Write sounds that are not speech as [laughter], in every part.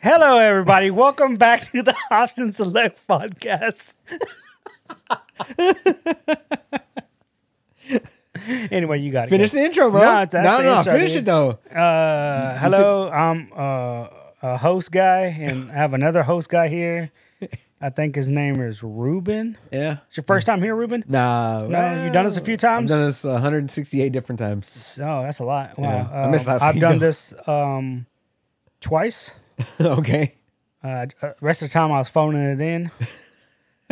Hello, everybody. Welcome back to the [laughs] Option Select podcast. [laughs] anyway, you got it. Finish the intro, bro. No, it's- that's no, the no, intro, finish dude. it though. Uh, hello, I'm uh, a host guy, and I have another host guy here. I think his name is Ruben. Yeah. It's your first time here, Ruben? Nah. No, you've done this a few I've times. done this 168 different times. [laughs] oh, that's a lot. Wow. Yeah, I missed Um, last I've week, done too. this um, twice. okay. Uh, uh, rest of the time, I was phoning it in. [laughs]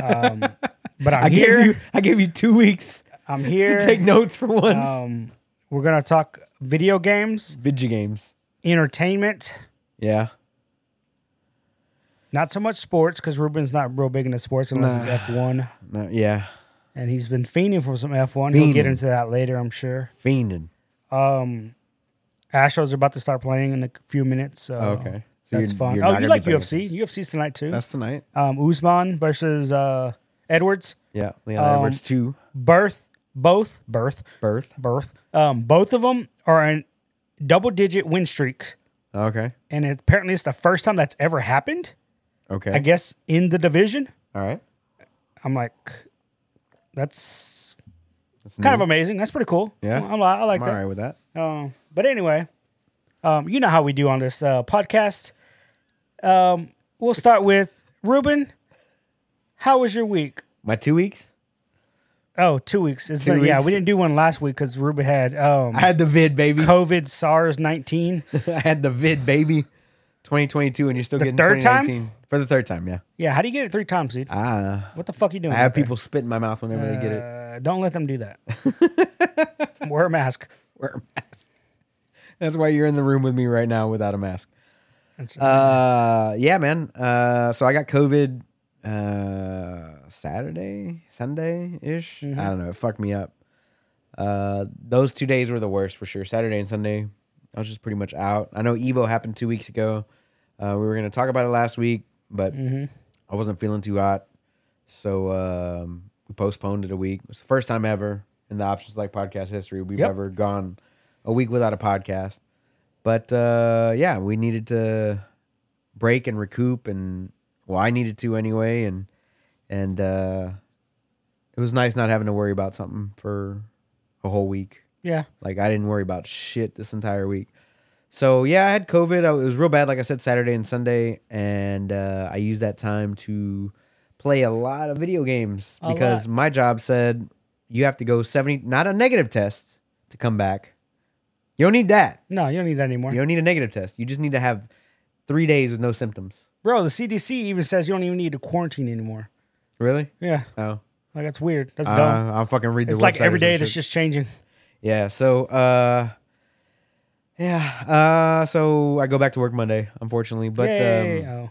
Um, but I'm I here. gave you I gave you two weeks I'm here. to take notes for once. Um, we're gonna talk video games, Video games. entertainment, Yeah. not so much sports because Ruben's not real big into sports unless it's F one, No, yeah. and he's been fiending for some F one. He'll get Fiending. into that later, I'm sure. Fiending. Um, Astros are about to start playing in a few minutes, so Okay. So that's you're- fun. you're oh, not you gonna like be playing. UFC? UFC's tonight too. That's tonight. Um, Usman versus uh, Edwards. Yeah. Leon Um, Edwards two. Birth, both birth, Birth. birth. Um, both of them are in double digit win streaks. Okay. and it, apparently it's the first time that's ever happened. Okay. I guess in the division, All right. I'm like, that's That's kind of new. amazing. That's pretty cool. Yeah. I'm, li- I like I'm all right that. with that. Um, but anyway, um, you know how we do on this uh, podcast. Um, we'll start with Ruben. How was your week? My two weeks. Oh, two weeks. It's Two been- Yeah, weeks. we didn't do one last week because Ruben had um, I had the vid, baby. COVID SARS 19. [laughs] I had the vid, baby. 2022, and you're still getting third time? 2019 for the third time. Yeah. Yeah, how do you get it three times, dude? Ah. What the fuck you doing? I have out there? people spit in my mouth whenever they get it. Uh, don't let them do that. Wear a mask. [laughs] Wear a mask. That's why you're in the room with me right now without a mask. That's- Uh, yeah, man. Uh, so I got COVID uh, Saturday, Sunday ish. Mm-hmm. I don't know. It fucked me up. Uh, those two days were the worst for sure. Saturday and Sunday, I was just pretty much out. I know Evo happened two weeks ago. Uh, we were gonna talk about it last week, but Mm-hmm. I wasn't feeling too hot, so um, we postponed it a week. It was the first time ever in the Options Like podcast history we've Yep. ever gone a week without a podcast. But uh, yeah, we needed to break and recoup, and well, I needed to anyway, and and uh, it was nice not having to worry about something for a whole week. yeah. Like I didn't worry about shit this entire week. So yeah, I had COVID. I, it was real bad, like I said, Saturday and Sunday, and uh, I used that time to play a lot of video games A because my job said you have to go seventy, not a negative test, to come back. You don't need that. No, you don't need that anymore. You don't need a negative test. You just need to have three days with no symptoms. Bro, the CDC even says you don't even need to quarantine anymore. Really? Yeah. Oh, Like that's weird. That's dumb. uh, I'll fucking read the. It's like website or every some day shit. that's just changing. Yeah. So, uh, yeah. Uh, so I go back to work Monday, unfortunately. But, Yay. um,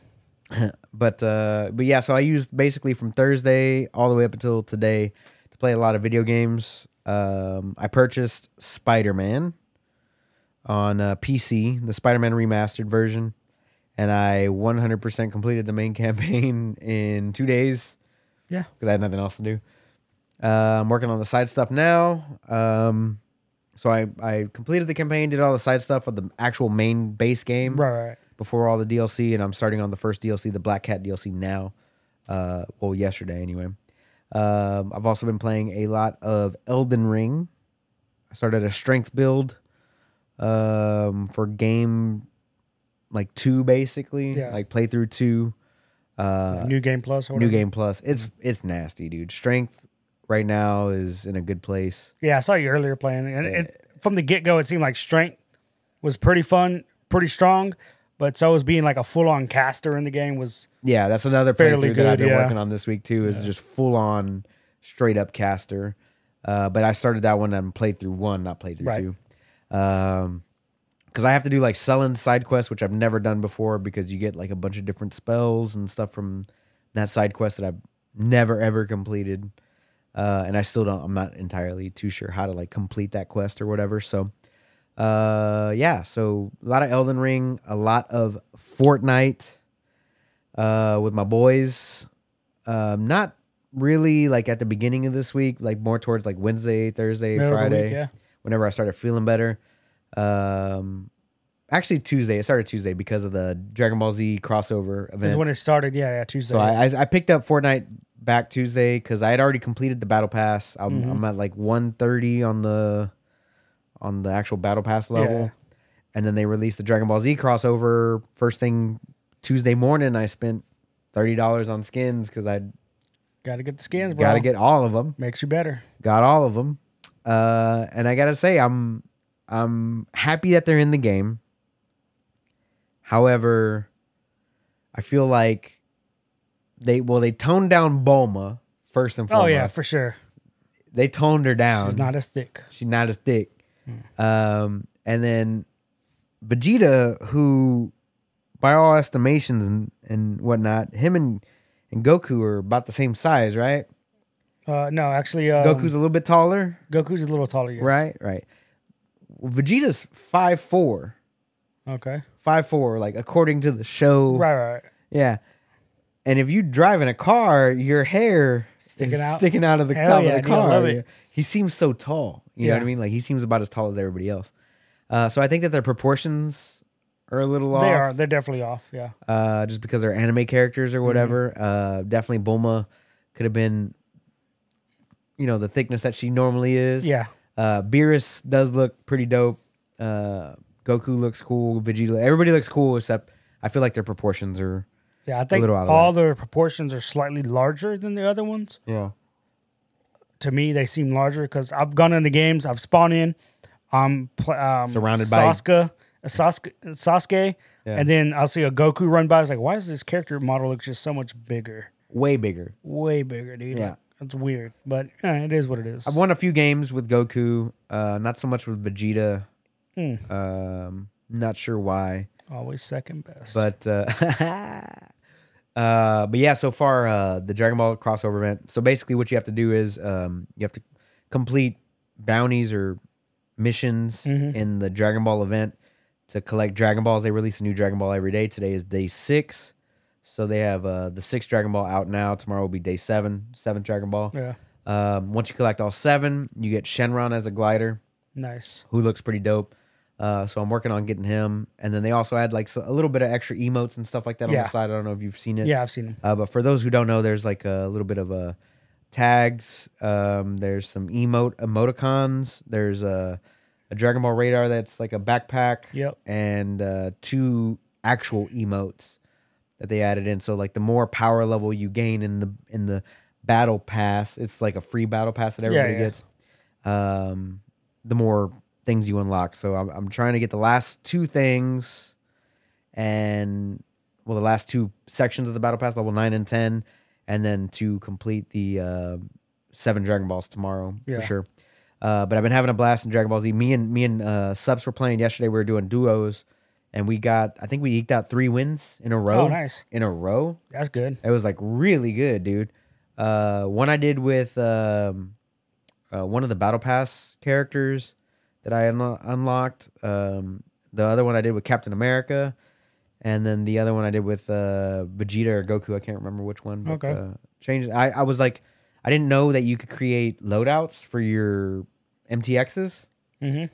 oh. but, uh, but yeah. So I used basically from Thursday all the way up until today to play a lot of video games. Um, I purchased Spider Man on uh, PC, the Spider Man remastered version, and I 100% completed the main [laughs] campaign in two days Yeah. because I had nothing else to do. Uh, I'm working on the side stuff now. Um, so I, I completed the campaign, did all the side stuff of the actual main base game Oh. Right, right. before all the DLC, and I'm starting on the first DLC, the Black Cat DLC now. Uh, well, yesterday anyway. Um, I've also been playing a lot of Elden Ring. I started a strength build um, for game like two, basically, Yeah. like playthrough two. Uh, New game plus or New whatever. Game Plus. It's it's nasty, dude. Strength right now is in a good place. Yeah, I saw you earlier playing and it, from the get go it seemed like strength was pretty fun, pretty strong, but so was being like a full on caster in the game was Yeah, that's another Fairly playthrough that I've good, been yeah. working on this week too. Is just full on straight up caster. Uh, but I started that one on playthrough one, not playthrough Right. two. Um, because I have to do like selling side quests, which I've never done before, because you get like a bunch of different spells and stuff from that side quest that I've never ever completed. Uh, and I still don't. I'm not entirely too sure how to like complete that quest or whatever. So, uh, yeah. So a lot of Elden Ring, a lot of Fortnite, uh, with my boys. Um, not really like at the beginning of this week, like more towards like Wednesday, Thursday, Middle of the Friday week, yeah. whenever I started feeling better. Um, actually Tuesday. It started Tuesday because of the Dragon Ball Z crossover Is event. when it started. Yeah, yeah, Tuesday. So I, I I picked up Fortnite back Tuesday because I had already completed the battle pass. I'm, I'm at like 130 on the on the actual battle pass level, Yeah. and then they released the Dragon Ball Z crossover first thing Tuesday morning. I spent thirty dollars on skins because I gotta get the skins, bro. got to get all of them. makes you better. Got all of them, uh, and I gotta say I'm I'm happy that they're in the game. However, I feel like they well they toned down Bulma first and Oh foremost. yeah, for sure. they toned her down. She's not Hmm. as thick. She's not as thick. Um, and then Vegeta, who by all estimations and, and whatnot, him and and Goku are about the same size, right? Uh, no, actually, um, Goku's Goku's a little bit taller, Goku's a little taller. Yes. right? Right. Vegeta's five four, Okay. five four, like according to the show. Right, right. right. Yeah. And if you drive in a car, your hair Sticking is out. sticking out of the Hell top yeah, of the dude, I car. love it. Yeah. He seems so tall. You know Yeah. what I mean? Like he seems about as tall as everybody else. Uh, so I think that their proportions are a little off. They are. They're definitely off. Yeah. Uh, just because they're anime characters or whatever. Mm-hmm. Uh, definitely Bulma could have been, you know, the thickness that she normally is. Yeah. Uh, Beerus does look pretty dope. Uh, Goku looks cool. Vegeta, everybody looks cool except I feel like their proportions are. Yeah, I think little out of all their proportions are slightly larger than the other ones. Yeah. to me they seem larger because I've gone into games, I've spawned in, I'm pl- um, Surrounded by- Sasuke, by Sasuke, Sasuke, Yeah. and then I'll see a Goku run by. I was like, why does this character model look just so much bigger, Way bigger. way bigger, dude? Yeah. Like, that's weird, but eh, it is what it is. I've won a few games with Goku, uh, not so much with Vegeta. Um, not sure why, Always second best. but uh, [laughs] uh, but yeah. So far, uh, the Dragon Ball crossover event. So basically, what you have to do is um, you have to complete bounties or missions in the Dragon Ball event to collect Dragon Balls. They release a new Dragon Ball every day. Today is day six, so they have uh, the sixth Dragon Ball out now. Tomorrow will be day seven, seventh Dragon Ball. yeah, Um, once you collect all seven, you get Shenron as a glider, nice. who looks pretty dope. Uh, so I'm working on getting him. And then they also add like so- a little bit of extra emotes and stuff like that on Yeah. the side. I don't know if you've seen it. Yeah, I've seen him. Uh, but for those who don't know, there's like a little bit of a tags. Um, there's some emote emoticons. There's a, a Dragon Ball radar that's like a backpack. Yep. And uh, two actual emotes that they added in. So like the more power level you gain in the in the battle pass, it's like a free battle pass that everybody yeah. gets. Um, the more things you unlock. So I'm I'm trying to get the last two things and well the last two sections of the battle pass level 9 and 10 and then to complete the uh, seven dragon balls tomorrow Yeah. for sure uh, but i've been having a blast in dragon ball z me and me and uh, subs were playing yesterday we were doing duos and we got i think we eked out three wins in a row Oh, nice. in a row That's good. it was like really good dude uh, one i did with um, uh, one of the battle pass characters that I unlo- unlocked. Um, the other one I did with Captain America, and then the other one I did with uh, Vegeta or Goku. I can't remember which one. But, Okay. Uh, changed. I, I was like, I didn't know that you could create loadouts for your MTXs. Mhm.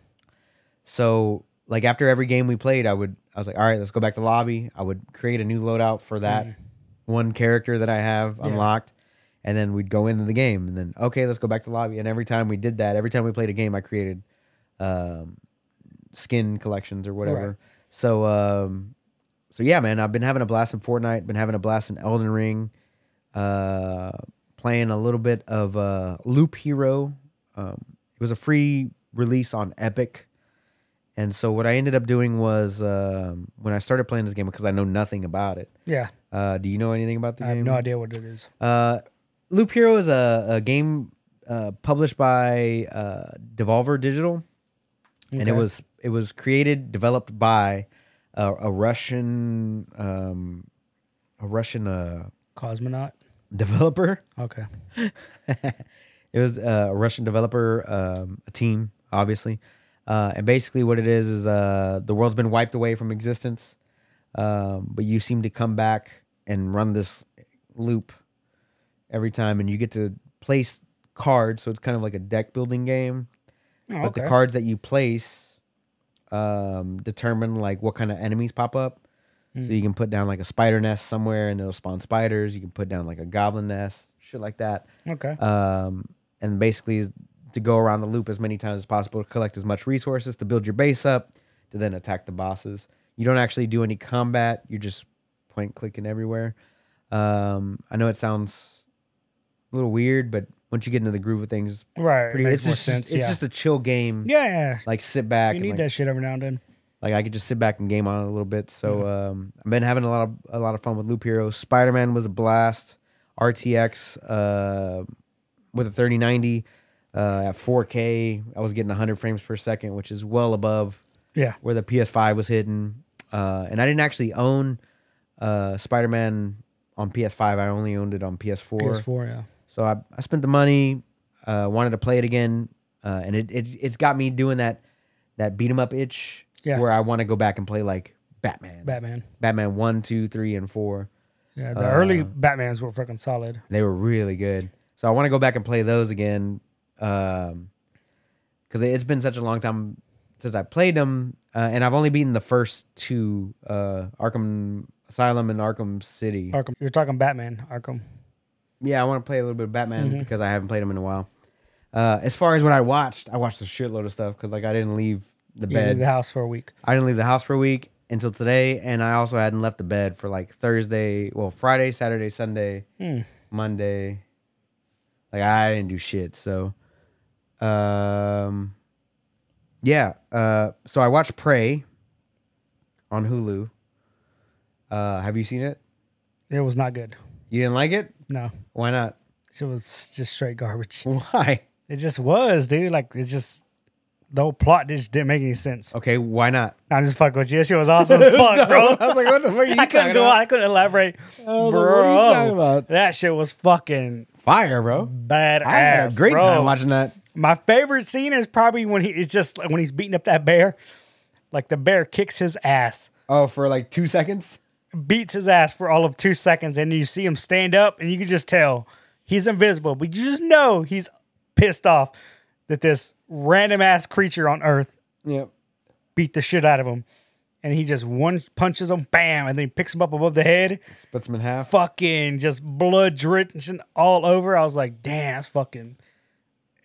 So like after every game we played, I would I was like, all right, let's go back to lobby. I would create a new loadout for that one character that I have unlocked. And then we'd go into the game, and then okay, let's go back to lobby. And every time we did that, every time we played a game, I created um, skin collections or whatever. Right. So, um, so yeah, man, I've been having a blast in Fortnite. Been having a blast in Elden Ring. Uh, playing a little bit of uh, Loop Hero. Um, it was a free release on Epic, and so what I ended up doing was um, when I started playing this game because I know nothing about it. Yeah, Uh, do you know anything about the I have game? no idea what it is. Uh, Loop Hero is a, a game uh, published by uh, Devolver Digital, and it Okay. was it was created developed by a, a Russian um, a Russian uh, [laughs] Cosmonaut. developer. Okay. It was uh, a Russian developer, um, a team, obviously. Uh, and basically, what it is is uh, the world's been wiped away from existence, um, but you seem to come back and run this loop every time, and you get to place cards. So it's kind of like a deck building game, Oh, but okay. the cards that you place um, determine like what kind of enemies pop up. So you can put down like a spider nest somewhere and it'll spawn spiders. You can put down like a goblin nest, shit like that. Okay. Um, and basically is to go around the loop as many times as possible to collect as much resources to build your base up to then attack the bosses. You don't actually do any combat. You're just point clicking everywhere. Um, I know it sounds a little weird, but once you get into the groove of things, right. pretty, makes it's more just sense. it's yeah. just a chill game. yeah, yeah. Like sit back. You and, need like, that shit every now and then. like I could just sit back and game on it a little bit. So um, I've been having a lot of a lot of fun with Loop Hero. Spider Man was a blast. RTX uh, with a 3090 uh, at 4K. I was getting 100 frames per second, which is well above Yeah. where the PS5 was hidden. Uh, and I didn't actually own uh, Spider Man on PS5. I only owned it on PS4. Yeah. so I, I spent the money, uh, wanted to play it again, uh, and it, it it's got me doing that that beat 'em up itch Yeah. where I want to go back and play like Batman, Batman. Batman one, two, three, and four. Yeah. The early Uh, Batmans were fucking solid. They were really good, so I want to go back and play those again, because it's been such a long time since I played them, uh, and I've only beaten the first two, uh, Arkham Asylum and Arkham City. Arkham. You're talking Batman. Arkham. Yeah, I want to play a little bit of Batman because I haven't played him in a while. Uh, as far as what I watched, I watched a shitload of stuff because like I didn't leave the You leave bed. the house for a week. I didn't leave the house for a week until today, and I also hadn't left the bed for like Thursday, well Friday, Saturday, Sunday, Monday. Like I didn't do shit. So, um, yeah. Uh, so I watched Prey on Hulu. Uh, have you seen it? It was not good. You didn't like it? No. Why not? It was just straight garbage. Why? It just was, dude. Like it just the whole plot just didn't make any sense. Okay, why not? I'm just fucking with you. That shit was awesome [laughs] as fuck, bro. I was like, what the [laughs] fuck are you I couldn't talking go out. about? I couldn't elaborate. was like, bro, what are you talking about? that shit was fucking Fire, bro. badass. I had a great bro. time watching that. My favorite scene is probably when he it's just like when he's beating up that bear. Like the bear kicks his ass, Oh, for like two seconds? beats his ass for all of two seconds, and you see him stand up, and you can just tell he's invisible, but you just know he's pissed off that this random ass creature on Earth Yep. beat the shit out of him. And he just one punches him, bam, and then picks him up above the head. Splits them in half. Fucking just blood drenching all over. I was like, damn, that's fucking.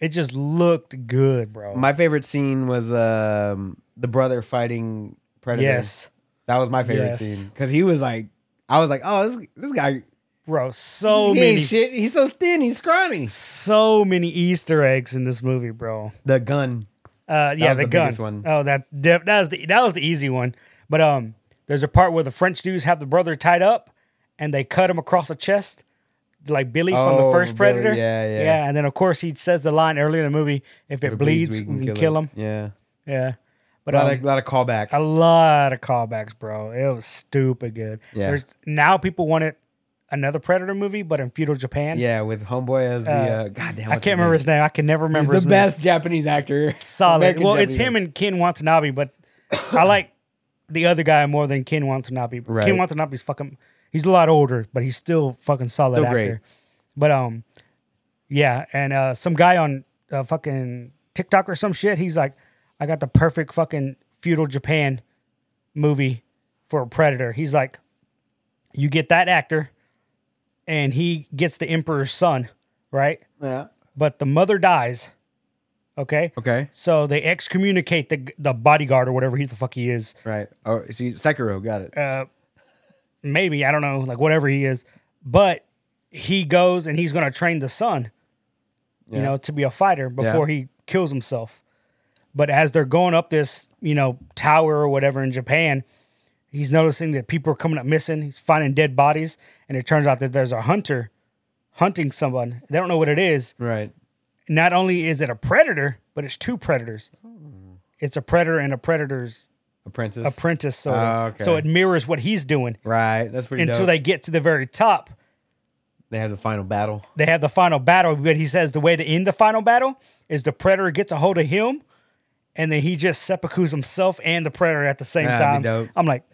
It just looked good, bro. My favorite scene was um, the brother fighting Predator. yes, That was my favorite Yes. scene. Because he was like, I was like, oh, this, this guy, bro. So he many, ain't shit. He's so thin, he's scrawny. so many Easter eggs in this movie, bro. The gun. Uh, yeah, was the, the gun. biggest one. Oh, that def- that was the that was the easy one. But um, there's a part where the French dudes have the brother tied up, and they cut him across the chest, like Billy from the Oh, first Billy. Predator. Yeah, yeah. yeah. And then of course he says the line earlier in the movie: "If it, bleeds, we can kill, him. Yeah. Yeah. But A lot, um, of, lot of callbacks. a lot of callbacks, bro. It was stupid good. Yeah. There's now people want it another Predator movie, but in feudal Japan. yeah, with Homeboy as the, uh, goddamn. I can't remember his name. I can never He's remember the his name. best Japanese actor. [laughs] solid. American well, it's Japanese. him and Ken Watanabe, but I like the other guy more than Ken Watanabe. Right. Ken Watanabe's fucking. He's a lot older, but he's still fucking solid Still actor. great. But um, yeah, and uh, some guy on uh, fucking TikTok or some shit, he's like, I got the perfect fucking feudal Japan movie for a predator. He's like, you get that actor, and he gets the emperor's son, right? Yeah. But the mother dies. Okay. Okay. So they excommunicate the the bodyguard or whatever he the fuck he is. Right. Oh, see, Sekiro got it. Uh, maybe I don't know, like whatever he is. But he goes and he's gonna train the son, you Yeah. know, to be a fighter before he kills himself. But as they're going up this, you know, tower or whatever in Japan, he's noticing that people are coming up missing. He's finding dead bodies, and it turns out that there's a hunter hunting someone. They don't know what it is, Right. not only is it a predator, but it's two predators. It's a predator and a predator's Apprentice. apprentice. So, Ah, okay. so it mirrors what he's doing right. That's pretty until dope. They-, they get to the very top. have the final battle. They have the final battle, but he says the way to end the final battle is the predator gets a hold of him, and then he just seppukus himself and the predator at the same That'd be time. dope. I'm like,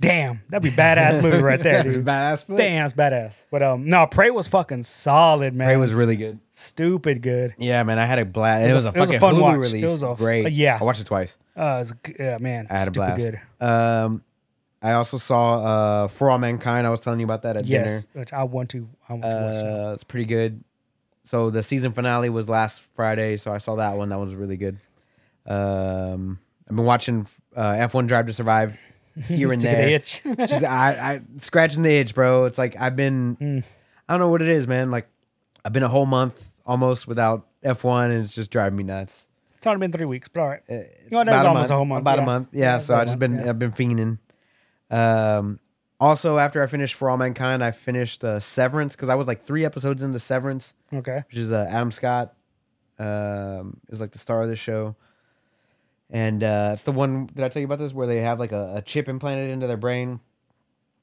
Damn, that'd be badass movie right there, dude. Badass flick. Damn, it's badass. But um, no, Prey was fucking solid, man. Prey was really good. stupid good. Yeah, man, I had a blast. It, was, a- a it was a fucking fun Hulu watch. release. It was a- great. yeah. I watched it twice. Uh, it was, g- yeah, man, I had a stupid blast. good. Um, I also saw uh, For All Mankind. I was telling you about that at Yes, which I want to. I want to dinner. watch. that. Uh, it's pretty good. So the season finale was last Friday, so I saw that one. That one was really good. Um, I've been watching uh, F1 Drive [laughs] to Survive here and To get a there. itch. [laughs] Just, I, I scratching the itch, bro. It's like I've been, Mm. I don't know what it is, man. Like I've been a whole month almost without F1, and it's just driving me nuts. it's only been three weeks, but all right. You know, what, that Uh, was about a almost month, a whole month. About yeah. a month. Yeah. it was so about I a just month, been yeah. I've been fiending. Um, also, after I finished For All Mankind, I finished uh, Severance because I was like three episodes into Severance, Okay. which is uh, Adam Scott. Um, is like the star of the show, and uh, it's the one. Did I tell you about this? Where they have like a, a chip implanted into their brain.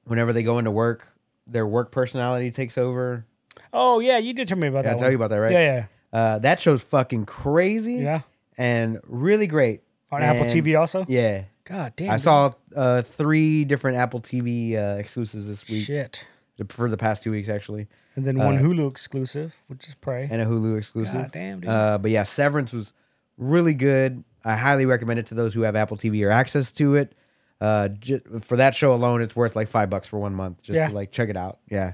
Whenever they go into work, their work personality takes over. Oh yeah, you did tell me about Yeah, that. I tell one. you about that, right? Yeah, Uh, that show's fucking crazy. yeah, yeah. And really great On Apple And- TV also. Yeah. God damn. I dude. saw uh, three different Apple TV uh, exclusives this week shit, for the past two weeks, actually, and then one Hulu exclusive, which is Prey. Uh, and a Hulu exclusive. God damn, dude. Uh, but yeah, Severance was really good. I highly recommend it to those who have Apple TV or access to it. Uh, ju- for that show alone, it's worth like five bucks for one month just Yeah. Hmm. to like check it out. Yeah,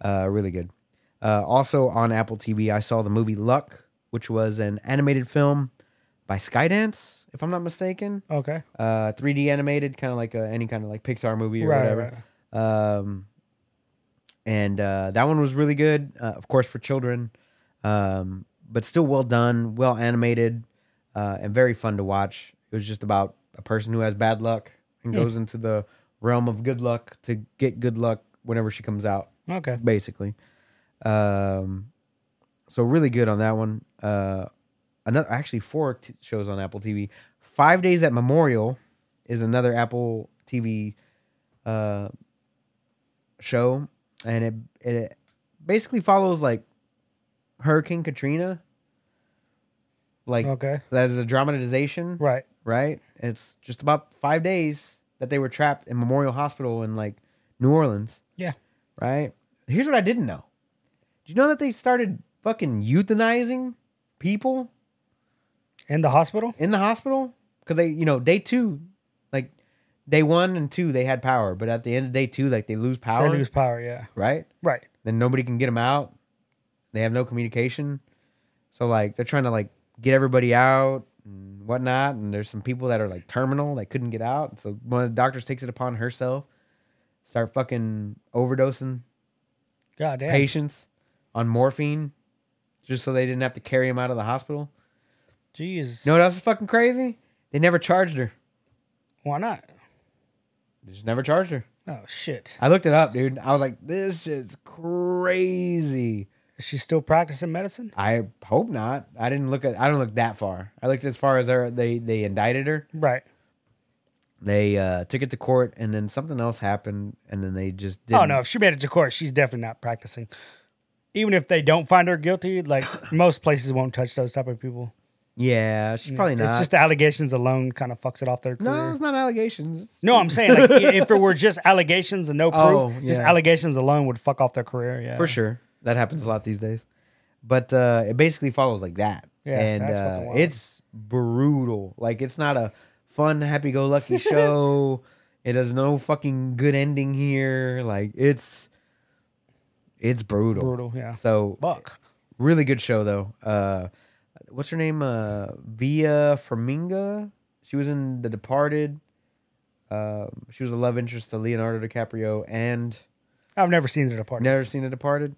uh, really good. Uh, also on Apple TV, I saw the movie Luck, which was an animated film by Skydance, if I'm not mistaken. okay. uh 3D animated, kind of like a, any kind of like Pixar movie or Right, whatever. Um, and uh, that one was really good, uh, of course, for children, um, but still well done, well animated, uh, and very fun to watch. It was just about a person who has bad luck and goes into the realm of good luck to get good luck whenever she comes out Okay. basically. Um, so really good on that one. Uh, another actually four t- shows on Apple TV. Five Days at Memorial is another Apple TV uh, show, and it it basically follows like Hurricane Katrina, like Okay. as a dramatization, Right. right? And it's just about five days that they were trapped in Memorial Hospital in like New Orleans. Yeah. Right? Here's what I didn't know. Did you know that they started fucking euthanizing people In the hospital. in the hospital? Because they, you know, day two, like day one and two, they had power. But at the end of day two, like they lose power, They lose power. Yeah. right? Right. Then nobody can get them out. They have no communication. So like they're trying to like get everybody out and whatnot. And there's some people that are like terminal that couldn't get out. So one of the doctors takes it upon herself, start fucking overdosing God damn. patients on morphine, just so they didn't have to carry him out of the hospital. Jesus. You know what else is fucking crazy? They never charged her. Why not? They just never charged her. Oh shit. I looked it up, dude. I was like, this is crazy. Is she still practicing medicine? I hope not. I didn't look at. I don't look that far. I looked as far as her, they they indicted her. Right. They uh, took it to court, and then something else happened, and then they just didn't. Oh no, if she made it to court, she's definitely not practicing. Even if they don't find her guilty, [clears throat] like most places won't touch those type of people. Yeah, she's probably not. Mm, It's just the allegations alone kind of fucks it off their career. no, it's not allegations. It's- No, I'm saying like i- if it were just allegations and [laughs] no proof, Oh, just yeah. allegations alone would fuck off their career. Yeah, for sure that happens a lot these days. But uh, it basically follows like that, Yeah, and that's uh, fucking wild. it's brutal. Like it's not a [laughs] fun, happy-go-lucky show. It has no fucking good ending here. Like it's it's brutal. Brutal. Yeah. So Fuck. Really good show though. Uh, what's her name? Uh, Via Farminga. She was in The Departed. Um, she was a love interest to Leonardo DiCaprio, and I've never seen The Departed. never seen The Departed.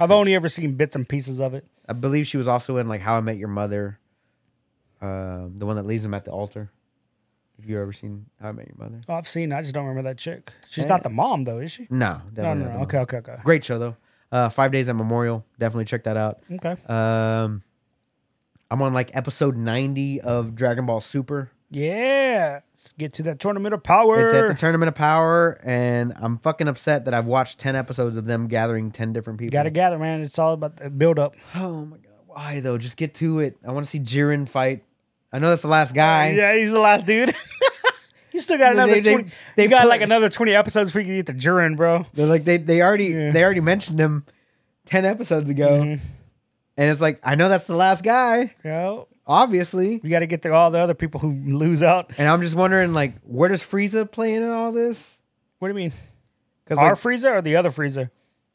I've only ever seen bits and pieces of it. I believe she was also in like How I Met Your Mother, um, the one that leaves him at the altar. Have you ever seen How I Met Your Mother? Oh, I've seen. I just don't remember that chick. She's not the mom though, is she? No, No, definitely no, not. no. the Okay, one. okay, okay, Great show though. Uh, Five Days at Memorial. Definitely check that out. okay. Um, I'm on like episode 90 of Dragon Ball Super. Yeah, let's get to that tournament of power. It's at the Tournament of Power, and I'm fucking upset that I've watched 10 episodes of them gathering 10 different people. Got to gather, man. It's all about the build up. oh my God. Why though? Just get to it. I want to see Jiren fight. I know that's the last guy. Yeah, he's the last dude. [laughs] He's You still got They- another. they- 20, they you got put- like another twenty episodes before you can get the Durin, bro. They're like they they already they already mentioned him ten episodes ago, and it's like I know that's the last guy, You know, obviously. you got to get through all the other people who lose out. And I'm just wondering, like, where does Frieza play in all this? What do you mean? Because Our like, freezer or the other freezer?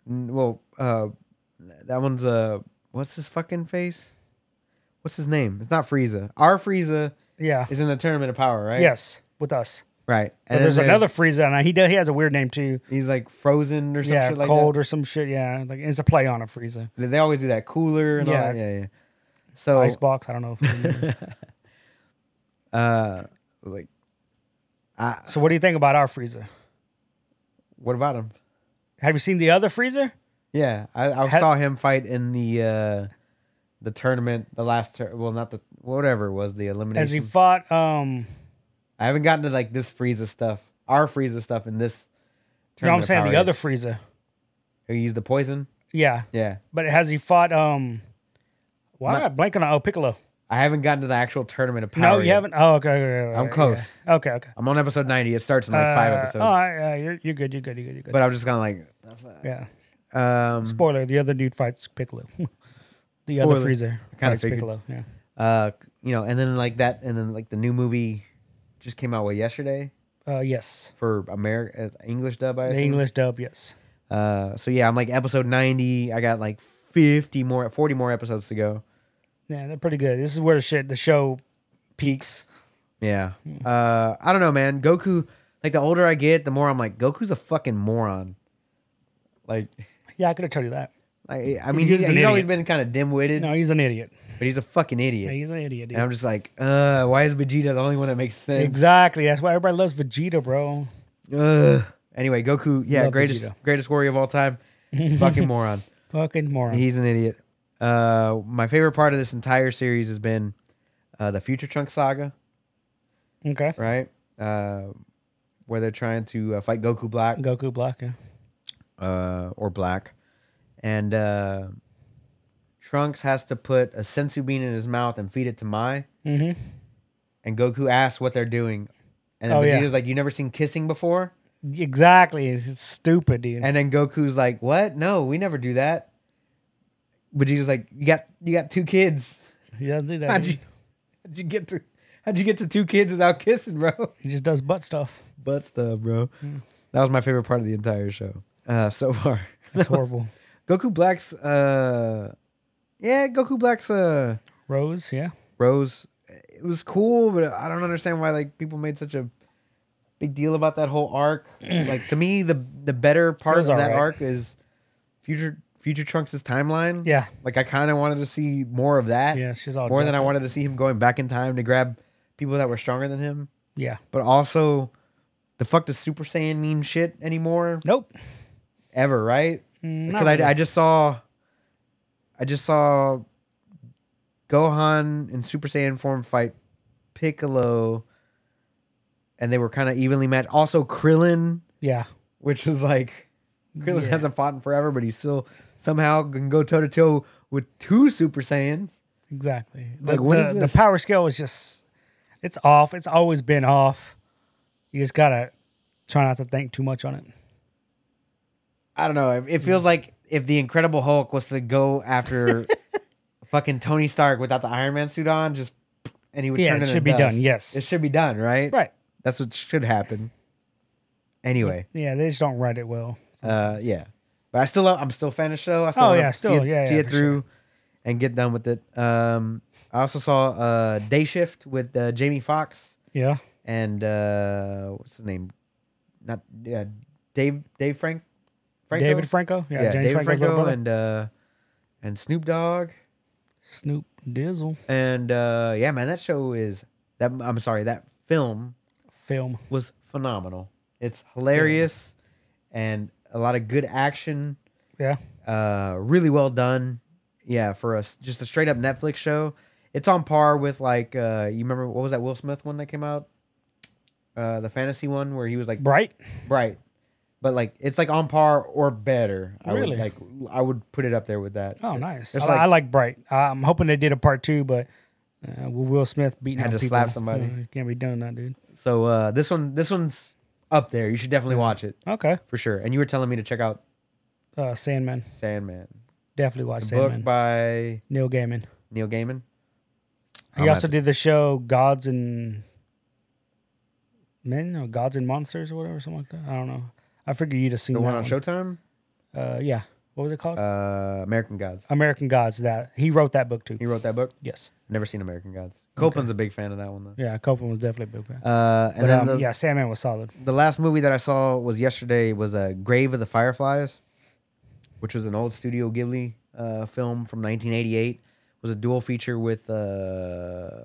n- well, uh, that one's uh, what's his fucking face? What's his name? It's not Frieza. Our Frieza Yeah. is in the Tournament of Power, right? Yes, with us. Right. But And there's then another freezer, and he does, he has a weird name too. He's like frozen or some yeah, shit like cold or some shit. Yeah, like it's a play on a freezer. that. They always do that cooler and Yeah. all that. Yeah, yeah. So Icebox. I don't know. [laughs] If you know. uh, like, so what do you think about our freezer? what about him? Have you seen the other freezer? Yeah, I, I Had- saw him fight in the uh the tournament, the last tur- well, not the whatever it was the As he elimination. fought, um, I haven't gotten to like this Frieza stuff, our Frieza stuff in this. you know what I'm tournament of saying? The power other yet. freezer. who used the poison. Yeah, Yeah, but has he fought? Um, why am I blanking on? Oh, Piccolo. I haven't gotten to the actual tournament of power. No, you yet. haven't. Oh, okay. okay, okay I'm yeah. close. Okay, okay. I'm on episode ninety. It starts in like five Uh, episodes, Oh, yeah, you're, you're good. You're good. You're good. You're good. but I'm just kind of yeah. like, um, Spoiler: the other dude fights Piccolo. [laughs] the other Spoiler. freezer kinda fights figured. Piccolo. Yeah. uh, you know, and then like that, and then like the new movie just came out what yesterday Uh, yes. for American English dub. I The assume? English dub, yes. Uh, so yeah, I'm like episode 90. I got like 50 more, 40 more episodes to go. Yeah, they're pretty good. This is where the shit the show peaks. Yeah. Hmm. Uh, I don't know, man. Goku, like the older I get, the more I'm like, Goku's a fucking moron. Like, Yeah, I could have told you that. I, I mean, He's he's, an he's always idiot. been kind of dim-witted, No, he's an idiot. but he's a fucking Yeah, idiot. he's an idiot. dude. And I'm just like, uh, why is Vegeta the only one that makes sense? Exactly. That's why everybody loves Vegeta, bro. Ugh. Anyway, Goku, yeah, Love greatest Vegeta. greatest warrior of [laughs] all time. fucking moron. Fucking moron. He's an idiot. Uh, my favorite part of this entire series has been uh, the Future Trunks saga. okay. right? Uh, where they're trying to uh, fight Goku Black Goku Black. Yeah. uh, or Black, and uh, Trunks has to put a sensu bean in his mouth and feed it to Mai, Mm-hmm. and Goku asks what they're doing, and then Oh, yeah. Vegeta's like, "You never seen kissing before," Exactly. It's stupid, dude. and then Goku's like, "What? No, we never do that." Vegeta's like, "You got you got two kids. he doesn't do that. How'd dude. you, how'd you get to how'd you get to two kids without kissing, bro?" He just does butt stuff. butt stuff, bro. That was my favorite part of the entire show uh, so [laughs] far. That's horrible. Goku Black's, uh, yeah, Goku Black's uh, Rose, yeah. Rose. It was cool, but I don't understand why like people made such a big deal about that whole arc. like to me, the the better part of was that alright. arc is future future Trunks' timeline. Yeah. like I kind of wanted to see more of that. Yeah, she's all more than jacked I up. wanted to see him going back in time to grab people that were stronger than him. Yeah. But also, the fuck does Super Saiyan mean shit anymore? Nope. Mm, ever, right? not Because really. I, I just saw, I just saw Gohan in Super Saiyan form fight Piccolo, and they were kind of evenly matched. Also Krillin, Yeah. which was like Krillin Yeah. hasn't fought in forever, but he still somehow can go toe to toe with two Super Saiyans. Exactly. Like, the, what the- is the this? power scale is just it's off. It's always been off. You just gotta try not to think too much on it. I don't know. It, it Mm. feels like if the Incredible Hulk was to go [laughs] after fucking Tony Stark without the Iron Man suit on, just and he would Yeah, turn it into should be dust. done, yes. it should be done. Right. Right. That's what should happen. Anyway, Yeah, they just don't write it well. uh, yeah, but I still love, I'm still a fan of the show. I still Oh, wanna yeah, still, see it, yeah, see yeah, it for through and get done with it. Um, I also saw uh, Day Shift with uh, Jamie Foxx Yeah. and uh, what's his name? Not yeah, Dave Dave Frank Franco? David Franco. Yeah, yeah, James David Franco's little Franco brother. and uh, and Snoop Dogg Snoop Dizzle and uh, yeah, man, that show is that I'm sorry, that film film. was phenomenal. It's hilarious and a lot of good action. Yeah. Uh, really well done. Yeah, for us, just a straight up Netflix show. It's on par with like uh, you remember what was that Will Smith one that came out? Uh, the fantasy one where he was like Bright. bright, but like it's like on par or better. I Really? would, like I would put it up there with that. Oh, nice. I, It's I like- like Bright. I'm hoping they did a part two, but Uh, Will Smith beating Had up to people. slap somebody. Uh, can't be doing that, dude. So uh, this one, this one's up there. You should definitely watch it Okay. for sure. And you were telling me to check out Uh, Sandman. Sandman, Definitely watch the Sandman. book by Neil Gaiman. Neil Gaiman. He I'm also at- did the show Gods and Men or Gods and Monsters or whatever, something like that. I don't know. I figure you'd have seen the that one on Showtime, Uh, yeah. What was it called? uh, American Gods. American Gods. That he wrote that book too. He wrote that book. Yes. Never seen American Gods. Copeland's a big fan of that one though. Yeah. Copeland was definitely a big fan. Uh, and but then um, the, yeah, Sandman was solid. the last movie that I saw was yesterday was uh, Grave of the Fireflies, which was an old Studio Ghibli uh, film from 1988. It was a dual feature with uh,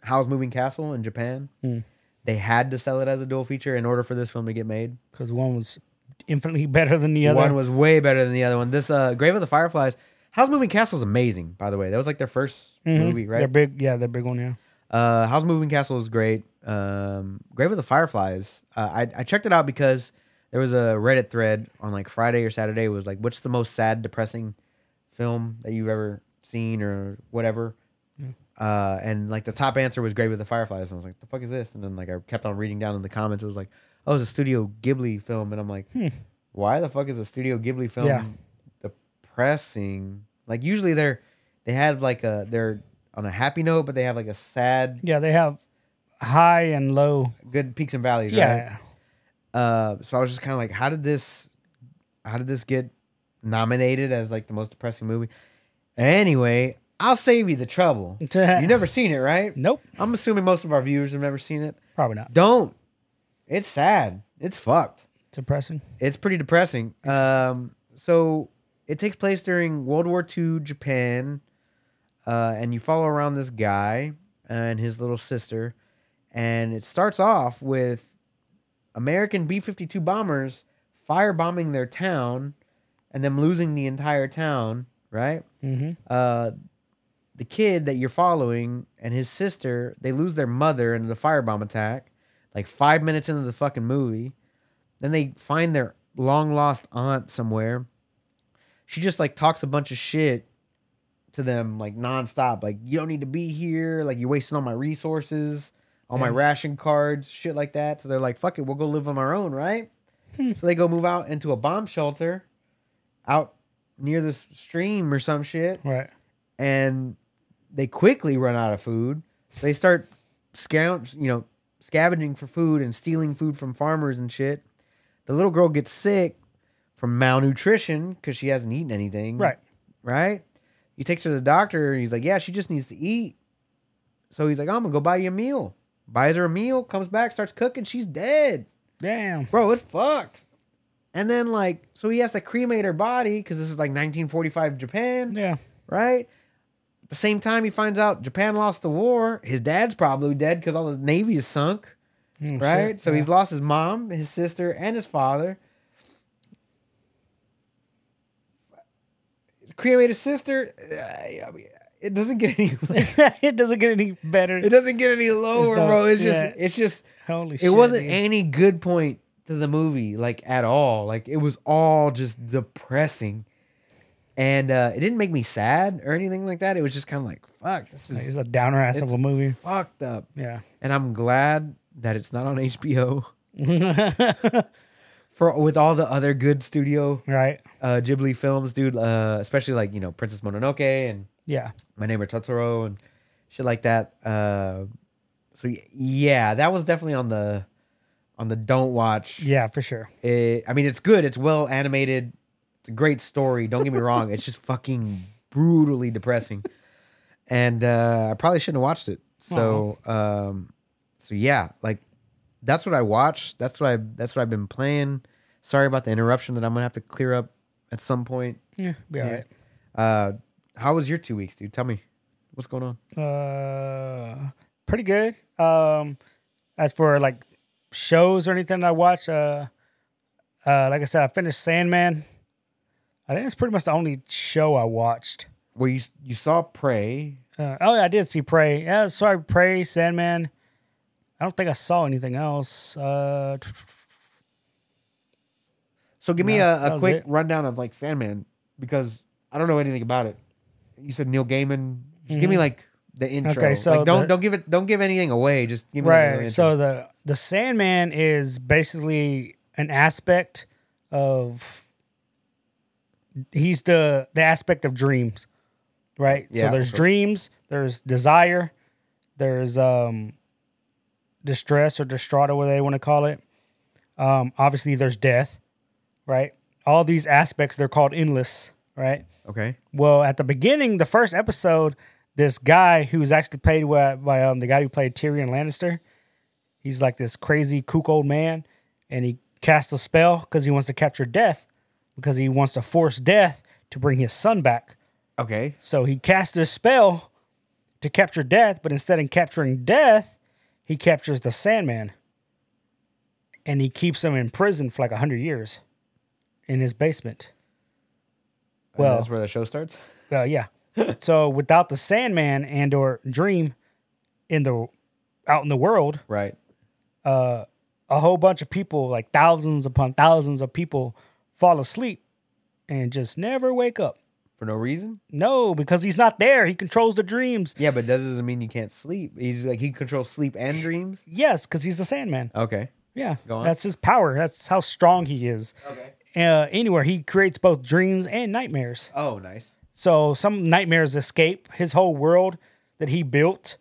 Howl's Moving Castle in Japan. Mm. They had to sell it as a dual feature in order for this film to get made. because one was infinitely [laughs] better than the other. One was way better than the other one. This uh, Grave of the Fireflies, Howl's Moving Castle is amazing. By the way, that was like their 1st Mhm. movie, right? They're big, yeah, they're big one, yeah. Uh, How's Moving Castle is great. Um, Grave of the Fireflies. Uh, I, I checked it out because there was a Reddit thread on like Friday or Saturday. It was like, what's the most sad, depressing film that you've ever seen or whatever? Uh, and like the top answer was Grave of the Fireflies. And I was like, the fuck is this? And then like I kept on reading down in the comments. It was like, oh, it's a Studio Ghibli film. And I'm like, why the fuck is a Studio Ghibli film Yeah. depressing? Like usually they're they have like a they're on a happy note, but they have like a sad Yeah, they have high and low. good peaks and valleys, right? Yeah. Uh, so I was just kind of like, how did this, how did this get nominated as like the most depressing movie? Anyway, I'll save you the trouble. you [laughs] never seen it, right? Nope. I'm assuming most of our viewers have never seen it. Probably not. Don't. It's sad. It's fucked. Depressing. It's pretty depressing. Um, so it takes place during World War II Japan, uh, and you follow around this guy and his little sister, and it starts off with American B fifty two bombers firebombing their town, and them losing the entire town. Right? Mm-hmm. Uh, the kid that you're following and his sister they lose their mother in the firebomb attack like five minutes into the fucking movie then they find their long lost aunt somewhere she just like talks a bunch of shit to them like nonstop like you don't need to be here like you're wasting all my resources all my Yeah. ration cards shit like that so they're like fuck it we'll go live on our own right so they go move out into a bomb shelter out near this stream or some shit Right. and they quickly run out of food. They start scout, you know, scavenging for food and stealing food from farmers and shit. The little girl gets sick from malnutrition because she hasn't eaten anything. Right. Right. He takes her to the doctor. And he's like, "Yeah, she just needs to eat." So he's like, "I'm gonna go buy you a meal." Buys her a meal, comes back, starts cooking. She's dead Damn. bro, it's fucked. And then like, so he has to cremate her body because this is like 1945 Japan Yeah. right? At the same time, he finds out Japan lost the war. His dad's probably dead because all the navy is sunk, Mm, right? shit. So Yeah. he's lost his mom, his sister, and his father. Cremate his sister. uh, I mean, It doesn't get any. [laughs] [laughs] it doesn't get any better. It doesn't get any lower, not- bro. It's just. yeah. It's just. Holy shit. It wasn't dude. any good point to the movie, like at all. Like it was all just depressing, and uh, it didn't make me sad or anything like that. It was just kind of like, fuck, this Like, is It's a downer ass of it's a movie. fucked up. [laughs] Yeah. And I'm glad that it's not on [laughs] HBO right. for with all the other good studio uh, Ghibli films, dude. Uh, especially like you know Princess Mononoke and Yeah. My Neighbor Totoro and shit like that. Uh, so y- yeah, that was definitely on the on the don't watch. Yeah, for sure. It, I mean, it's good. It's well animated. It's a great story. Don't get me wrong. It's just fucking brutally depressing, and uh, I probably shouldn't have watched it. So, um, so yeah, like that's what I watched. That's what I. That's what I've been playing. Sorry about the interruption that I'm gonna have to clear up at some point. Yeah. Be all right. Uh, how was your two weeks, dude? Tell me what's going on. Uh, pretty good. Um, as for like shows or anything I watch, uh, uh, like I said, I finished Sandman. I think it's pretty much the only show I watched. Well, you you saw Prey. Uh, oh, yeah, I did see Prey. Yeah, sorry, Prey, Sandman. I don't think I saw anything else. Uh, So give No, me that a, a was quick it. rundown of like Sandman because I don't know anything about it. You said Neil Gaiman. Just give me like the intro. Mm-hmm. Okay, so like, don't the- don't give it don't give anything away. Just give me the Right. intro. So the the Sandman is basically an aspect of he's the the aspect of dreams, right? Yeah, so there's sure. dreams, there's desire, there's um distress or distraught or whatever they want to call it. Um, obviously there's death, right? All these aspects they're called endless, right? okay, Well, at the beginning, the first episode, this guy who was actually played by, by um, the guy who played Tyrion Lannister, he's like this crazy kook old man, and he casts a spell because he wants to capture death, because he wants to force death to bring his son back. okay, So he casts this spell to capture death, but instead of capturing death, he captures the Sandman, and he keeps him in prison for like hundred years, in his basement. And Well- that's where the show starts. Uh, yeah. so without the Sandman and or Dream in the out in the world, Right. uh, a whole bunch of people, like thousands upon thousands of people, fall asleep and just never wake up. For no reason. No, because he's not there. He controls the dreams. Yeah, but that doesn't mean you can't sleep. He's like he controls sleep and dreams. Yes, because he's the Sandman. Okay. Yeah, Go on. that's his power. That's how strong he is. Okay. Uh, anywhere he creates both dreams and nightmares. Oh, nice. So some nightmares escape. His whole world that he built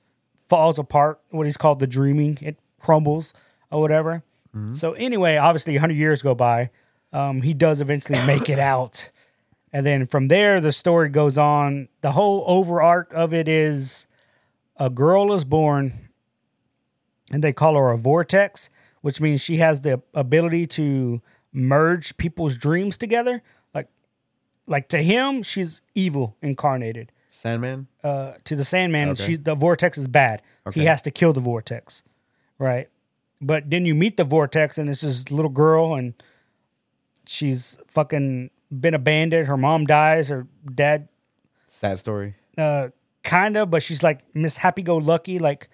falls apart. What he's called the dreaming, it crumbles or whatever. So anyway, obviously, 100 years go by. Um, he does eventually make it out, and then from there, the story goes on. The whole over arc of it is a girl is born, and they call her a vortex, which means she has the ability to merge people's dreams together. Like like to him, she's evil incarnated. Sandman. Uh, to the Sandman, Okay. she's the vortex is bad. Okay. He has to kill the vortex, right? But then you meet the vortex, and it's this little girl, and she's fucking been abandoned. Her mom dies. Her dad, Sad story. uh, kind of, but she's like Miss Happy Go Lucky. Like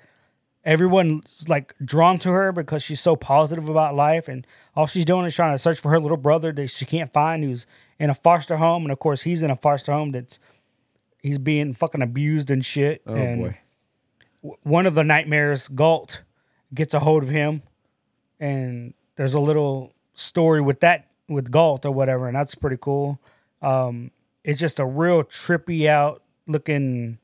everyone's like drawn to her because she's so positive about life, and all she's doing is trying to search for her little brother that she can't find, who's in a foster home, and of course he's in a foster home that's he's being fucking abused and shit. Oh and boy. one of the nightmares, Galt, gets a hold of him, and there's a little story with that with Galt or whatever, and that's pretty cool. Um, it's just a real trippy out looking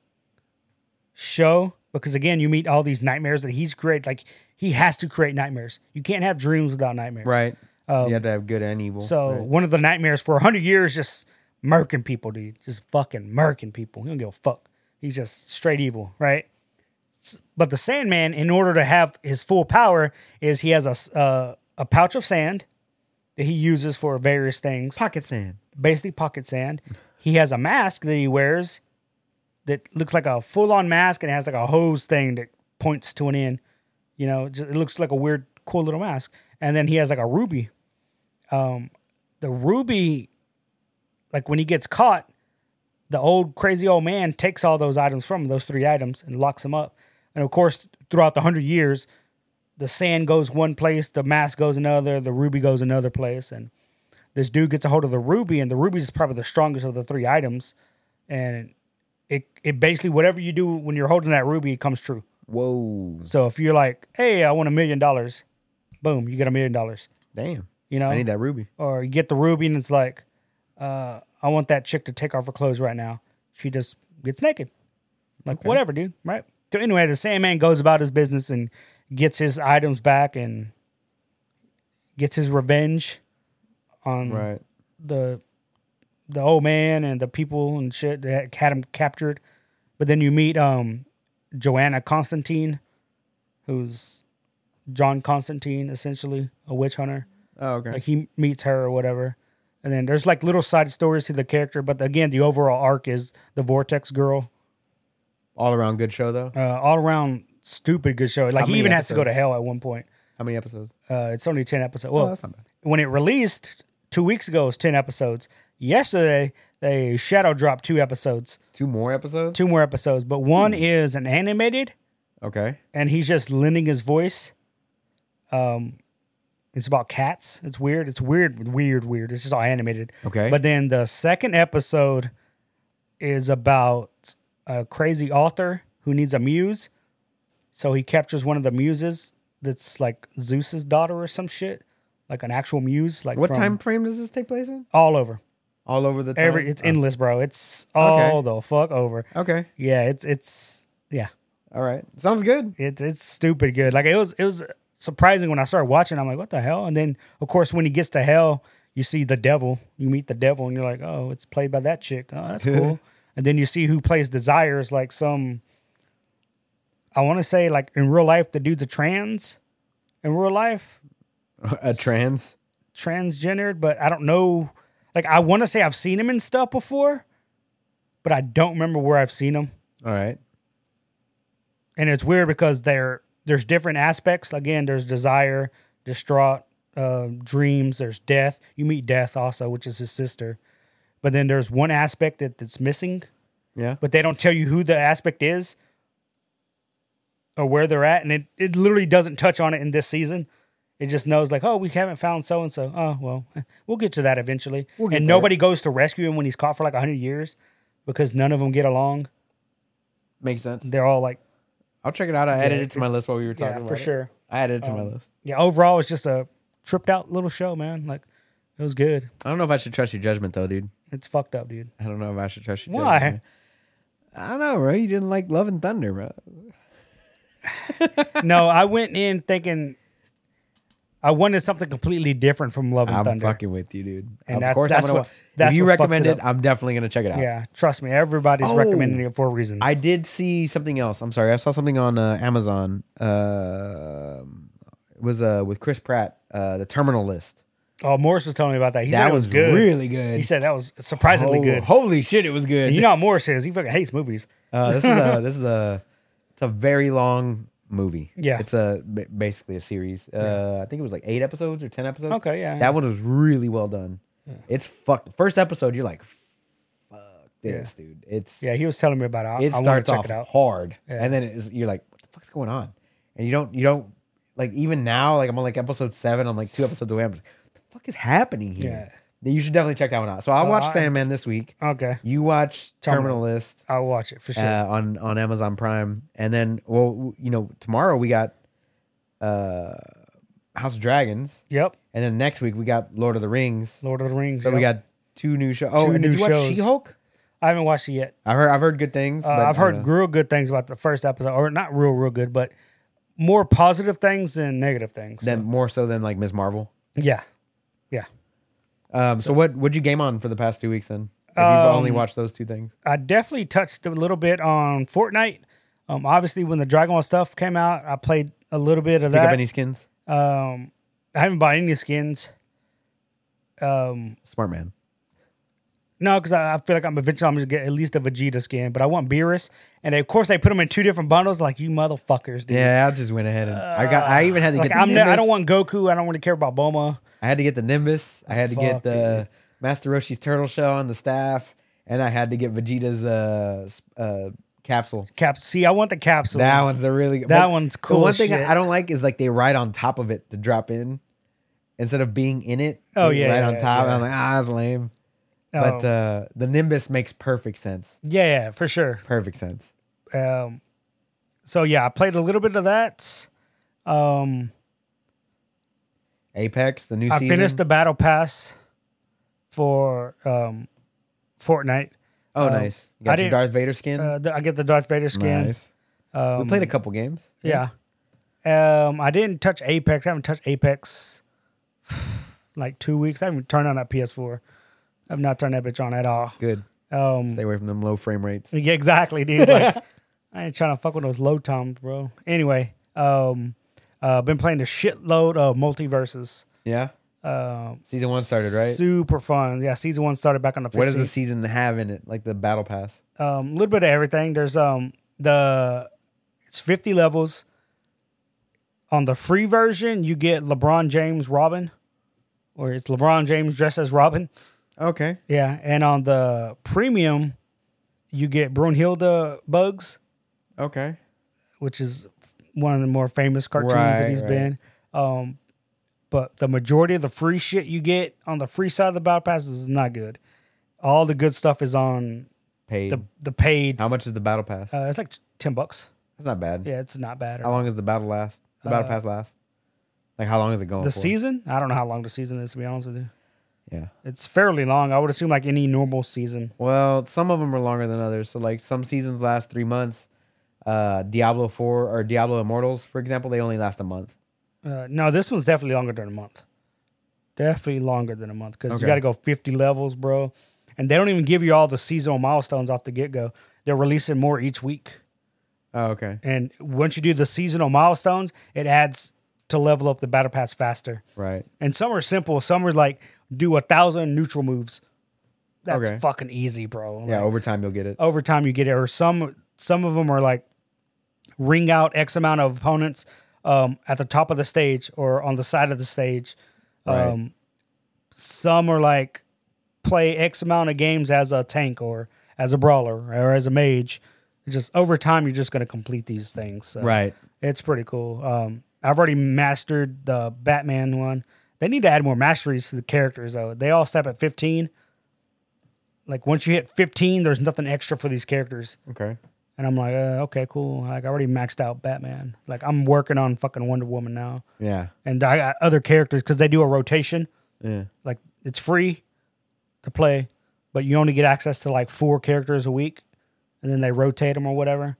show because again, you meet all these nightmares that he's created. Like he has to create nightmares. You can't have dreams without nightmares. Right. you have to have good and evil. um, So Right. one of the nightmares for hundred years, just murking people, dude, just fucking murking people. He don't give a fuck. He's just straight evil, right? S- But the Sandman, in order to have his full power, is he has a s- uh, a pouch of sand that he uses for various things, pocket sand. basically pocket sand. He has a mask that he wears that looks like a full on mask and it has like a hose thing that points to an end. You know, ju- it looks like a weird, cool little mask. And then he has like a ruby. Um, the ruby, like when he gets caught, the old crazy old man takes all those items from him, those three items, and locks them up. And of course, throughout the hundred years, the sand goes one place, the mask goes another, the ruby goes another place, and this dude gets a hold of the ruby, and the ruby is probably the strongest of the three items, and it it basically whatever you do when you're holding that ruby, it comes true. Whoa. So if you're like, hey, I want a million dollars, boom, you get a million dollars. Damn. You know, I need that ruby. or you get the ruby and it's like, uh, I want that chick to take off her clothes right now. She just gets naked. Like, whatever, dude. Right. So, anyway, the Sandman goes about his business and gets his items back and gets his revenge on Right. the the old man and the people and shit that had him captured. But then you meet um Joanna Constantine, who's John Constantine, essentially, a witch hunter Oh, okay. like he meets her or whatever and then there's like little side stories to the character but again the overall arc is the vortex girl All around good show though. uh, all around stupid good show like he many even has to go to episodes? hell at one point How many episodes? uh, it's only 10 episodes Oh, well that's not bad. when it released two weeks ago it was 10 episodes yesterday they shadow dropped two episodes Two more episodes. two more episodes but one Hmm. is an animated Okay. and he's just lending his voice. Um, it's about cats. It's weird. It's weird, weird, weird. It's just all animated. Okay. But then the second episode is about a crazy author who needs a muse. So he captures one of the muses that's like Zeus's daughter or some shit, like an actual muse. Like What from time frame does this take place in? All over. All over the time. Every it's Oh, endless, bro. It's all the fuck over. okay. Yeah, it's it's yeah, All right. Sounds good. it's it's stupid good. Like it was it was surprising when I started watching. I'm like, what the hell? And then of course when he gets to hell, you see the devil. You meet the devil, and you're like, oh, it's played by that chick. Oh, that's [laughs] cool. and then you see who plays desires, like some. I want to say like in real life, the dude's a trans. In real life, [laughs] A trans. transgendered, but I don't know. Like I want to say I've seen him in stuff before, but I don't remember where I've seen him. All right. and it's weird because there there's different aspects. Again, there's desire, distraught, uh, dreams. There's death. You meet death also, which is his sister. But then there's one aspect that, that's missing, Yeah. but they don't tell you who the aspect is or where they're at, and it it literally doesn't touch on it in this season. It just knows like, oh, we haven't found so and so. Oh well, [laughs] eh, we'll get to that eventually. We'll get and there. nobody goes to rescue him when he's caught for like hundred years because none of them get along. Makes sense. They're all like, I'll check it out. I added it to my list while we were talking yeah, about for it. sure. Um, I added it to my list. yeah, overall, it's just a tripped out little show, man. Like, it was good. I don't know if I should trust your judgment though, dude. It's fucked up, dude. I don't know if I should trust your Why? judgment. I don't know, bro. You didn't like Love and Thunder, bro. [laughs] no, I went in thinking I wanted something completely different from Love and I'm Thunder. fucking with you, dude. And of that's- course, that's I'm gonna. what- wa- that's if you what fucks it recommend it, up. I'm definitely gonna check it out. yeah, trust me. Everybody's Oh. recommending it for a reason. I did see something else. I'm sorry. I saw something on uh, Amazon. Uh, it was uh, with Chris Pratt, uh, The Terminal List. oh, Morris was telling me about that. He that said it was, good. really good. He said that was surprisingly Oh, good. Holy shit, it was good. And you know how Morris is. He fucking hates movies. Uh, this is a this is a it's a very long movie. Yeah. it's a ba- basically a series. Uh, I think it was like eight episodes or ten episodes. Okay, yeah. that one was really well done. It's fucked. First episode, you're like, fuck this, dude. It's Yeah, he was telling me about it. I, it I want starts to check off it out. hard, and then it's, you're like, what the fuck's going on? And you don't you don't like even now like I'm on like episode seven. I'm like two episodes away. I'm like, what the fuck is happening here? You should definitely check that one out. So I'll watch I- Sandman this week. Okay, You watch Terminal. Terminalist I'll watch it for sure. uh, on on Amazon Prime, and then well, w- you know, tomorrow we got uh, House of Dragons, yep, and then next week we got Lord of the Rings. Lord of the Rings. So we yep. got two new shows. Oh, Two and new did you watch shows. She Hulk? I haven't watched it yet. I've heard I've heard good things. Uh, but I've I don't heard know. real good things about the first episode, or not real, real good, but more positive things than negative things. then more so than like Ms. Marvel. yeah, yeah. Um, so, what would you game on for the past two weeks then? If you've only Um, watched those two things. I definitely touched a little bit on Fortnite. Um, obviously, when the Dragon Ball stuff came out, I played a little bit of Pick up that. any skins? um, I haven't bought any skins. Um, Smart man. No, because I, I feel like I'm eventually I'm gonna get at least a Vegeta skin, but I want Beerus, and of course they put them in two different bundles. Like you motherfuckers, dude. Yeah, I just went ahead and I got. I even had to Like get. The I'm, ne- Nimbus. I don't want Goku. I don't really care about Bulma. I had to get the Nimbus. I had to Fuck, get the Master Roshi's turtle shell on the staff, and I had to get Vegeta's uh, s- uh, capsule. Cap. See, I want the capsule. That one's a really That one's cool The one as thing shit. I don't like is like they ride on top of it to drop in instead of being in it. Oh, they yeah, ride yeah, on top. yeah. And I'm like, ah, that's lame. But Um, uh, the Nimbus makes perfect sense. yeah, yeah, for sure. Perfect sense. Um, so yeah, I played a little bit of that. Um, Apex, the new I season. finished the battle pass for um, Fortnite. oh, um, nice. I You got your didn't- Darth Vader skin. Uh, th- I get the Darth Vader skin. nice. Um, we played a couple games. Yeah. Um, I didn't touch Apex. I haven't touched Apex [sighs] like two weeks. I haven't turned on that PS4. I've not turned that bitch on at all. Good. Um, [laughs] Stay away from them low frame rates. yeah, exactly, dude. [laughs] Like, I ain't trying to fuck with those low toms, bro. Anyway, um, uh, been playing a shitload of multiverses. Yeah. Um, Season one started, right? Super fun. Yeah, season one started back on the. 15th. What does the season have in it? Like the battle pass. um, a little bit of everything. There's um the it's 50 levels. On the free version, you get LeBron James Robin, or it's LeBron James dressed as Robin. Okay. Yeah, and on the premium, you get Brunhilde Bugs, Okay. which is one of the more famous cartoons that Right, he's right. been. Um, but the majority of the free shit you get on the free side of the battle passes is not good. All the good stuff is on Paid. the the paid How much is the battle pass? Uh, it's like ten bucks. That's not bad. Yeah, it's not bad. How long does the battle last? The battle pass last? Like how long is it going? the for? season? I don't know how long the season is. To be honest with you, Yeah. it's fairly long. I would assume like any normal season. Well, some of them are longer than others. So like some seasons last three months. Uh, Diablo Four or Diablo Immortals, for example, they only last a month. Uh, no, this one's definitely longer than a month. Definitely longer than a month because Okay. you got to go 50 levels, bro. And they don't even give you all the seasonal milestones off the get go. They're releasing more each week. Oh, okay. And once you do the seasonal milestones, it adds to level up the battle pass faster. Right. And some are simple. Some are like do a thousand neutral moves. That's Okay. fucking easy, bro. Yeah. Like, oh, Over time, you'll get it. over time you get it. Or some some of them are like ring out X amount of opponents um, at the top of the stage or on the side of the stage. Right. Um, some are like play X amount of games as a tank or as a brawler or as a mage. Just over time, you're just going to complete these things. So Right. It's pretty cool. Um, I've already mastered the Batman one. They need to add more masteries to the characters, though. They all stop at 15. Like, once you hit 15, there's nothing extra for these characters. Okay. And I'm like, uh, okay, cool. Like, I already maxed out Batman. Like, I'm working on fucking Wonder Woman now. Yeah. And I got other characters because they do a rotation. Yeah. Like, it's free to play, but you only get access to like four characters a week. And then they rotate them or whatever.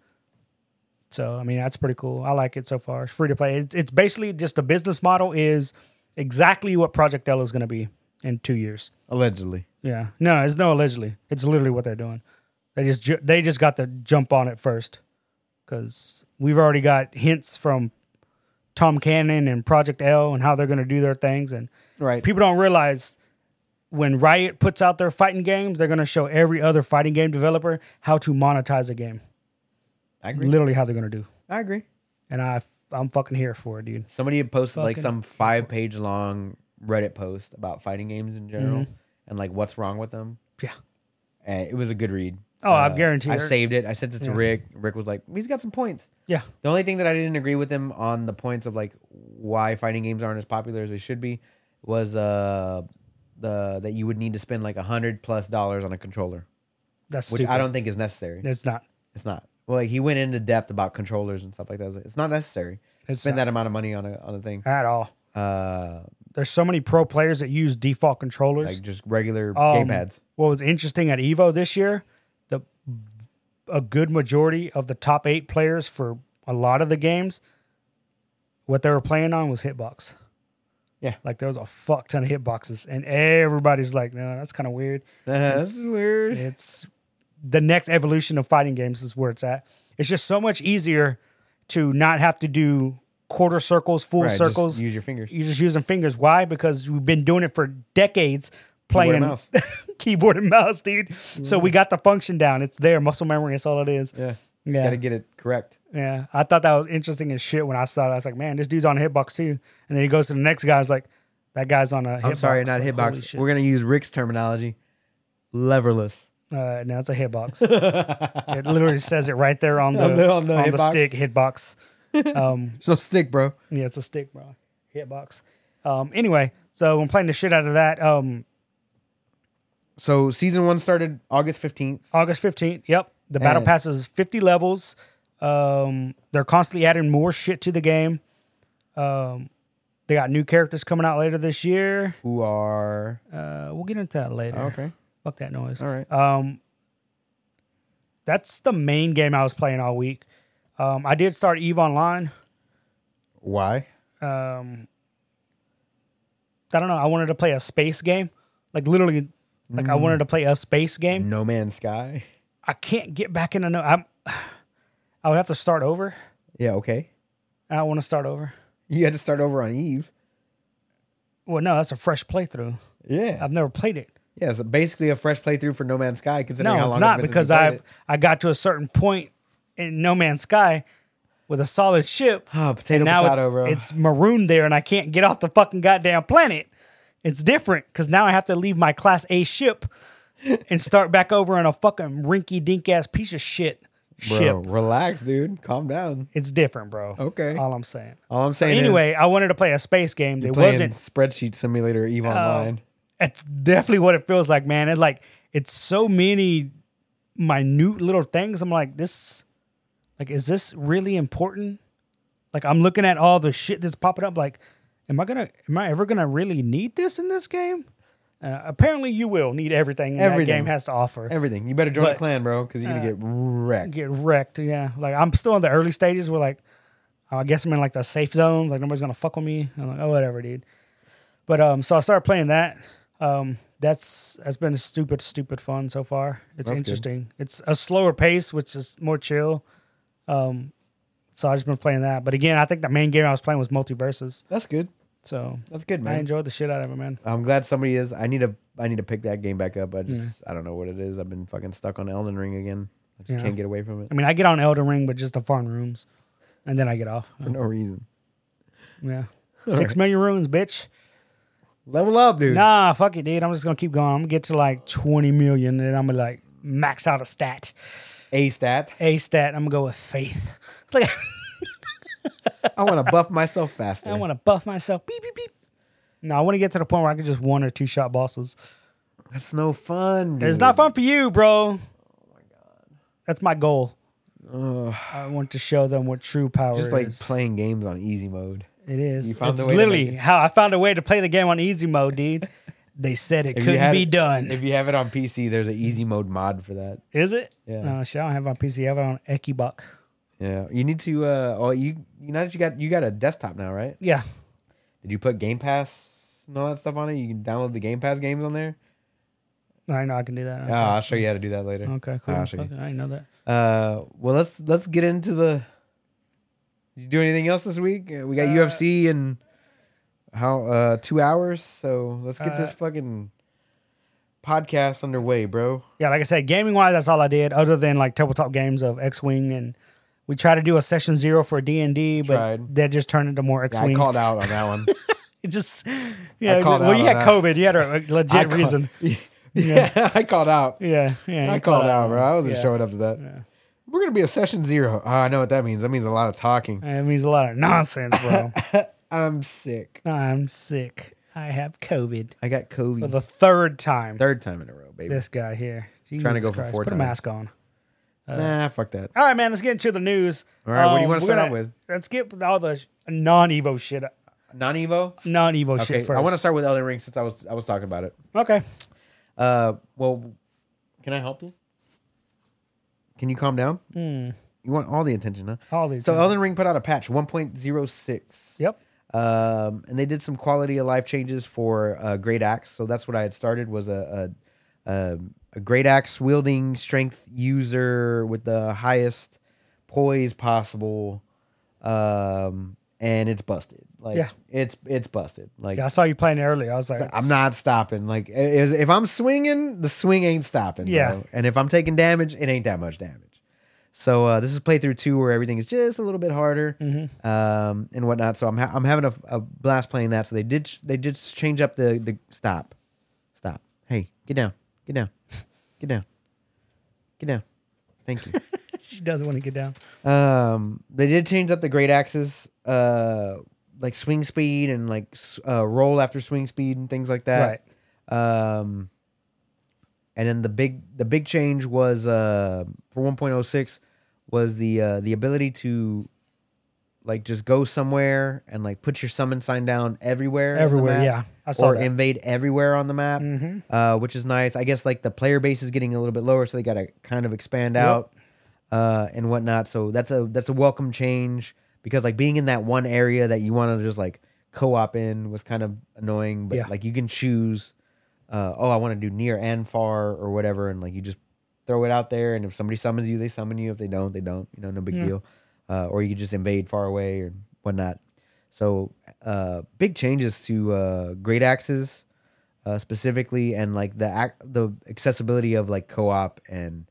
So, I mean, that's pretty cool. I like it so far. It's free to play. It's, it's basically just the business model is exactly what Project L is going to be in two years. Allegedly. Yeah. No, it's no allegedly. It's literally what they're doing. They just ju- they just got to jump on it first because we've already got hints from Tom Cannon and Project L and how they're going to do their things. And Right. people don't realize when Riot puts out their fighting games, they're going to show every other fighting game developer how to monetize a game. I agree. Literally how they're going to do. I agree. And I I'm fucking here for it, dude. Somebody had posted like Fucking- some five page long Reddit post about fighting games in general Mm-hmm. and like what's wrong with them. Yeah. And it was a good read. Uh, Oh, I guarantee I it. saved it. I sent it to Yeah. Rick. Rick was like, he's got some points. Yeah. The only thing that I didn't agree with him on the points of like why fighting games aren't as popular as they should be was uh the that you would need to spend like a hundred plus dollars on a controller, That's which stupid. I don't think is necessary. It's not. It's not. Well, like he went into depth about controllers and stuff like that. I was like, It's not necessary. It's spend not. that amount of money on a on a thing. At all. Uh, There's so many pro players that use default controllers. like just regular Um, [laughs] game pads. What was interesting at Evo this year, the a good majority of the top eight players for a lot of the games, what they were playing on was hitbox. Yeah. like there was a fuck ton of hitboxes, and everybody's like, "No, that's kind of weird." That's weird. It's the next evolution of fighting games is where it's at. It's just so much easier to not have to do quarter circles, full Right, just circles. use your fingers. You're just using fingers. Why? Because we've been doing it for decades playing and mouse. [laughs] Mm. keyboard and mouse, dude. So we got the function down. It's there. Muscle memory. That's all it is. Yeah. Yeah. Got to get it correct. Yeah. I thought that was interesting as shit when I saw it. I was like, man, this dude's on a hitbox too. And then he goes to the next guy. It's like, that guy's on a hitbox. I'm sorry, Like, not holy hitbox. shit. We're gonna use Rick's terminology. Leverless. Uh, no, it's a [laughs] hitbox. it literally says it right there on the on On the, the- on the hitbox. stick hitbox. Um, So stick, bro. yeah, it's a stick, bro. Hitbox. Um, anyway, so I'm playing the shit out of that. Um, So season one started August fifteenth. August 15th. Yep. The battle Man. pass is 50 levels. Um, they're constantly adding more shit to the game. Um, they got new characters coming out later this year. Who are Uh, we'll get into that later. okay? Fuck that noise. All right. Um, that's the main game I was playing all week. Um, I did start Eve Online. Why? Um, I don't know. I wanted to play a space game. Like literally, like Mm. I wanted to play a space game. No Man's Sky. I can't get back into no. I'm. [sighs] I would have to start over. Yeah. Okay. I don't want to start over. You had to start over on Eve. Well, no, that's a fresh playthrough. Yeah. I've never played it. yeah. So basically a fresh playthrough for No Man's Sky. Considering how No, long it's not been since you because played I've it. I got to a certain point in No Man's Sky with a solid ship. Ah, potato now potato, it's, bro. it's marooned there, and I can't get off the fucking goddamn planet. It's different because now I have to leave my Class A [laughs] ship and start back over in a fucking rinky dink ass piece of shit bro. ship. Relax, dude. Calm down. It's different, bro. Okay. all I'm saying. All I'm saying. Um, Anyway, I wanted to play a space game. There is playing wasn't Oh. spreadsheet simulator Eve online. that's definitely what it feels like, man. It's like it's so many minute little things. I'm like, this like, is this really important? Like, I'm looking at all the shit that's popping up. Like, am I gonna, am I ever gonna really need this in this game? Uh, apparently, you will need everything, everything. Everything. that game has to offer. Everything. You better join the But, uh, clan, bro, because you're gonna get wrecked. Get wrecked, yeah. Like, I'm still in the early stages where, like, I guess I'm in like the safe zones. Like, nobody's gonna fuck with me. I'm like, oh, whatever, dude. But um, so I started playing that. Um, that's that's been stupid, stupid fun so far. It's That's good. interesting. It's a slower pace, which is more chill. Um, so I've just been playing that. But again, I think the main game I was playing was Multiverses. That's good. So That's good, I man. enjoyed the shit out of it, man. I'm glad somebody is. I need to. I need to pick that game back up. I just. I don't know what it is. I've been fucking stuck on Elden Ring again. I just Yeah. can't get away from it I mean, I get on Elden Ring, but just the farm rooms, and then I get off. for no reason. Yeah, All six million runes, bitch. Level up, dude. Nah, fuck it, dude. I'm just gonna keep going. I'm gonna get to like 20 million, and I'm gonna like max out a stat, A stat. a stat. I'm gonna go with faith. [laughs] Like I want to buff myself [laughs] faster. I want to buff myself. Beep beep beep. No, I want to get to the point where I can just one or two shot bosses. That's no fun. Dude. It's not fun for you, bro. Oh my god, that's my goal. I want to show them what true power Just like is. playing games on easy mode. it is. you found it's the way to literally make it. how I found a way to play the game on easy mode, [laughs] dude. They said it If you couldn't had be it- done. If you have it on PC, there's an easy mode mod for that. is it? Yeah. No, shit. I don't have it on PC. I have it on Ekibuck. Yeah, you need to. Uh, oh, you you know that you got you got a desktop now, right? Yeah. Did you put Game Pass and all that stuff on it? You can download the Game Pass games on there. I know I can do that. Oh, I'll show you how to do that later. Okay, cool. I'll show Okay, you. I didn't know that. Uh, well, let's let's get into the. Did you do anything else this week? Uh, We got UFC in how uh two hours, so let's get this Uh, fucking podcast underway, bro. Yeah, like I said, gaming wise, that's all I did. Other than like tabletop games of X Wing, and we tried to do a session zero for D and D, but Tried. that just turned into more X Yeah, I Wing. called out on that [laughs] one. [laughs] it just yeah. called well, out you on had that. COVID. You had a a [laughs] I legit call- reason. Yeah, yeah, [laughs] I called out. Yeah, yeah. I you called out, bro. I wasn't Yeah. showing up to that. Yeah. We're gonna be a session zero. Oh, I know what that means. That means a lot of talking. It means a lot of nonsense, [laughs] bro. I'm sick. I'm sick. I have COVID I got for COVID the third time. Hmm. third time in a row, baby. This guy here, Jesus Trying to go for Christ. four Put a times. mask on. uh, nah, fuck that. All right, man. Let's get into the news. Um, All right, what do you wanna we're start out gonna- with? Let's get with all the non-Evo shit, Non Evo. non-Evo Okay, shit first. I want to start with Elden Ring since I was I was talking about it. Okay. Uh, well, can I help you? Can you calm down? You want all the attention, huh? Hmm. All these. So things. Elden Ring put out a patch 1.06. Yep. um, and they did some quality of life changes for uh, great axe. So that's what I had started was a a, a, um, a great axe wielding strength user with the highest poise possible, um, and it's busted. Like Yeah. it's it's busted. Like Yeah, I saw you playing earlier. I was like, I'm not stopping. Like is- if I'm swinging, the swing ain't stopping. Yeah. bro. And if I'm taking damage, it ain't that much damage. So uh, this is playthrough two where everything is just a little bit harder um, and whatnot. So I'm ha- I'm having a, a blast playing that. So they did they did change up the the stop, stop. Hey, get down, get down, get down, get down. Thank you. [laughs] She doesn't want to get down. Um, they did change up the great axes, uh, like swing speed and like s- uh, roll after swing speed and things like that. Right. Um, and then the big the big change was uh, for 1.06 was the uh, the ability to like just go somewhere and like put your summon sign down everywhere on the Everywhere, map yeah. I saw or that. Mm-hmm. invade everywhere on the map uh, which is nice i guess like the player base is getting a little bit lower so they got to kind of expand out uh, and whatnot so that's a that's a welcome change because like being in that one area that you want to just like co-op in was kind of annoying but Yeah. like you can choose uh, oh i want to do near and far or whatever and like you just throw it out there and if somebody summons you they summon you if they don't they don't you know no big deal uh, or you could just invade far away or whatnot so uh, big changes to uh, great axes uh, specifically and like the ac- the accessibility of like co-op and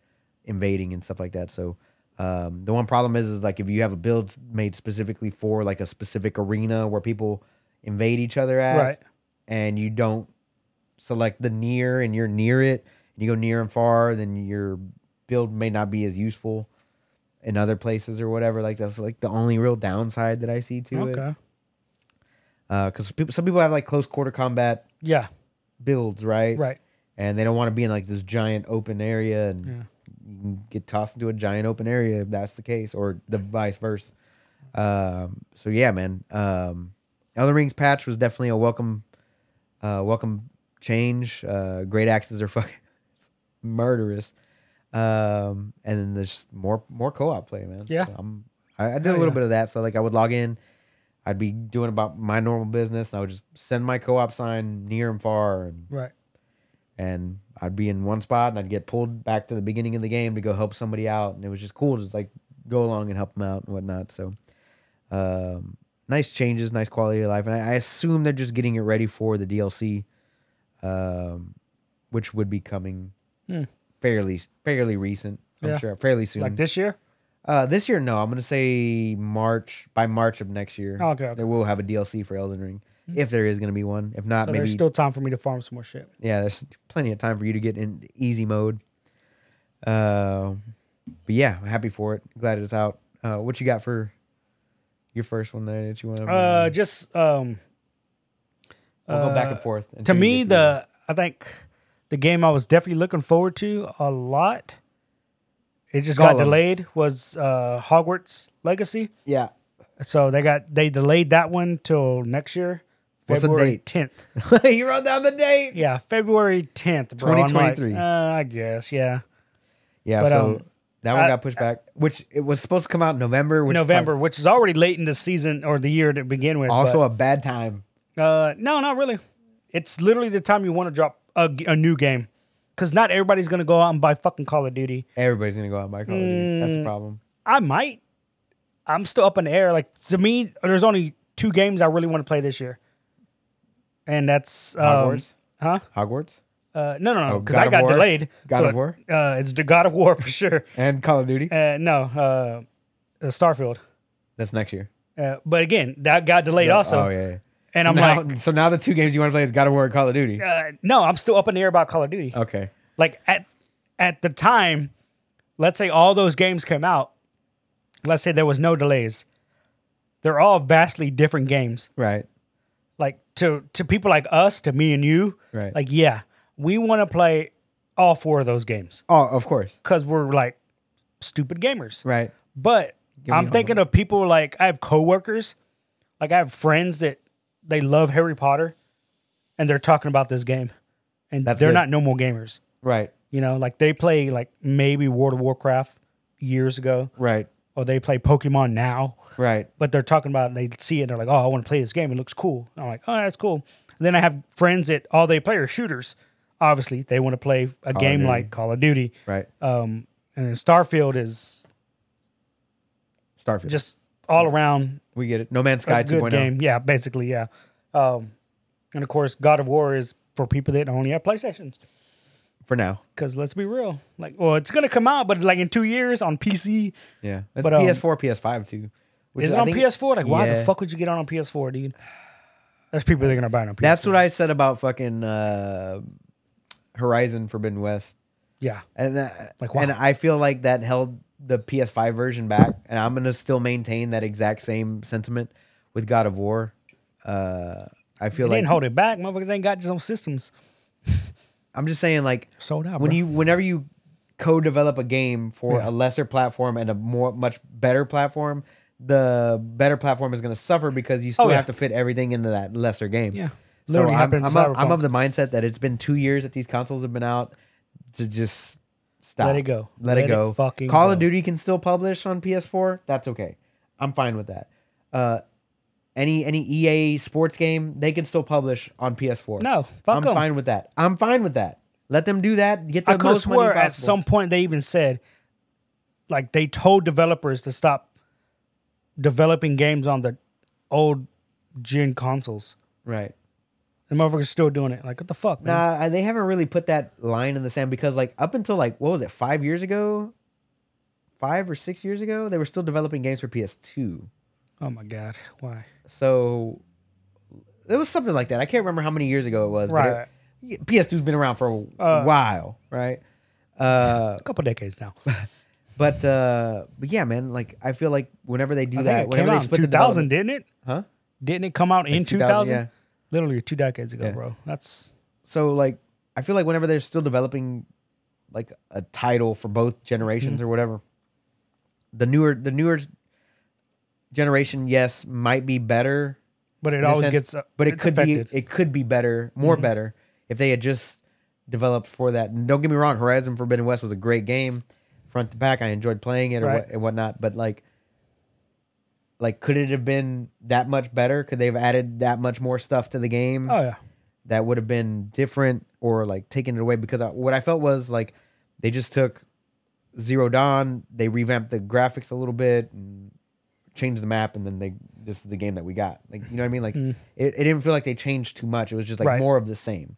invading and stuff like that so um, the one problem is is like if you have a build made specifically for like a specific arena where people invade each other at Right. and you don't select the near and you're near it and you go near and far then your build may not be as useful in other places or whatever like that's like the only real downside that i see to it Okay. because people, Uh, some people have like close quarter combat Yeah. builds, right? Right. And they don't want to be in like this giant open area and you can get tossed into a giant open area if that's the case, or the vice versa. Um, so yeah, man. Um, Elden Ring's patch was definitely a welcome, uh, welcome change. Uh, great axes are [laughs] fucking murderous, um, and then there's just more more co-op play, man. Yeah. So I'm, I, I did a Hell little yeah. bit of that. So like, I would log in, I'd be doing about my normal business, and I would just send my co-op sign near and far, and Right. and I'd be in one spot and I'd get pulled back to the beginning of the game to go help somebody out, and it was just cool, to just like go along and help them out and whatnot. So, um, nice changes, nice quality of life, and I, I assume they're just getting it ready for the DLC, um, which would be coming Hmm. fairly fairly recent. I'm Yeah. sure fairly soon. Like this year? Uh, this year, no. I'm gonna say March by March of next year. Oh, okay, okay. They will have a DLC for Elden Ring if there is gonna be one. If not, So maybe there's still time for me to farm some more shit. yeah. There's plenty of time for you to get in easy mode. Uh, but yeah, I'm happy for it. Glad it's out. Uh, what you got for your first one there that you want? to Uh, just um, uh, we'll go back and forth. to until you me get your- the I think the game I was definitely looking forward to a lot. It just got Gollum. delayed. Was uh, Hogwarts Legacy? yeah. So they got they delayed that one till next year. What's the February date? Tenth. [laughs] you wrote down the date. Yeah. Yeah, February tenth, bro. I'm like, 2023. uh, I guess. Yeah, But, so um, that one I- got pushed back, which it was supposed to come out in November. Which November, which is already late in the season or the year to begin with. Also but, a bad time. uh, no, not really. It's literally the time you want to drop a, g- a new game, because not everybody's gonna go out and buy fucking Call of Duty. Everybody's gonna go out by Call of Duty. Mm, That's the problem. I might. I'm still up in the air. Like to me, there's only two games I really want to play this year, and that's um, Hogwarts. huh? Hogwarts Uh, no, no, no, Oh, because God I of got War? delayed. God of it- War? Uh, it's the God of War [laughs] for sure. and Call of Duty. Uh, no, uh, uh, Starfield. That's next year. Uh, but again, that got delayed also, oh yeah. yeah. and I'm [laughs] now, like, so now the two games you want to play is God of War and Call of Duty. uh, no, I'm still up in the air about Call of Duty. Okay. like at at the time, let's say all those games came out. Let's say there was no delays. They're all vastly different games. Right. like to to people like us, to me and you, Right. Like, yeah, we want to play all four of those games Oh, of course. because we're like stupid gamers. Right. But me I'm all thinking of people like I have coworkers, like I have friends that they love Harry Potter, and they're talking about this game, and That's they're good. not normal gamers. Right. You know, like they play like maybe World of Warcraft years ago, Right. or they play Pokemon now Right. but they're talking about it and they see it and they're like, oh, I want to play this game. It looks cool. And I'm like, oh, that's cool. And then I have friends that all they play are shooters. Obviously, they want to play a of game Duty. like Call of Duty. Right. Um, and then Starfield is Starfield. Just just all around we get it. No a Man's Sky good 2.0. game. Yeah, basically, yeah. Um, and of course, God of War is for people that only have PlayStations. For now. Because let's be real, like, well, it's gonna come out, but like in two years on PC. Yeah. It's But, um, PS4, PS5 too. Which Is it I on think- PS4? Like, why the Yeah. fuck would you get it on PS4, dude? There's people that are gonna buy it on PS4. That's what I said about fucking uh, Horizon Forbidden West. yeah. And that, Like, wow. and I feel like that held the PS5 version back, and I'm gonna still maintain that exact same sentiment with God of War. Uh, I feel They like didn't hold it back. Motherfuckers ain't got their own systems. I'm just saying, like Sold out. when bro. you whenever you co-develop a game for Yeah. a lesser platform and a more much better platform, the better platform is gonna suffer because you still Oh, yeah. have to fit everything into that lesser game. Yeah. so Literally I'm, happened I'm, to of- I'm Cyberpunk. of the mindset that it's been two years that these consoles have been out to just stop. it go. Let, Let it it go. fucking Call of go. Duty can still publish on PS4. That's okay. I'm fine with that. Uh, any any EA sports game they can still publish on PS4. No, fuck I'm 'em. fine with that. I'm fine with that. Let them do that. Get the I could have most money swore at possible. some point they even said, like they told developers to stop developing games on the old gen consoles. right. The motherfuckers still doing it. Like what the fuck, man? Nah, I- they haven't really put that line in the sand because like up until like what was it five years ago, five or six years ago, they were still developing games for PS2. Oh my god, why? So it was something like that. I can't remember how many years ago it was. Right. Uh. But it, PS2's been around for a while, right? Uh, A couple decades now. but uh, but yeah, man. Like I feel like whenever they do I that, think it came whenever they out in split two the thousand, development- didn't it? huh? Didn't it come out in two 2000, yeah. thousand? Literally two decades ago, Yeah. bro. That's So like I feel like whenever they're still developing like a title for both Mm-hmm. generations or whatever. The newer the newer generation, yes, might be better. But it in a always sense, gets, uh, but it it's could affected. Mm-hmm. be it could be better, more better if they had just developed for that. And don't get me wrong, Horizon Forbidden West was a great game, front to back. I enjoyed playing it or Right. what, and whatnot. But like, like could it have been that much better? Could they have added that much more stuff to the game? Oh yeah, that would have been different or like taken it away because I, what I felt was like they just took Zero Dawn, they revamped the graphics a little bit and changed the map, and then they this is the game that we got. Like you know what I mean? Like it, it didn't feel like they changed too much. It was just like Mm. Right. more of the same.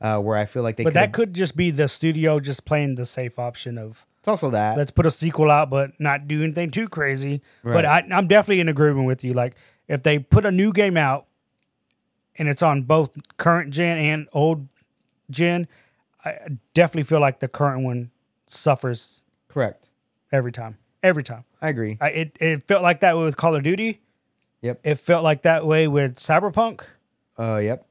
Uh, where I feel like they but that could could just be the studio just playing the safe option of it's also that let's put a sequel out, but not do anything too crazy. But I, Right. I'm definitely in agreement with you. Like if they put a new game out and it's on both current gen and old gen, I definitely feel like the current one suffers correct. every time. Every time. I agree. I, it it felt like that way with Call of Duty. Yep. It felt like that way with Cyberpunk. Uh, yep.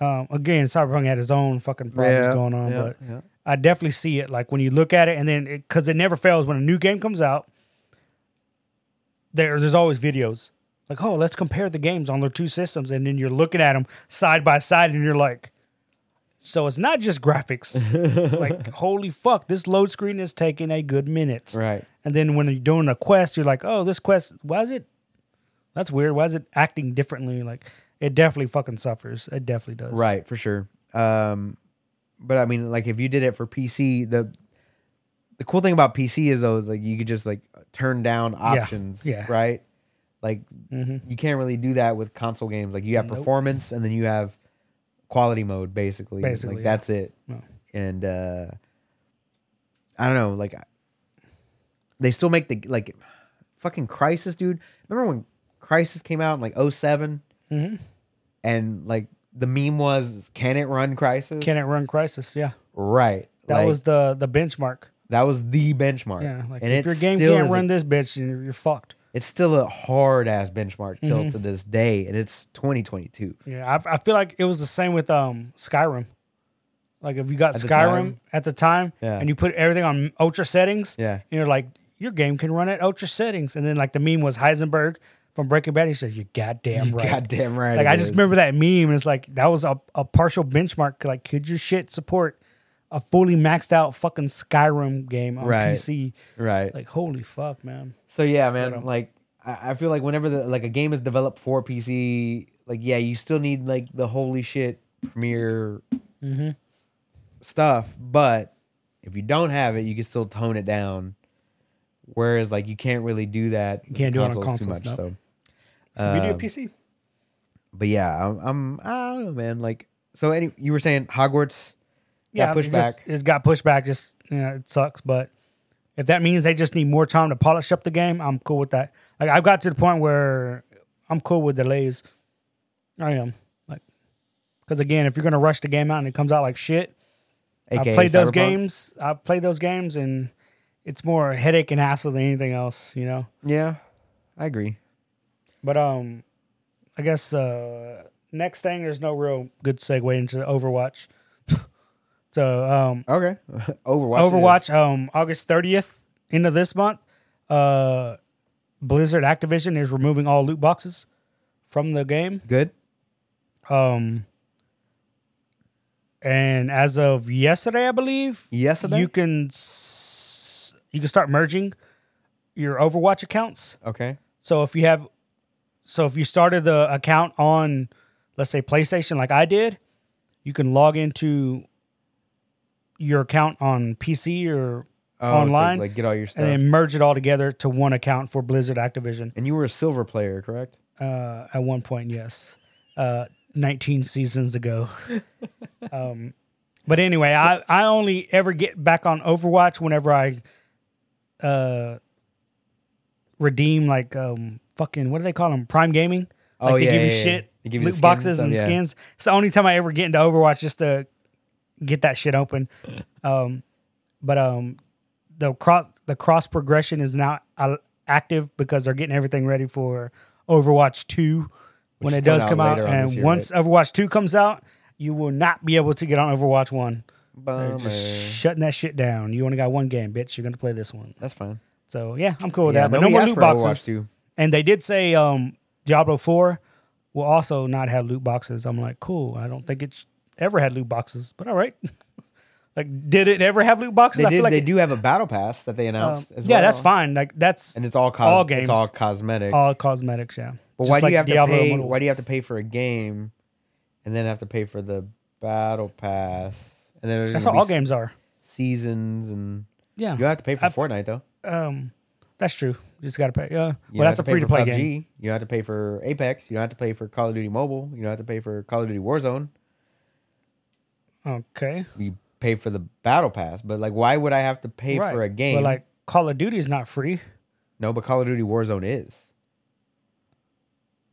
Um, again, Cyberpunk had his own fucking problems going on, yeah, but yeah. I definitely see it. Like when you look at it, and then because it, never fails when a new game comes out, there, there's always videos like, oh, let's compare the games on their two systems, and then you're looking at them side by side, and you're like, so it's not just [laughs] graphics. like holy fuck, this load screen is taking a good minute. right. And then when you're doing a quest, you're like, oh, this quest, why is it? That's weird. Why is it acting differently? Like it definitely fucking suffers. It definitely does. Right, for sure. Um, but I mean, like if you did it for PC, the the cool thing about PC is though, like you could just like turn down options, yeah. Mm-hmm. right? Like you can't really do that with console games. Like you have performance and then you have quality mode, basically. Basically, like yeah. that's it. No. And uh, I don't know, like they still make the like fucking Crisis, dude. Remember when Crisis came out in like 7 Mm-hmm. and like the meme was, "Can it run Crisis?" Can it run Crisis? Yeah. Right. That Like, was the the benchmark. that was the benchmark. Yeah, like and if it's your game still can't is run a- this bitch, you're, you're fucked. it's still a hard ass benchmark till Mm-hmm. to this day, and it's 2022. Yeah, I, I feel like it was the same with um Skyrim. Like if you got At the Skyrim time? at the time, Yeah. and you put everything on ultra settings, Yeah. and you're like, your game can run at ultra settings, and then like the meme was Heisenberg from Breaking Bad. He said, "You're [laughs] goddamn right." Goddamn right. like it I just is. remember that meme. And it's like that was a, a partial benchmark. Like, could your shit support a fully maxed out fucking Skyrim game on Right. PC? Right. Like, holy fuck, man. So yeah, man. Like I, I feel like whenever the like a game is developed for PC, like yeah, you still need like the holy shit premiere Mm-hmm. stuff. But if you don't have it, you can still tone it down. Whereas like you can't really do that. You can't do it on consoles, no. So, So we Um, do a PC. but yeah, I'm, I'm I don't know, man. Like so, any you were saying Hogwarts got pushed it just- back. It's got pushed back. Just you know, it sucks. But if that means they just need more time to polish up the game, I'm cool with that. Like I've got to the point where I'm cool with delays. I am like because again, if you're gonna rush the game out and it comes out like shit, aka I played those Cyberpunk? games. I played those games, and it's more a headache and hassle than anything else, you know. Yeah, I agree. But um, I guess uh, next thing there's no real good segue into Overwatch. [laughs] so um, Okay, [laughs] Overwatch. it is. Overwatch um August 30th, end of this month, uh, Blizzard Activision is removing all loot boxes from the game. Good. Um, and as of yesterday, I believe Yesterday. you can s- you can start merging your Overwatch accounts. okay. So if you have, so if you started the account on, let's say PlayStation, like I did, you can log into your account on PC or Oh, to, online like get all your stuff. and then merge it all together to one account for Blizzard Activision. And you were a silver player, correct? Uh, at one point, yes, uh, nineteen seasons [laughs] ago. um, but anyway, I I only ever get back on Overwatch whenever I uh redeem like um fucking what do they call them Prime Gaming. Like Oh, they yeah, give you yeah, yeah. shit, They give you loot the skins and boxes stuff, and yeah. skins. It's the only time I ever get into Overwatch just to get that shit open. Um, but um, the cross the cross progression is now al- active because they're getting everything ready for Overwatch Two when is it does coming come out. out later on And this year, once Overwatch Two comes out, you will not be able to get on Overwatch One. They're Bummer. just shutting that shit down. You only got one game, bitch. You're gonna play this one. That's fine. So yeah, I'm cool with Yeah, that. But no nobody more asked loot for Overwatch boxes. 2. And they did say um, Diablo Four will also not have loot boxes. I'm like, cool. I don't think it's ever had loot boxes, but all right. [laughs] like, did it ever have loot boxes? They I did. like they it- do have a battle pass that they announced um, as yeah, well. that's fine. Like that's And it's all cos- All games. It's all cosmetic. all cosmetics. Yeah. but Just why do like you have to Diablo pay? Immortal. Why do you have to pay for a game, and then have to pay for the battle pass? And then there's That's how gonna all be s- games are. seasons and Yeah. you don't have to pay for I've- Fortnite though. Um, that's true. You just gotta pay. Yeah. You well, don't that's a have pay free to for play PUBG. game. You don't have to pay for Apex. You don't have to pay for Call of Duty Mobile. You don't have to pay for Call of Duty Warzone. Okay. You pay for the battle pass. But like, why would I have to pay Right. for a game? But like Call of Duty is not free. no, but Call of Duty Warzone is.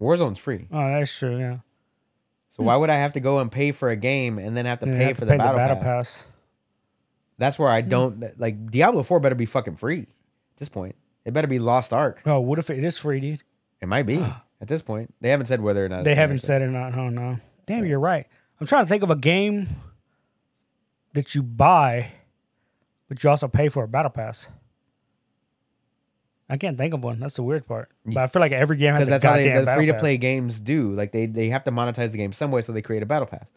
Warzone's free. Oh, that's true. Yeah. So why would I have to go and pay for a game and then have to You pay have for to the, battle, pass? pass. Hmm. That's where I don't like Diablo 4 better be fucking free at this point. It better be Lost Ark. Oh, what if it is free, dude? It [gasps] might be at this point. They haven't said whether or not it's They free or haven't not. said it. Not. Oh no. Damn, you're right. I'm trying to think of a game that you buy, but you also pay for a battle pass. I can't think of one. That's the weird part. But I feel like every game has because a that's how goddamn they, the battle free to pass. play games do. Like they they have to monetize the game some way, so they create a battle pass.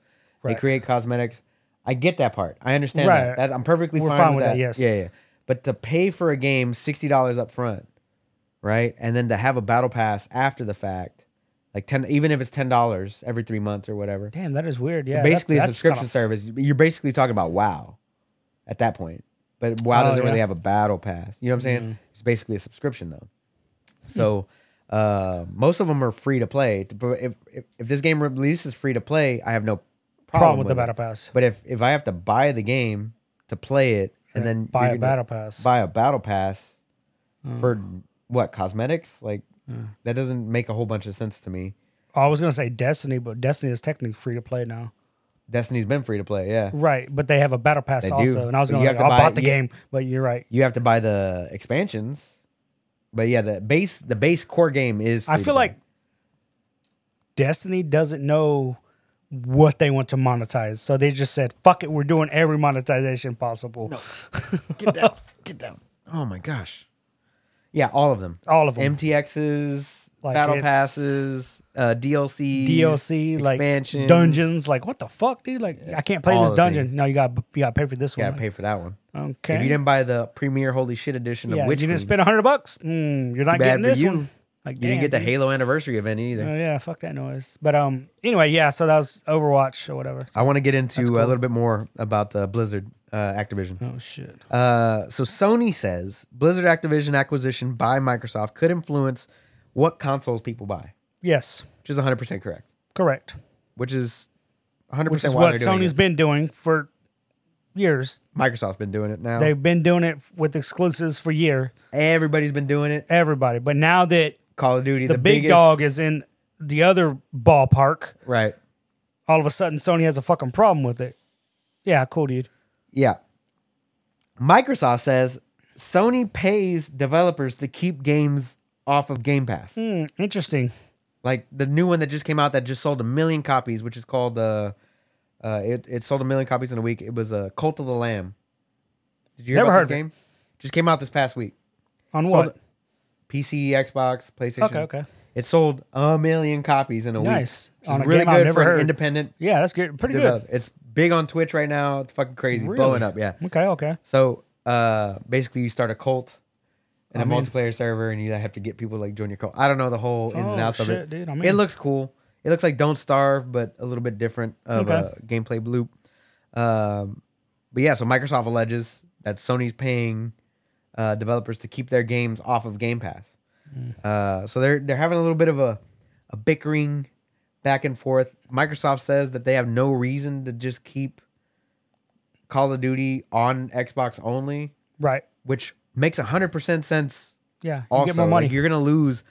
They Right. create cosmetics. I get that part. I understand Right. that. That's, I'm perfectly We're fine, with, that. yes. Yeah, yeah. But to pay for a game sixty dollars up front, right, and then to have a battle pass after the fact, like ten, even if it's ten dollars every three months or whatever. Damn, that is weird. Yeah, so basically, that's, a that's subscription kinda- service. You're basically talking about WoW at that point, but WoW Oh, doesn't really yeah. Mm-hmm. have a battle pass. You know what I'm saying? It's basically a subscription though. So uh, most of them are free to play. To- but If, if if this game releases free to play, I have no problem, Problem with the it. battle pass. But if if I have to buy the game to play it and then Buy you're a gonna battle pass. Mm. buy a battle pass for what cosmetics like. That doesn't make a whole bunch of sense to me. Oh, I was gonna say Destiny, but Destiny is technically free to play now. Destiny's been free to play, yeah. Right, but they have a battle pass They do. also, and I was But gonna you like, have I to buy- bought the you- game, but you're right. you have to buy the expansions. But yeah, the base the base core game is. I free to feel play. like Destiny doesn't know what they want to monetize, so they just said, "Fuck it, we're doing every monetization possible." get down, get down. Oh my gosh. Yeah, all of them. All of them. MTXs, Like, battle it's- passes, uh, DLCs, DLC like expansions, dungeons, like what the fuck, dude? Like I can't play all this the dungeon. No, you got you got to pay for this You one. gotta pay for that one. Like, okay, If you didn't buy the premiere holy shit edition yeah, of Witch you Queen, didn't spend a hundred bucks. Mm, you're not bad getting for this you. one. Like you didn't damn, get the dude. Halo anniversary event either. Oh yeah, fuck that noise. But um, anyway, yeah. So that was Overwatch or whatever. I want to get into a little bit more about uh, Blizzard, uh, Activision. oh shit. Uh, so Sony says Blizzard Activision acquisition by Microsoft could influence what consoles people buy, Yes, which is 100% correct, correct. correct. which is 100% Which is why what they're doing Sony's it. been doing for years. Microsoft's been doing it now. They've been doing it with exclusives for year. Everybody's been doing it. Everybody, but now that Call of Duty, the, the, big biggest, dog is in the other ballpark, right. all of a sudden Sony has a fucking problem with it. Yeah, cool, dude. Yeah. Microsoft says Sony pays developers to keep games off of Game Pass. Hmm, interesting. like the new one that just came out that just sold a million copies, which is called uh, uh it, it sold a million copies in a week. It was a uh, Cult of the Lamb. Did you hear Never about heard of this it. game? Just came out this past week. On Sold what? PC, Xbox, PlayStation. Okay, okay. It sold a million copies in a Nice. week. On Nice. a Really game I've good never for an heard. independent. Yeah, that's good. Pretty develop- It's big on Twitch right now. It's fucking crazy, good. Really? blowing up. Yeah. Okay. Okay. So uh, basically, you start a cult in a I mean- multiplayer server, and you have to get people to, like join your cult. I don't know the whole ins and Oh, outs of shit, it. dude, I'm it in. looks cool. It looks like Don't Starve, but a little bit different of Okay. a gameplay loop. Um, but yeah, so Microsoft alleges that Sony's paying uh, developers to keep their games off of Game Pass. Uh, so they're they're having a little bit of a, a bickering back and forth. Microsoft says that they have no reason to just keep Call of Duty on Xbox only, Right. which makes 100% sense. Yeah. You Also, get more money. Like, you're going to lose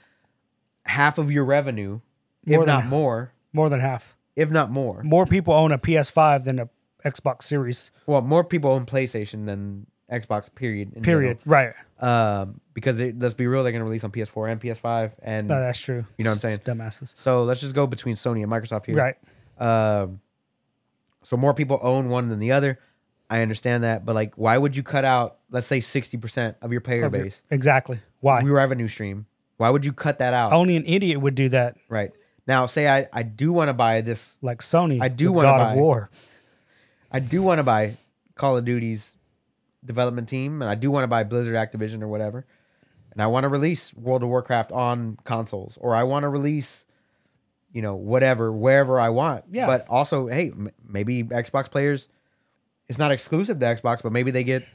half of your revenue, More than if not half. more, more than half. if not more. More people own a PS5 than a Xbox Series. Well, more people own PlayStation than Xbox, period. in Period. Right. general. Um, because they, let's be real, they're going to release on PS4 and PS5. And No, that's true. You know what I'm It's Dumbasses. so let's just go between Sony and Microsoft here. Right. Um, so more people own one than the other. I understand that, but like, why would you cut out, let's say, sixty percent of your player Of your- base? Exactly. Why? We were revenue stream. Why would you cut that out? Only an idiot would do that, Right now, say I I do want to buy this. like Sony. I do with wanna God buy- of War. I do want to buy Call of Duty's development team, and I do want to buy Blizzard, Activision, or whatever. And I want to release World of Warcraft on consoles, or I want to release, you know, whatever wherever I want. Yeah. But also, hey, m- maybe Xbox players, it's not exclusive to Xbox, but maybe they get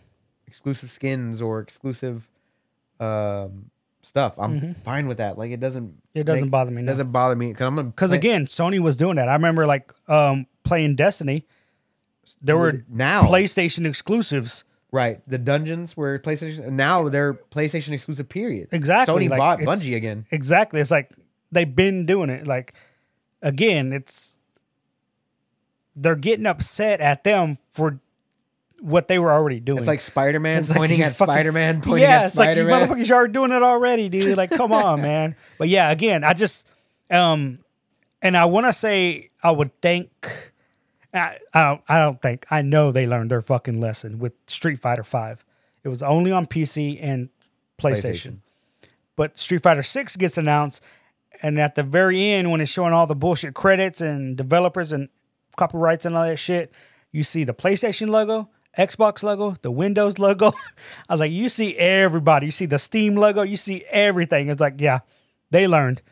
exclusive skins or exclusive um, stuff. I'm fine with that. Like it doesn't. Mm-hmm. It doesn't make- bother me, no. Doesn't bother me because I'm gonna Because play- again, Sony was doing that. I remember like um, playing Destiny. There were now PlayStation exclusives. Right. The dungeons were PlayStation and now they're PlayStation exclusive period. Exactly. Sony like, bought it's- Bungie again. Exactly. It's like they've been doing it. Like again, it's they're getting upset at them for what they were already doing. It's like Spider Man It's like pointing you at fucking- Spider Man, pointing yeah, at it's like you Spider Man. motherfuckers, y'all are doing it already, dude. [laughs] Like, come on, man. But yeah, again, I just, um, and I want to say, I would think, I, I don't, I don't think, I know they learned their fucking lesson with Street Fighter Five. It was only on PC and PlayStation. PlayStation. But Street Fighter Six gets announced, and at the very end, when it's showing all the bullshit credits and developers and copyrights and all that shit, you see the PlayStation logo, Xbox logo, the Windows logo. [laughs] I was like, you see everybody. You see the Steam logo. You see everything. It's like, yeah, they learned.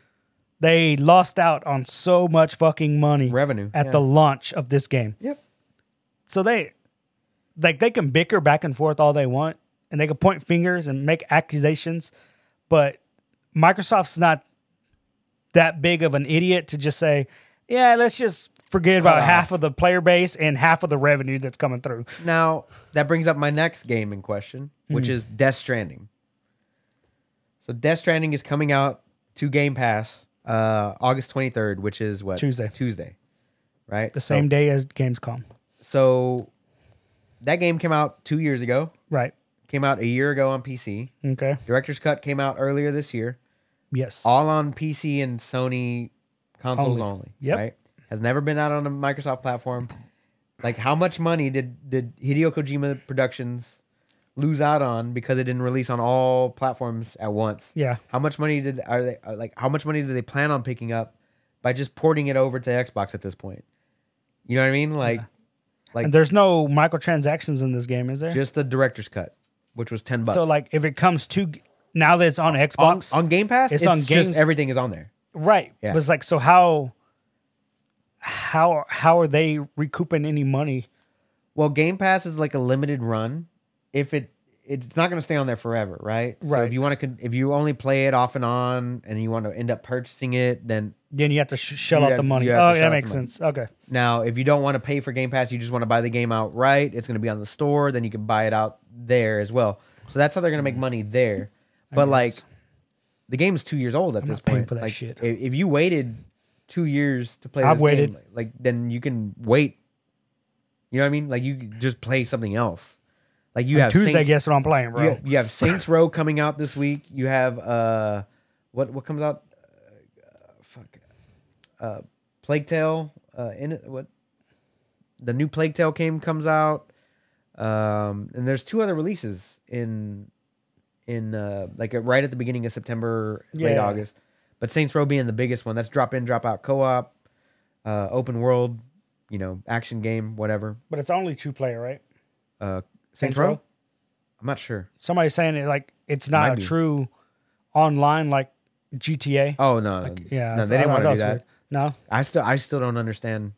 They lost out on so much fucking money Revenue, at yeah. the launch of this game Yep. so they like they can bicker back and forth all they want and they can point fingers and make accusations but microsoft's not that big of an idiot to just say yeah let's just forget about off. half of the player base and half of the revenue that's coming through Now that brings up my next game in question, Hmm. which is Death Stranding. So Death Stranding is coming out to Game Pass uh August twenty third, which is what? Tuesday. Tuesday. Right? the same day as gamescom So that game came out two years ago. right Came out a year ago on PC. okay Director's Cut came out earlier this year. yes all on PC and Sony consoles only. Yep. Right? Has never been out on a Microsoft platform. Like how much money did did Hideo Kojima Productions lose out on because it didn't release on all platforms at once? yeah How much money did are they are, like how much money do they plan on picking up by just porting it over to Xbox at this point? You know what I mean? Like and there's no microtransactions in this game is there just the director's cut, which was 10 bucks. so like if it comes to now that it's on on, xbox on Game Pass, It's it's, on just Game- everything is on there. Right. Yeah. But it's like, so how, how, how are they recouping any money? Well, Game Pass is like a limited run. If it it's not going to stay on there forever, right? So Right. if you want to if you only play it off and on and you want to end up purchasing it, then Then you have to sh- shell You out have the to- money. you have Oh, to that shell out makes the money. sense. Okay. now if you don't want to pay for Game Pass, you just want to buy the game outright, it's going to be on the store, then you can buy it out there as well. So that's how they're going to make money there. But like the game is 2 years old at this not paying point. for that Like, shit. If, if you waited 2 years to play I've this waited. game, like then you can wait. You know what I mean? Like you could just play something else. Like you have Tuesday, Saint- guess what I'm playing, bro? You, you have Saints Row coming out this week. You have uh, what what comes out? Uh, fuck, uh, Plague Tale. Uh, in what? The new Plague Tale game comes out, um, and there's two other releases in in uh, like uh, right at the beginning of September, late Yeah. August. But Saints Row being the biggest one. That's drop in, drop out co-op, uh, open world, you know, action game, whatever. But it's only two player, right? Uh, Saints, Saints Row? Row? I'm not sure. Somebody's saying it like it's Might not a be. true online like GTA. Oh no, no. yeah. no, so they I thought didn't want to do was that. weird. No. I still, I still don't understand.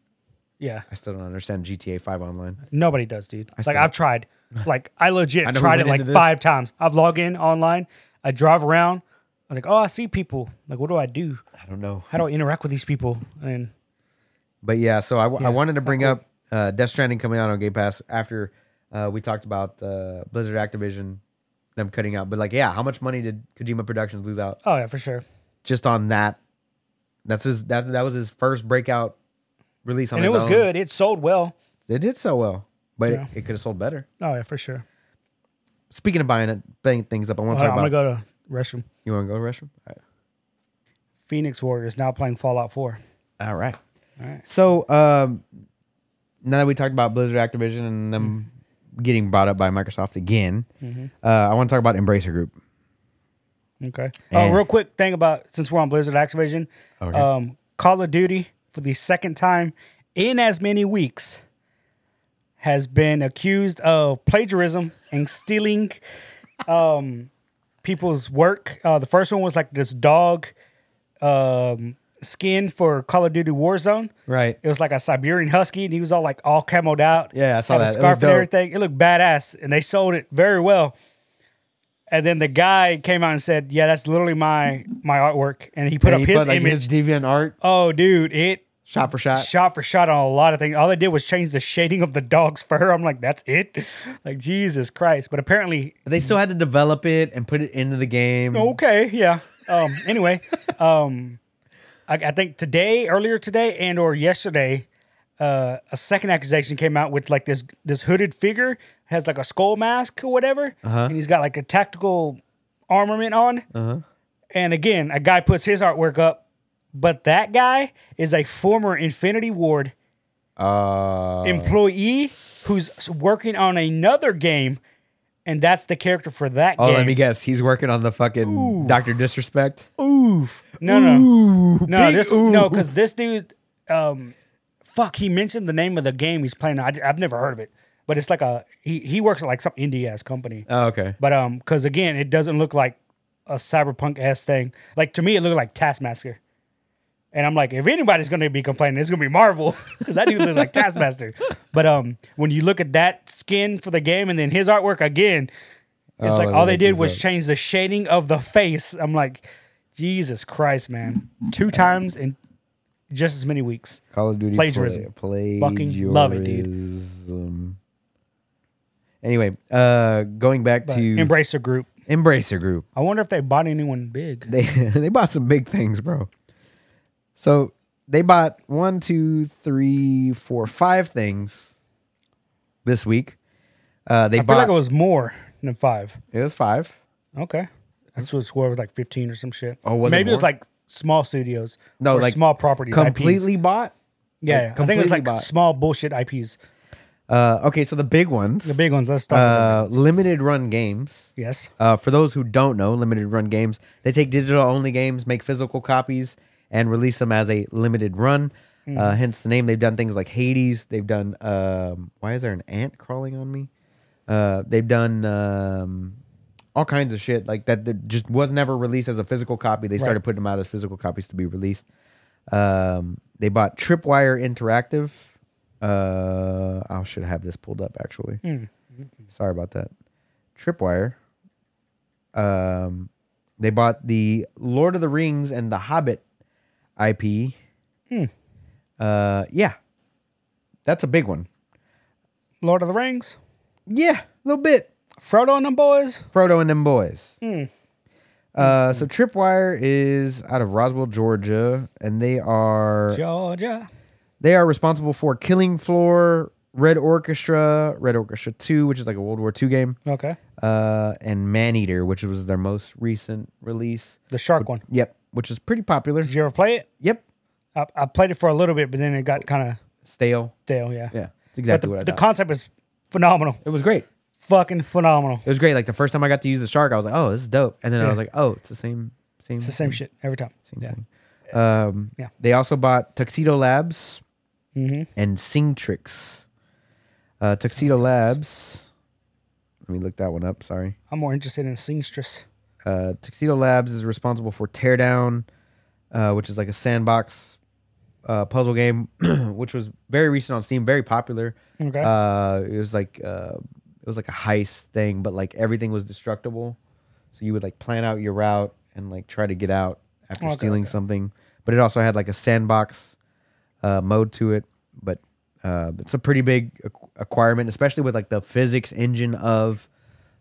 Yeah. I still don't understand GTA Five online. Nobody does, dude. like still- I've tried. [laughs] Like I legit I know we tried it went like into this. five times. I've logged in online. I drive around. I'm like, oh, I see people. Like, what do I do? I don't know, How do I interact with these people? And but yeah. So I, w- I wanted to bring cool. up uh, Death Stranding coming out on Game Pass after uh, we talked about uh, Blizzard Activision them cutting out. But like, yeah, how much money did Kojima Productions lose out oh yeah, for sure. just on that? That's his. That that was his first breakout release on. and it his was own. good. It sold well. It did so well, but it, it could have sold better. Oh yeah, for sure. Speaking of buying it, buying things up, I want to Hold on, talk I'm gonna go about. to restroom. You want to go, restroom? All right. Phoenix Warriors now playing Fallout Four. All right. All right. So um, now that we talked about Blizzard, Activision, and them getting brought up by Microsoft again. Uh, I want to talk about Embracer Group. Okay. And- Oh, oh, real quick thing about since we're on Blizzard Activision, Okay. um, Call of Duty for the second time in as many weeks has been accused of plagiarism and stealing um, people's work. Uh, the first one was like this dog um, skin for Call of Duty Warzone. Right. It was like a Siberian husky, and he was all like all camoed out. Yeah, I saw had that. It A was scarf and dope. everything. It looked badass, and they sold it very well. And then the guy came out and said, "Yeah, that's literally my my artwork," and he put up he his put, like, image. his deviant art, oh, dude, it shot for shot. shot for shot on a lot of things. All they did was change the shading of the dog's fur. I'm like, that's it. [laughs] Like Jesus Christ! But apparently, But they still had to develop it and put it into the game. okay, yeah. Um, anyway, um, I, I think today, earlier today, and or yesterday, uh, a second accusation came out with like this this hooded figure has like a skull mask or whatever, Uh-huh. and he's got like a tactical armament on. And again, a guy puts his artwork up, but that guy is a former Infinity Ward Uh, employee who's working on another game, and that's the character for that oh, game. let me guess. He's working on the fucking Doctor Disrespect. Oof. No, no. Ooh, No, big this ooh. no, because this dude, um, fuck, he mentioned the name of the game he's playing. I, have never heard of it, but it's like a he he works at like some indie ass company. Oh, okay. But um, because again, it doesn't look like a cyberpunk ass thing. Like to me, it looked like Taskmaster. And I'm like, if anybody's gonna be complaining, it's gonna be Marvel [laughs] because that dude looks like [laughs] Taskmaster. But um, when you look at that skin for the game and then his artwork again, it's like Oh, let me all they look did this was up. change the shading of the face. I'm like, Jesus Christ, man, two times in just as many weeks. Call of Duty Plagiarism. Play, Fucking love it, dude. plagiarism. Anyway, uh, going back to Embracer Group. Embracer Group, [laughs] I wonder if they bought anyone big. they they bought some big things, bro. So they bought one, two, three, four, five things this week. Uh, they I feel bought like it was more than five. it was five. Okay. That's what score was like fifteen or some shit. Oh, was it maybe it was more? like small studios. No, or like small properties. IPs. Completely bought. Yeah, yeah. I think it was completely like bought. small bullshit IPs. Uh, okay, so the big ones, The big ones. Let's start. with them. uh, limited run games. Yes. Uh, for those who don't know, limited run games, they take digital only games, make physical copies, and release them as a limited run. Uh, hence the name. They've done things like Hades. They've done. Um, why is there an ant crawling on me? Uh, they've done um, all kinds of shit like that. That just was never released as a physical copy. They started putting them out as physical copies to be released. Um, they bought Tripwire Interactive. Uh, I should have this pulled up actually. Sorry about that. Tripwire. Um, they bought the Lord of the Rings and the Hobbit IP. Uh, yeah, that's a big one. Lord of the Rings. Yeah, a little bit. Frodo and them boys. Frodo and them boys. Uh, so Tripwire is out of Roswell, Georgia, and they are Georgia. they are responsible for Killing Floor, Red Orchestra, Red Orchestra Two, which is like a World War II game, Okay. uh, and Maneater, which was their most recent release. The shark one. Yep, which is pretty popular. Did you ever play it? Yep, I, I played it for a little bit, but then it got kind of stale. stale. Yeah. Yeah, it's But exactly the, what I the thought. concept is phenomenal. it was great. Fucking phenomenal. It was great. Like the first time I got to use the shark, I was like, "Oh, this is dope," and then I was like, "Oh, it's the same, same, It's the same shit every time. Mm-hmm. same Yeah. thing." Um, Yeah. They also bought Tuxedo Labs Mm-hmm. and Singtrix. Uh, Tuxedo Labs. Let me look that one up. Sorry. I'm more interested in Singstress. Uh, Tuxedo Labs is responsible for Teardown, uh, which is like a sandbox uh, puzzle game, [clears throat] which was very recent on Steam, very popular. Okay. Uh, it was like uh, it was like a heist thing, but like everything was destructible, so you would like plan out your route and like try to get out after Okay, stealing something. But it also had like a sandbox uh, mode to it, but uh, it's a pretty big ac- acquirement, especially with like the physics engine of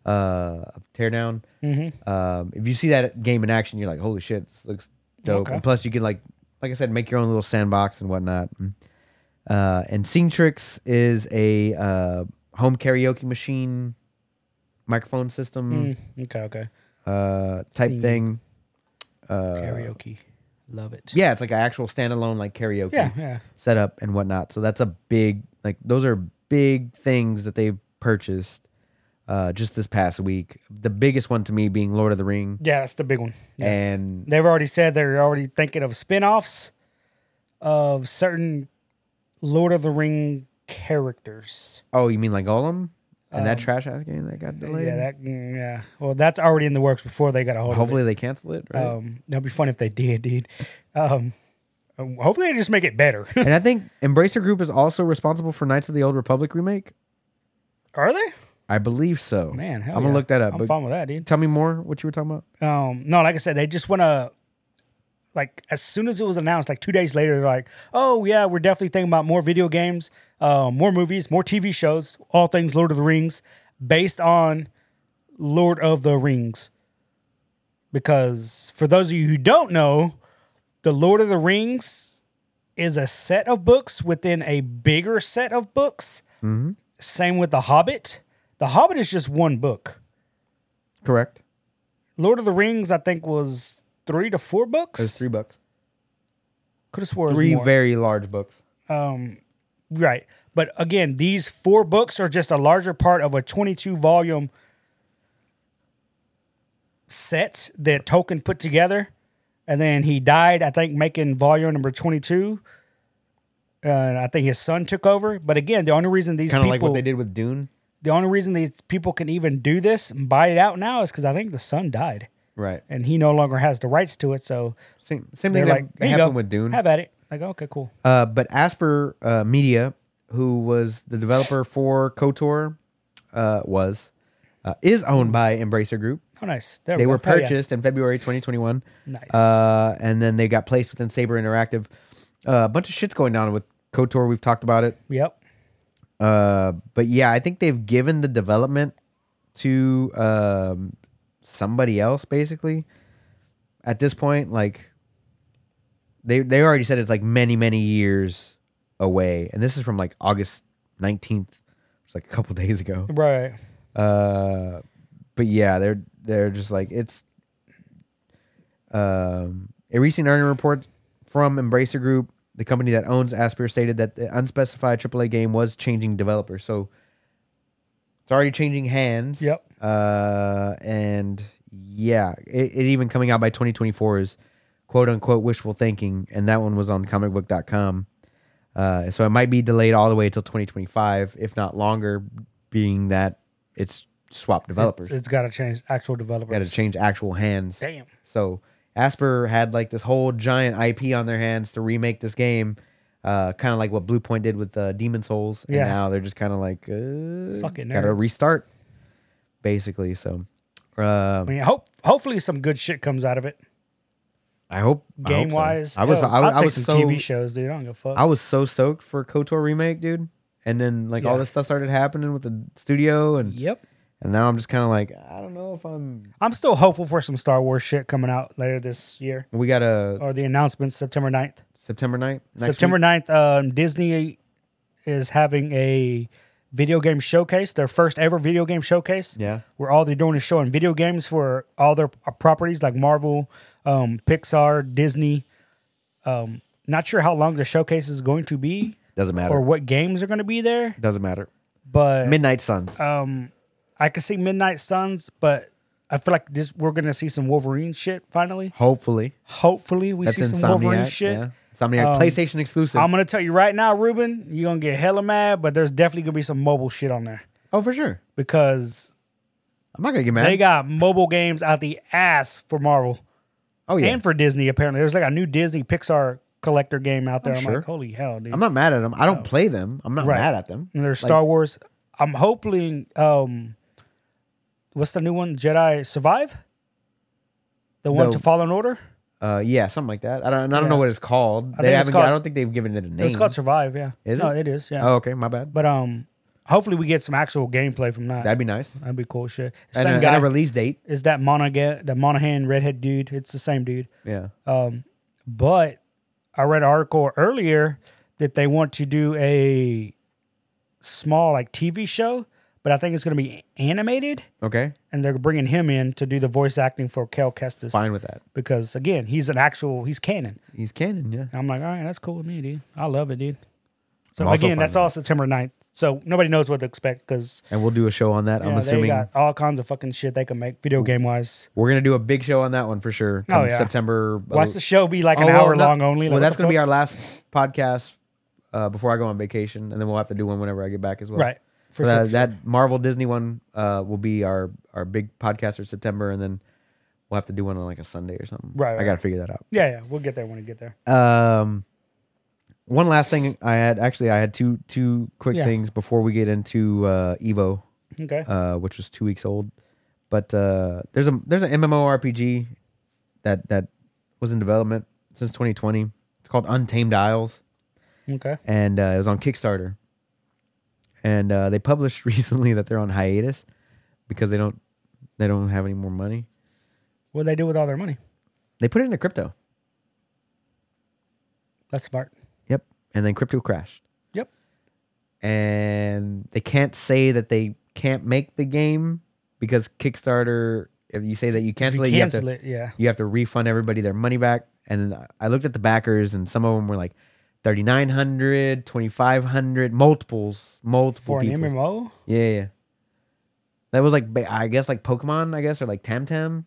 uh, of Teardown. Mm-hmm. Um, if you see that game in action, you're like, holy shit, this looks dope. Okay. And plus, you can like, like I said, make your own little sandbox and whatnot. Mm. Uh, and Singtrix is a uh, home karaoke machine microphone system Mm, okay. Okay. uh, type Sing. thing. Uh, Karaoke. Love it. Yeah, it's like an actual standalone like karaoke Yeah. Yeah. setup and whatnot. So that's a big like those are big things that they've purchased uh, just this past week. The biggest one to me being Lord of the Ring, Yeah, that's the big one. and They've already said they're already thinking of spin-offs of certain Lord of the Ring characters. oh, you mean like Gollum and that trash ass game that got Um, delayed? Yeah, that mm, yeah. Well, that's already in the works before they got a hold Hopefully they cancel it, of right? it. Um, that'd be fun if they did, dude. Um, um, hopefully they just make it better. [laughs] and I think Embracer Group is also responsible for Knights of the Old Republic remake. Are they? I believe so. Man, hell I'm gonna yeah. look that up. I'm but fine with that, dude. tell me more what you were talking about. Um, no, like I said, they just want to. Like as soon as it was announced, like two days later, they're like, "Oh yeah, we're definitely thinking about more video games, uh, more movies, more TV shows, all things Lord of the Rings, based on Lord of the Rings." Because for those of you who don't know, the Lord of the Rings is a set of books within a bigger set of books. Same with the Hobbit. The Hobbit is just one book. Correct. Lord of the Rings, I think, was three to four There's books. three books. Could have swore it was Three more. very large books. um, right. But again, these four books are just a larger part of a 22 volume set that Tolkien put together. And then he died, I think, making volume number 22. Uh, and I think his son took over. But again, the only reason these Kind people of like what they did with Dune. the only reason these people can even do this and buy it out now is because I think the son died Right. and he no longer has the rights to it. So Same same they're thing like, that there you go. happened with Dune. Have at it. Like, okay, cool. Uh, but Asper uh, Media, who was the developer for KOTOR, uh, was uh, is owned by Embracer Group. Oh, nice. There we They go. were Hell yeah. purchased in February 2021. Nice. Uh, and then they got placed within Saber Interactive. Uh, a bunch of shit's going on with KOTOR. We've talked about it. Yep. Uh, but yeah, I think they've given the development to um, somebody else basically. At this point, like they they already said it's like many many years away, and this is from like August nineteenth, it's like a couple [laughs] days ago. Right. Uh, but yeah, they're they're just like it's. Um, a recent earning report from Embracer Group, the company that owns Asper, stated that the unspecified AAA game was changing developers. So it's already changing hands. Yep. Uh, and yeah, it, it even coming out by 2024 is quote unquote wishful thinking, and that one was on comicbook.com. Uh, so it might be delayed all the way until 2025, if not longer, being that it's swap developers. It's got to change actual Got to developers. change actual hands. Damn. So Asper had like this whole giant IP on their hands to remake this game, uh, kind of like what Blue Point did with uh, Demon Souls. And Yeah. now they're just kind of like, uh, Suck it, gotta nerds. restart, basically. So uh, I mean, hope hopefully some good shit comes out of it. I hope I hope so. Game wise, I was hell, I, I'll was- I take was some so TV shows, dude. I don't give a fuck. I was so stoked for Kotor remake, dude. And then like all Yeah. this stuff started happening with the studio, and yep. and now I'm just kind of like, I don't know if I'm. I'm still hopeful for some Star Wars shit coming out later this year We got a or the announcements September 9th. September night. September 9th, um, Disney is having a video game showcase, their first ever video game showcase. Yeah. Where all they're doing is showing video games for all their uh, properties like Marvel, um, Pixar, Disney. Um, not sure how long the showcase is going to be Doesn't matter. or what games are going to be there, Doesn't matter. but Midnight Suns. um, I could see Midnight Suns, but I feel like this we're going to see some Wolverine shit finally. Hopefully, Hopefully, we that's see some Wolverine Insomniac. shit. Yeah. Insomniac Um, PlayStation exclusive. I'm gonna tell you right now, Ruben, you're gonna get hella mad, but there's definitely gonna be some mobile shit on there oh, for sure. because I'm not gonna get mad. they got mobile games out the ass for Marvel oh yeah. and for Disney. Apparently, there's like a new Disney Pixar collector game out there. I'm, sure. like, holy hell, dude! I'm not mad at them. I don't play them. I'm not Oh. Right. mad at them. and there's Star Wars. I'm hoping. Um, what's the new one? Jedi Survive. The one No. to Fallen Order. Uh, yeah, something like that. I don't. I don't know Yeah. what it's called. think They it's haven't. called- I don't think they've given it a name. It's called Survive. Yeah. Is no, it? it is. Yeah. oh, okay. My bad. But um, hopefully we get some actual gameplay from that. That'd be nice. That'd be cool shit. And, Same a, and guy. a release date. is that Monaga, that Monahan redhead dude. It's the same dude. Yeah. Uh, But I read an article earlier that they want to do a small like TV show, but I think it's going to be animated, okay. and they're bringing him in to do the voice acting for Cal Kestis Fine with that. because again, he's an actual he's canon. He's canon. Yeah. And I'm like, all right, that's cool with me, dude. I love it, dude. So I'm also again, fine that's with all September 9th. So nobody knows what to expect because and we'll do a show on that. I'm they assuming got all kinds of fucking shit they can make video game wise. we're gonna do a big show on that one for sure. Oh, Come yeah. September. Why's the show be like an Oh, well, hour no- long only? Like, well, what that's the gonna be fuck? our last podcast uh, before I go on vacation, and then we'll have to do one whenever I get back as well. right So for that, sure. that Marvel Disney one uh, will be our our big podcast for September, and then we'll have to do one on like a Sunday or something. Right, right, I gotta figure that out. yeah, yeah, we'll get there when we get there. Um, one last thing I had actually I had two two quick Yeah. things before we get into uh, Evo, Okay. uh, which was two weeks old. But uh, there's a there's an MMORPG that that was in development since 2020. It's called Untamed Isles, okay. and uh, it was on Kickstarter. And uh, they published [laughs] recently that they're on hiatus because they don't they don't have any more money. What they do with all their money? They put it into crypto. That's smart. Yep. And then crypto crashed. Yep. and they can't say that they can't make the game because Kickstarter. If you say that you If cancel, you it, you have cancel to it, yeah. you have to refund everybody their money back. And I looked at the backers, and some of them were like 3,900, 2,500, multiples, multiple For an people. MMO? Yeah, yeah. That was like ba- I guess like Pokemon, I guess, or like Tamtam,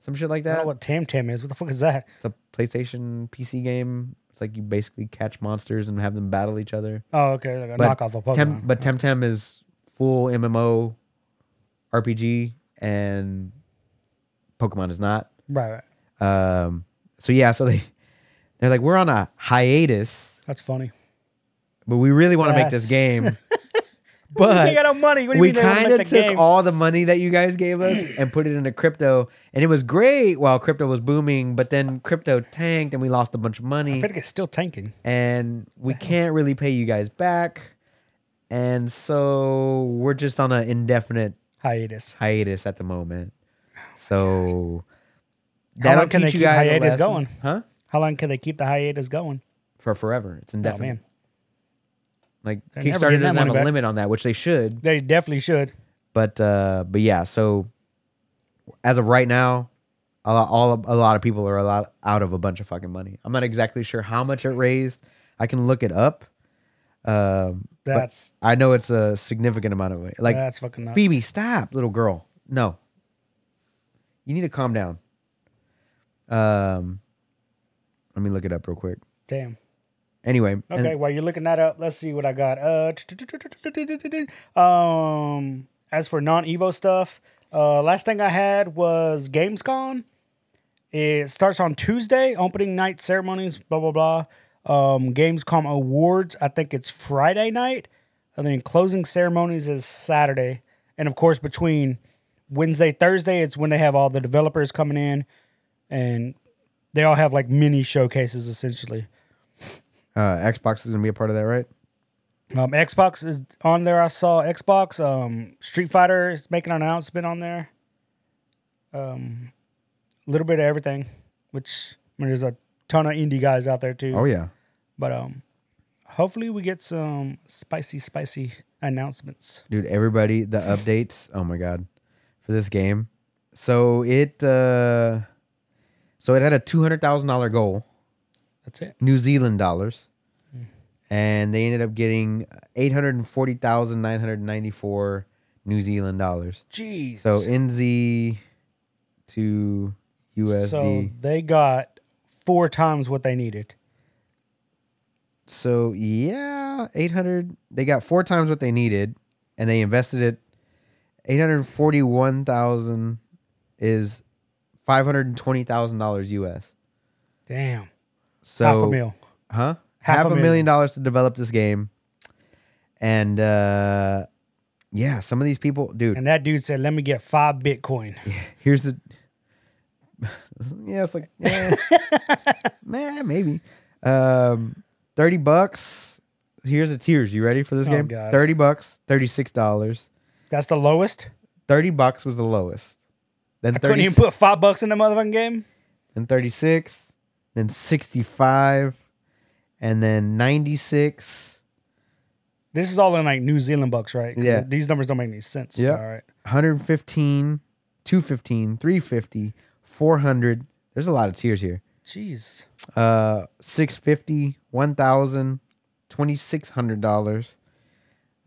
some shit like I don't know that. what Tam Tam is. What the fuck is that? It's a PlayStation PC game. It's like you basically catch monsters and have them battle each other. Oh, okay. Like a But knockoff of Pokemon. Tem- but Temtem is full MMO RPG and Pokemon is not. right, right. Um, so yeah, so they they're like we're on a hiatus, That's funny. but we really want to make Yes. this game. they got but no money. What do you we mean they don't kind make of the took game? all the money that you guys gave us and put it into crypto, and it was great while crypto was booming. But then crypto tanked, and we lost a bunch of money. I think it's still tanking. and we can't really pay you guys back. And so we're just on an indefinite Hiatus. hiatus at the moment. So How long can they keep a hiatus lesson. going? Huh? How long can they keep the hiatus going? For forever. It's Oh, indefinite. man. Like They're never Kickstarter getting that doesn't have money a back. limit on that, which they should. They definitely should. But uh but yeah, so as of right now, a lot, all a lot of people are a lot out of a bunch of fucking money. I'm not exactly sure how much it raised. I can look it up. Um, but- That's I know it's a significant amount of money. Like that's fucking nuts. Phoebe, stop, little girl. No. You need to calm down. Um let me look it up real quick. Damn. Anyway, and- Okay, while you're looking that up, let's see what I got. Uh, um, as for non-Evo stuff, uh, last thing I had was GamesCon. It starts on Tuesday, opening night ceremonies, blah blah blah. Um, Gamescom awards, I think it's Friday night, and then closing ceremonies is Saturday. And of course, between Wednesday, Thursday, it's when they have all the developers coming in, and they all have like mini showcases essentially. uh Xbox is gonna be a part of that, right? Um, Xbox is on there. I saw Xbox. Um, Street Fighter is making an announcement on there. Um, a little bit of everything, which I mean, there's a ton of indie guys out there too. Oh yeah. But um, hopefully we get some spicy, spicy announcements. Dude, everybody the updates. Oh my god. For this game. So it uh so it had a two hundred thousand dollar goal, That's it. New Zealand dollars. Hmm. And they ended up getting eight hundred and forty thousand nine hundred and ninety four New Zealand dollars. Jeez. So NZ to USD. So So, they got four times what they needed. yeah, 800. They got four times what they needed and they invested it. 841,000 is $520,000 US. Damn. So Half a meal. Huh? Half Half, a a million. million. dollars to develop this game. And uh yeah, some of these people, dude, And that dude said, "Let me get five Bitcoin." here's the [sighs] yeah it's like [laughs] yeah, man maybe um 30 bucks here's the tiers you ready for this Oh, game God. 30 bucks 36 dollars That's the lowest. 30 bucks was the lowest then I couldn't 30 even put five bucks in the motherfucking game. then 36 then 65 and then 96 This is all in like New Zealand bucks, right? 'Cause Yeah. These numbers don't make any sense. Yeah. All right. 115 215 350 400 there's a lot of tiers here Jeez. uh 650 1000 2600 dollars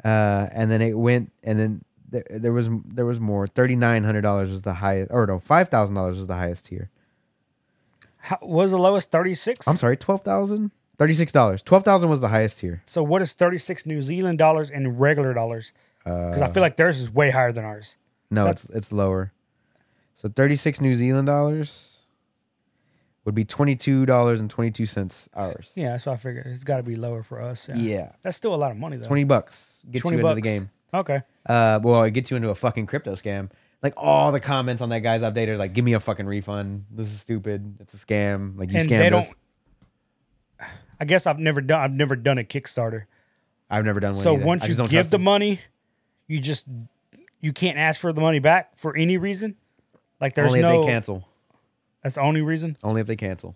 Uh, and then it went, and then th- there was there was more. Thirty nine hundred dollars was the highest, or no, five thousand dollars was the highest tier. How, what was the lowest? 36? I'm sorry, twelve thousand. Thirty-six dollars. Twelve thousand was the highest tier. So what is 36 New Zealand dollars in regular dollars? Because I feel Uh, like theirs is way higher than ours. No, it's it's lower. So thirty-six New Zealand dollars would be twenty-two dollars and twenty-two cents ours. Yeah, that's what I figured. It's got to be lower for us. Yeah. Yeah, That's still a lot of money, though. twenty bucks gets 20 you into bucks. the game. Okay. Uh, well, it gets you into a fucking crypto scam. Like all the comments on that guy's update are like, "Give me a fucking refund. This is stupid. It's a scam. Like you and scammed they don't. us." [sighs] I guess I've never done. I've never done a Kickstarter. I've never done one. So either. I once you just don't give trust the them. money, you just you can't ask for the money back for any reason. Like there's only no. if they cancel. That's the only reason. Only if they cancel.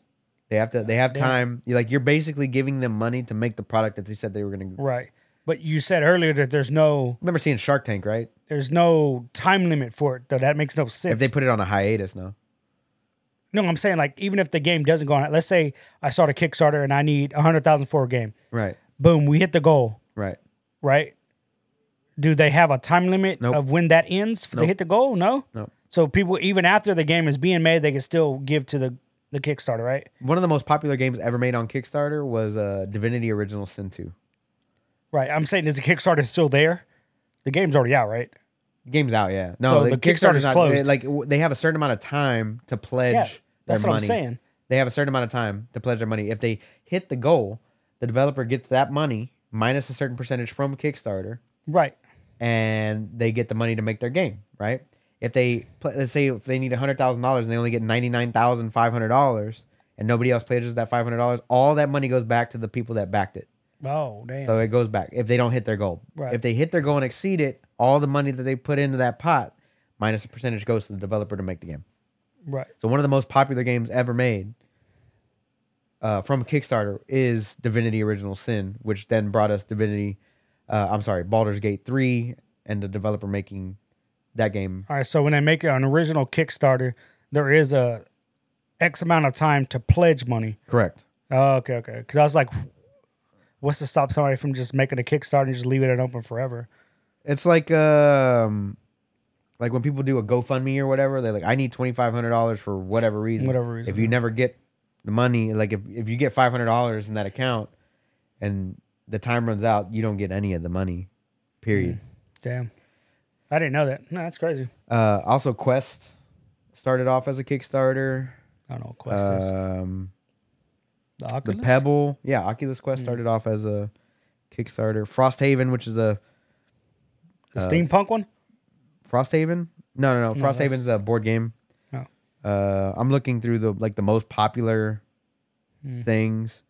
They have to. They have time. You're like you're basically giving them money to make the product that they said they were going to. Right. But you said earlier that there's no Remember seeing Shark Tank, right? there's no time limit for it. Though that makes no sense. If they put it on a hiatus, no. No, I'm saying like even if the game doesn't go on, let's say I start a Kickstarter and I need a hundred thousand for a game. Right. Boom, we hit the goal, Right. right? Do they have a time limit Nope. of when that ends? If They Nope. hit the goal, no. No. So people, even after the game is being made, they can still give to the the Kickstarter, right? One of the most popular games ever made on Kickstarter was uh, Divinity Original Sin 2. Right. I'm saying is the Kickstarter still there? The game's already out, right? Game's out, yeah. No, So the Kickstarter's not, closed. Like w- they have a certain amount of time to pledge Yeah, their that's what I'm money. saying. They have a certain amount of time to pledge their money. If they hit the goal, the developer gets that money minus a certain percentage from Kickstarter, Right. and they get the money to make their game. Right? If they pl- let's say if they need hundred thousand dollars and they only get ninety nine thousand five hundred dollars, and nobody else pledges that five hundred dollars, all that money goes back to the people that backed it. Oh damn. So it goes back if they don't hit their goal. Right. If they hit their goal and exceed it, all the money that they put into that pot minus a percentage goes to the developer to make the game. right. So one of the most popular games ever made uh, from Kickstarter is Divinity: Original Sin, which then brought us Divinity. Uh, I'm sorry, Baldur's Gate three, and the developer making that game. All right. So when they make an original Kickstarter, there is a X amount of time to pledge money. Correct. Oh, okay, okay. Because I was like, what's to stop somebody from just making a Kickstarter and just leaving it open forever? It's like um, like when people do a GoFundMe or whatever, they're like, I need twenty five hundred dollars for whatever reason. Whatever reason, If you never get the money, like if, if you get five hundred dollars in that account and the time runs out, you don't get any of the money. Period. Damn. I didn't know that. No, that's crazy. Uh, also Quest started off as a Kickstarter. I don't know what Quest is. Um, The the Oculus? Hmm. Pebble. Yeah, Oculus Quest started off as a Kickstarter. Frosthaven, which is a The uh, steampunk one? Frosthaven? No, no, no. No, Frosthaven's a board game. Oh. Uh, I'm looking through the like the most popular Hmm. things.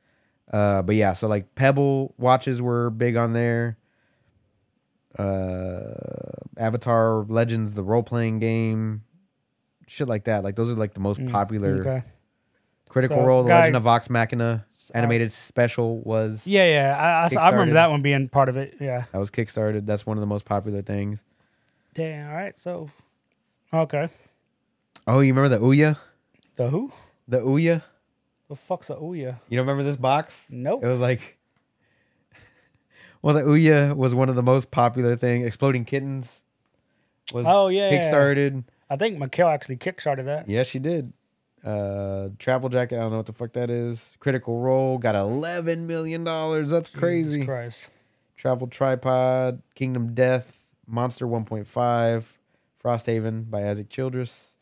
Uh, but yeah, so like Pebble watches were big on there. Uh, Avatar Legends, the role playing game, shit like that. Like those are like the most popular. Hmm. Okay. Critical So, Role, The guy- Uh, Legend of Vox Machina animated special was Yeah, yeah. I- I, s- I remember Kickstarted. that one being part of it. Yeah. that was kickstarted. That's one of the most popular things. Damn. All right. So, okay. Oh, you remember the Ouya? The who? The Ouya? The fuck's a Ouya? You don't remember this box? Nope. It was like, [laughs] well, the Ouya was one of the most popular thing. Exploding Kittens was Oh, yeah. kickstarted. I think Mikhail actually kickstarted that. Yeah, she did. Uh, Travel Jacket. I don't know what the fuck that is. Critical Role got eleven million dollars. That's crazy. Jesus Christ. Travel Tripod, Kingdom Death, Monster 1.5, Frosthaven by Isaac Childress,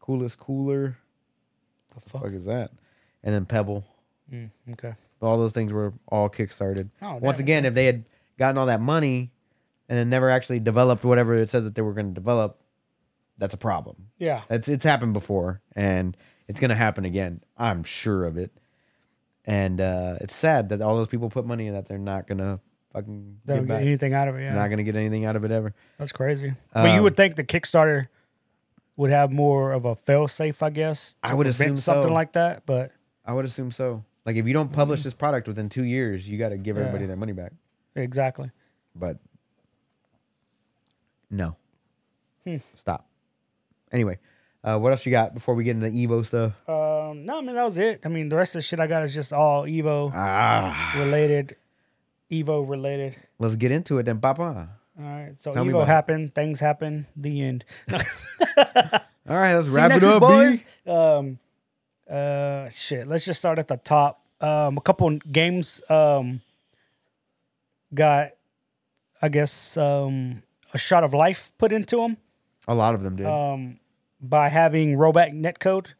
Coolest Cooler. The Fuck. fuck? is that? And then Pebble. Mm, okay. All those things were all kickstarted. Oh, Once damn. again, if they had gotten all that money and then never actually developed whatever it says that they were going to develop, that's a problem. Yeah. It's it's happened before, and it's gonna happen again. I'm sure of it. And uh, it's sad that all those people put money in that they're not gonna fucking Don't get get back. anything out of it. Yeah. They're not Um, gonna get anything out of it ever. That's crazy. but you would think the Kickstarter would have more of a fail safe, I guess. to I would prevent assume something so. like that. But I would assume so. Like if you don't publish this product within two years, you got to give everybody Yeah. their money back. exactly. But no, Hmm. stop. Anyway, uh, what else you got before we get into Evo stuff? Uh, [sighs] Um, no, I mean that was it. I mean the rest of the shit I got is just all Evo Ah, related. Evo related. Let's get into it then, Papa. All right. So Tell me Evo about it. happened. Things happen. The end. All right, let's See you wrap it next up, week, boys. boys. Um, uh, shit. Let's just start at the top. Um, a couple games. Um, got, I guess, um, a shot of life put into them. A lot of them did. Um, by having rollback netcode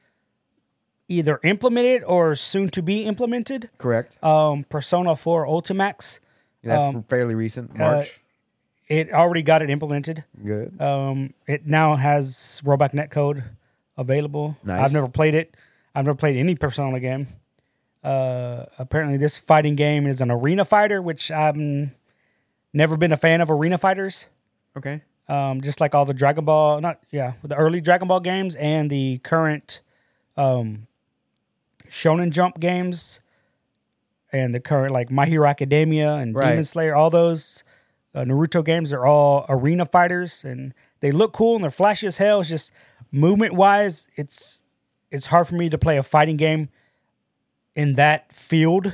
either implemented or soon to be implemented. Correct. Um, Persona 4 Ultimax. That's um, fairly recent. uh, March. It already got it implemented. Good. Um, it now has rollback netcode available. Nice. I've never played it. I've never played any Persona game. Uh, apparently, this fighting game is an arena fighter, which I've never been a fan of arena fighters. okay. Um, just like all the Dragon Ball, not yeah, the early Dragon Ball games and the current um, Shonen Jump games, and the current like My Hero Academia and Right. Demon Slayer, all those uh, Naruto games are all arena fighters, and they look cool and they're flashy as hell. It's just movement wise, it's it's hard for me to play a fighting game in that field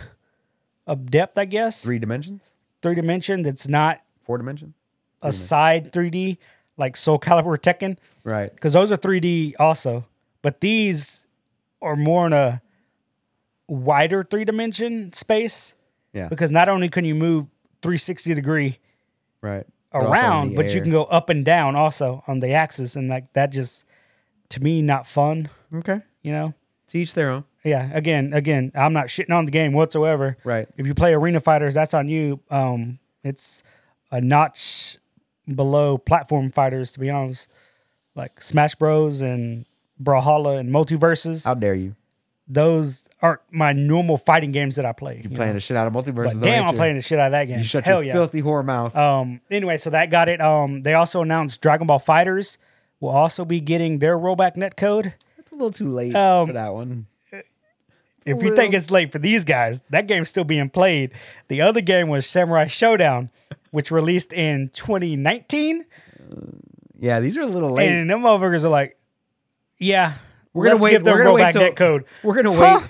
of depth, I guess. Three, Three dimensions? dimension that's not Four dimensions? a side 3D like Soul Calibur Tekken Right. because those are 3D also, but these are more in a wider three dimension space Yeah. because not only can you move 360 degree Right. But also in around, the but you air. can go up and down also on the axis, and like that just to me not fun, Okay. you know. To each their own. Yeah, again, again, I'm not shitting on the game whatsoever. Right. If you play arena fighters, that's on you. Um, it's a notch below platform fighters, to be honest. Like Smash Bros and Brawlhalla and Multiverses, How dare you? those aren't my normal fighting games that I play. you know? Playing the shit out of multiverses. But though, damn, ain't I'm you? playing the shit out of that game. You shut Hell your yeah. filthy whore mouth. Um. Anyway, so that got it. Um. They also announced Dragon Ball Fighters will also be getting their rollback netcode. It's a little too late um, for that one. If you think it's late for these guys, that game's still being played. The other game was Samurai Showdown, which released in 2019, Yeah, these are a little late. and them motherfuckers are like, "Yeah, we're gonna let's wait. Give them we're gonna wait rollback till, net code We're gonna wait. Huh?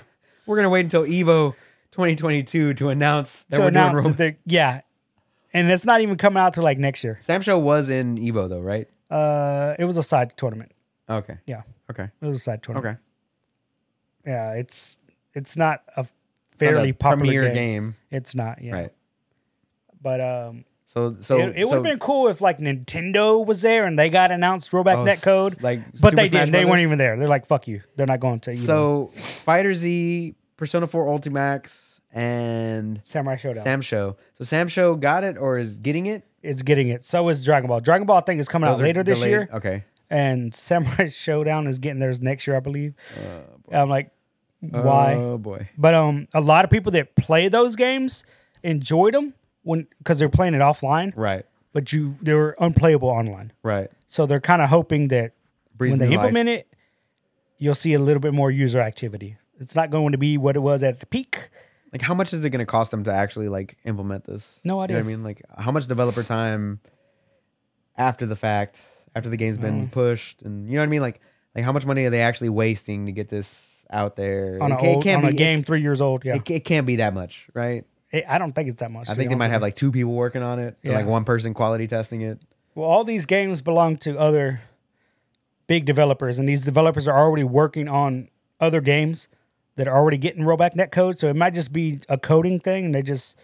We're gonna wait until Evo 2022 to announce that to we're announce doing that rollback. they're yeah." And it's not even coming out till like next year. Sam Show was in Evo though, right? Uh, it was a side tournament. Okay. Yeah, Okay. it was a side tournament. Okay. Yeah, it's it's not a Not a fairly popular premier game. game. It's not. Yeah, right? but um, So so it, it would so, have been cool if like Nintendo was there and they got announced rollback Oh, net code, s- like but Super they Smash didn't. They weren't Brothers? even there. They're like, fuck you. They're not going to even so Fighter Z, Persona 4 Ultimax, and Samurai Showdown. Sam Show. So Sam Show got it or is getting it? it's getting it. So is Dragon Ball. Dragon Ball I think is coming out Those are later this delayed. Oh. year, Okay. and Samurai [laughs] Showdown is getting theirs next year, I believe. I'm like, why? Oh boy. But um, a lot of people that play those games enjoyed them when because they're playing it offline, Right. but you they were unplayable online. Right. So they're kind of hoping that Breathe when they new life. implement it, you'll see a little bit more user activity. It's not going to be what it was at the peak. Like, how much is it going to cost them to actually like implement this? No You know what idea. I mean, like, how much developer time after the fact, after the game's Mm. been pushed, and you know what I mean? Like, like how much money are they actually wasting to get this out there? on, it, a, ca- it old, can't on a be- it- game three years old. Yeah, It, it can't be that much, right? It- I don't think it's that much. I think they might have like two people working on it, or Yeah. like one person quality testing it. Well, all these games belong to other big developers, and these developers are already working on other games that are already getting rollback net code. So it might just be a coding thing, and they just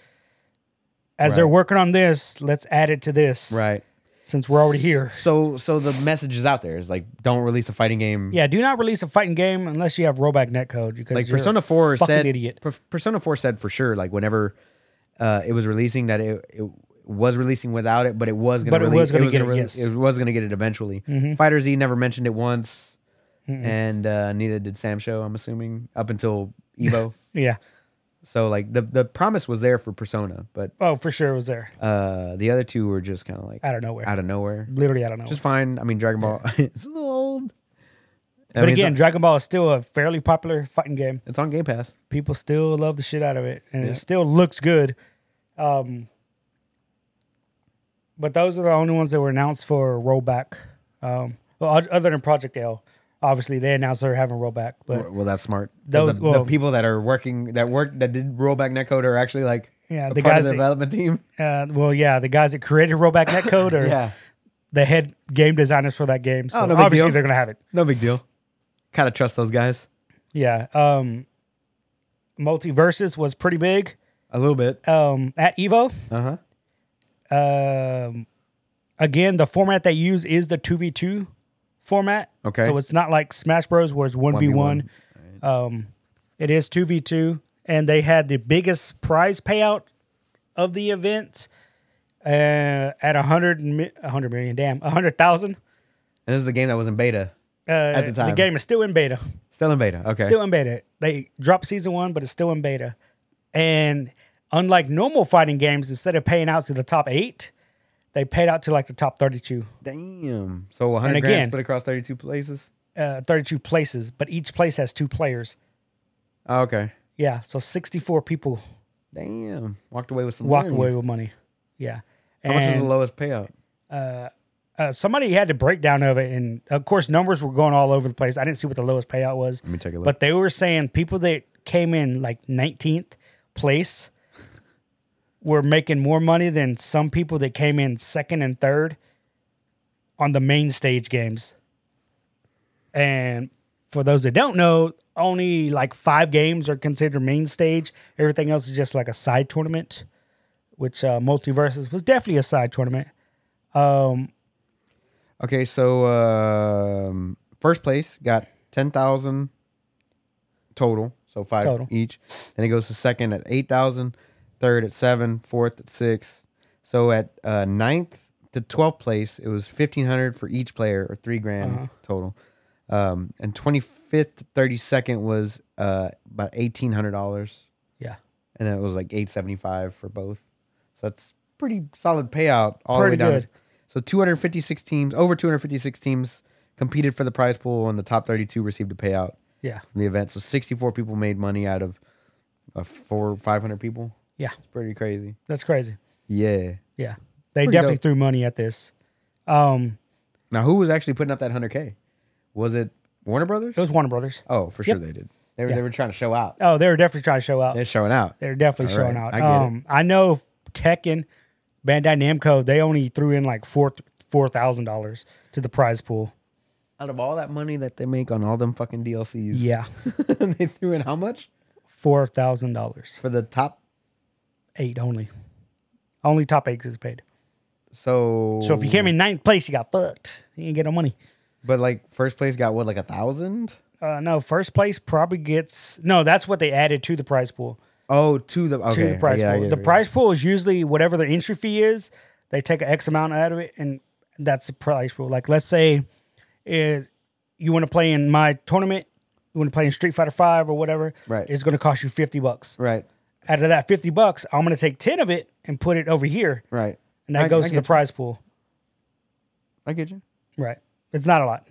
as they're Right. working on this, let's add it to this. Right. Since we're already here. So, so the message is out there is like, don't release a fighting game. Yeah, do not release a fighting game unless you have rollback netcode because like you're Persona a Four fucking said, idiot. Per- Persona Four said for sure, like whenever uh, it was releasing, that it, it was releasing without it, but it was going But it was gonna get it, rele- yes. Mm-hmm. it was going to get it eventually. Fighter Z never mentioned it once, and uh, neither did Sam Show. I'm assuming up until [laughs] Evo. Yeah. so like the the promise was there for Persona, but Oh, for sure it was there. uh, the other two were just kind of like Out of Mm-hmm. nowhere. out of nowhere. Literally out of nowhere. Just fine. I mean, Dragon Ball. [laughs] it's a little old. but I mean, it's again, on- Dragon Ball is still a fairly popular fighting game. it's on Game Pass. People still love the shit out of it, and it still looks good. Um, but those are the only ones that were announced for rollback. Um, well, o- other than Project L, obviously they announced they're having rollback, but Well, that's smart. 'Cause Those- the, well- the people that are working that work that did rollback netcode are actually like, yeah, a the part of guys the that, development team. uh, well, yeah, the guys that created Rollback Netcode or [laughs] Yeah, the head game designers for that game. So Oh, no big obviously deal. they're gonna have it. no big deal. Kind of trust those guys Yeah. Um, Multiverses was pretty big a little bit. um, at Evo. Uh huh. Um, again, the format they use is the two v two format. Okay. So it's not like Smash Bros. where it's one v 1v1. one. It is two v two, and they had the biggest prize payout of the event uh, at a hundred mi- a hundred million. Damn, a hundred thousand. And this is the game that was in beta, Uh, the the time. game is still in beta. still in beta. Okay. Still in beta. They dropped season one, but it's still in beta. And unlike normal fighting games, instead of paying out to the top eight, they paid out to like the top 32, Damn. So 100 grand again- split across 32 places. uh, 32 places, but each place has two players. Oh, okay. Yeah. So 64 people Damn. Walked away with some. walk monies. away with money. Yeah. How much was the And, lowest payout? uh, somebody had a breakdown of it. And of course, numbers were going all over the place. I didn't see what the lowest payout was. Let me take a look. But they were saying people that came in like 19th place were making more money than some people that came in second and third on the main stage games. And for those that don't know, only like five games are considered main stage. Everything else is just like a side tournament, which uh, Multiverses was definitely a side tournament. Okay, so um, first place got ten thousand total, so five Total. each. Then it goes to second at eight thousand, third at seven, fourth at six. So at uh, ninth to twelfth place, it was fifteen hundred for each player, or three grand total. Um, and twenty fifth to thirty second was uh, about eighteen hundred dollars, Yeah. and then it was like eight seventy five for both. So that's pretty solid payout all Pretty the way down. good. So 256 teams, over 256 teams competed for the prize pool, and the top 32 received a payout Yeah. from the event. So 64 people made money out of uh, four, 500 people. Yeah. It's pretty crazy. That's crazy. Yeah. Yeah. They Pretty definitely dope. threw money at this. Um, Now, who was actually putting up that 100K? Was it Warner Brothers? it was Warner Brothers. Oh, for sure they did. They were, they were trying to show out. Oh, they were definitely trying to show out. They're showing out. They're definitely All showing right, out. I get it. um, I know Tekken, Bandai Namco, they only threw in like four four thousand dollars to the prize pool. Out of all that money that they make on all them fucking DLCs, Yeah, [laughs] they threw in how much four thousand dollars, for the top? eight only. Only top eight is paid. So, So if you came in ninth place, you got fucked. You didn't get no money. but like first place got what, like a thousand? Uh, no, first place probably gets no. That's what they added to the prize pool. Oh, to the okay, to the prize yeah, I pool. get The it. prize pool is usually whatever the entry fee is. They take an X amount out of it, and that's the prize pool. Like, let's say, is you want to play in my tournament, you want to play in Street Fighter Five or whatever. Right. It's going to cost you fifty bucks. Right, Out of that fifty bucks, I'm going to take ten of it and put it over here, right. and that I- goes I to the get prize pool. you. I get you. Right. It's not a lot.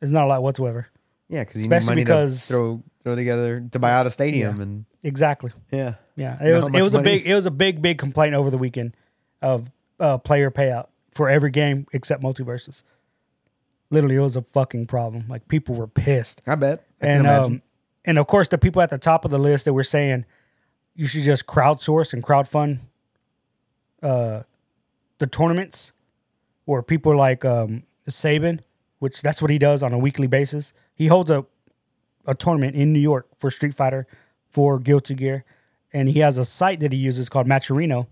It's not a lot whatsoever. Yeah, because you need Especially money because- to throw throw together to buy out a stadium and Exactly. yeah, Yeah, know it was how it much was a money- big it was a big big complaint over the weekend of uh, player payout for every game except multiverses. Literally, it was a fucking problem. Like people were pissed, I bet. I and can imagine. um, and of course the people at the top of the list that were saying you should just crowdsource and crowdfund uh, the tournaments, or people like um, Saban, which that's what he does on a weekly basis. He holds a a tournament in New York for Street Fighter, for Guilty Gear, and he has a site that he uses called Matcherino,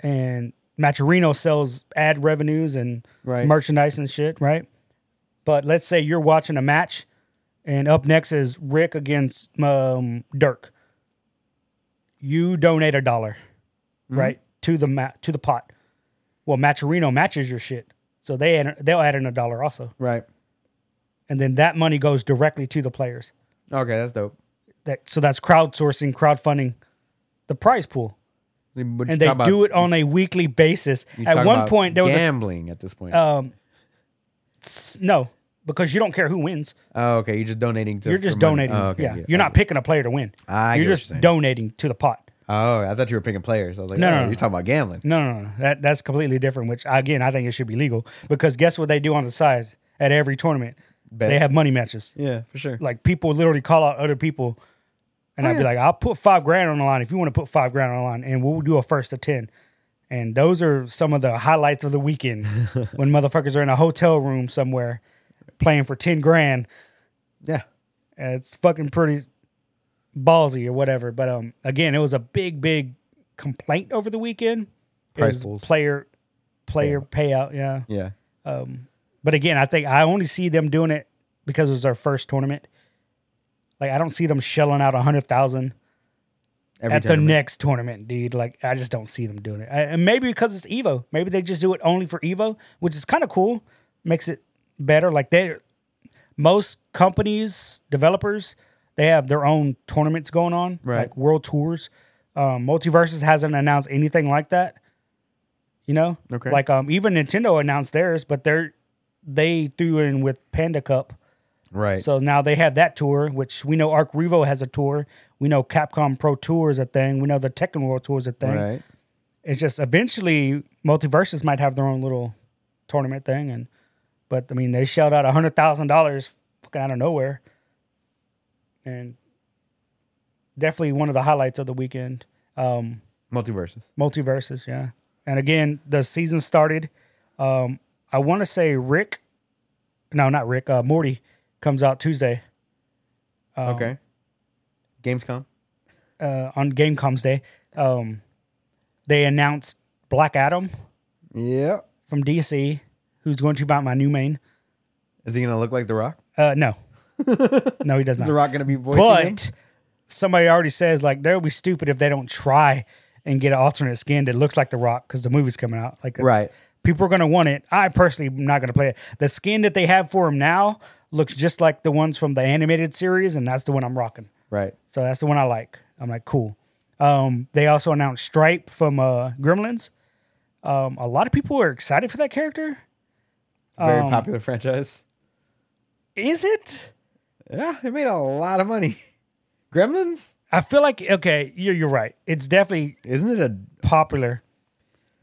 and Matcherino sells ad revenues and Right. merchandise and shit, right? But let's say you're watching a match, and up next is Rick against um, Dirk. You donate a dollar, right, to the mat to the pot. Well, Matcherino matches your shit, so they add, they'll add in a dollar also, right. and then that money goes directly to the players Okay, that's dope. that so that's crowdsourcing, crowdfunding the prize pool. And they do it on a weekly basis. At one point there was a, Uh, gambling. at this point, s- no, because you don't care who wins. oh, okay, you're just donating to. You're just for money. donating. Oh, okay, yeah. yeah, You're I not picking a player to win. I get you're what just you're saying. donating to the pot. Oh, I thought you were picking players. I was like, No, oh, no, no, you're no. talking about gambling. No, no, no. That that's completely different, which again I think it should be legal because guess what they do on the side at every tournament? Bet. They have money matches. Yeah, for sure. Like people literally call out other people And Oh, I'd be yeah. like, I'll put five grand on the line if you want to put five grand on the line, and we'll do a first to 10. And those are some of the highlights of the [laughs] weekend when motherfuckers are in a hotel room somewhere playing for 10 grand. Yeah. Uh, It's fucking pretty ballsy or whatever. But um, again, it was a big, big complaint over the weekend. It Price was pools. player, player payout. Yeah. Yeah. Um, but again, I think I only see them doing it because it was their first tournament. Like I don't see them shelling out a hundred thousand Every at the tournament. next tournament, dude. Like I just don't see them doing it. And maybe because it's Evo, maybe they just do it only for Evo, which is kind of cool. Makes it better. Like they, most companies, developers, they have their own tournaments going on, Right. like world tours. Um, Multiverses hasn't announced anything like that. You know, Okay. Like um, even Nintendo announced theirs, but they're they threw in with Panda Cup. Right. So now they have that tour, which we know Arc Revo has a tour. We know Capcom Pro Tour is a thing. We know the Tekken World Tour is a thing. right. It's just eventually Multiverses might have their own little tournament thing, and but I mean they shelled out hundred thousand dollars fucking out of nowhere, and definitely one of the highlights of the weekend. Um, Multiverses. Multiverses, yeah. And again, the season started. Um, I want to say Rick, no, not Rick. Uh, Morty comes out Tuesday. Um, okay. Gamescom. Uh, on Gamecom's day, um, they announced Black Adam Yeah. from DC, who's going to be my new main. Is he gonna look like The Rock? Uh, [laughs] no, no, he does Is The not. Rock gonna be voicing him? But somebody already says like they'll be stupid if they don't try and get an alternate skin that looks like The Rock because the movie's coming out. Like, it's- Right. people are going to want it. I personally am not going to play it. The skin that they have for him now looks just like the ones from the animated series, and that's the one I'm rocking. Right. So that's the one I like. I'm like, cool. Um, they also announced Stripe from uh, Gremlins. Um, a lot of people are excited for that character. Very Um, popular franchise. Is it? Yeah, it made a lot of money. [laughs] Gremlins? I feel like okay, you're you're right. It's definitely Isn't it a popular,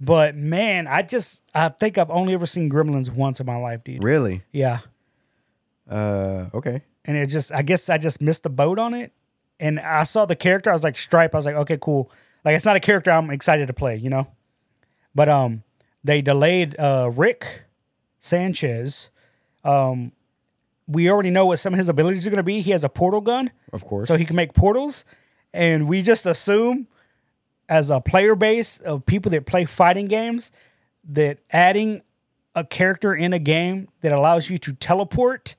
but man, I just I think I've only ever seen Gremlins once in my life, dude. really? Yeah, Uh okay. and it just I guess I just missed the boat on it. And I saw the character, I was like Stripe. I was like, okay, cool. Like it's not a character I'm excited to play, you know. But um, they delayed uh Rick Sanchez. Um, we already know what some of his abilities are going to be. He has a portal gun, Of course. so he can make portals, and we just assume as a player base of people that play fighting games that adding a character in a game that allows you to teleport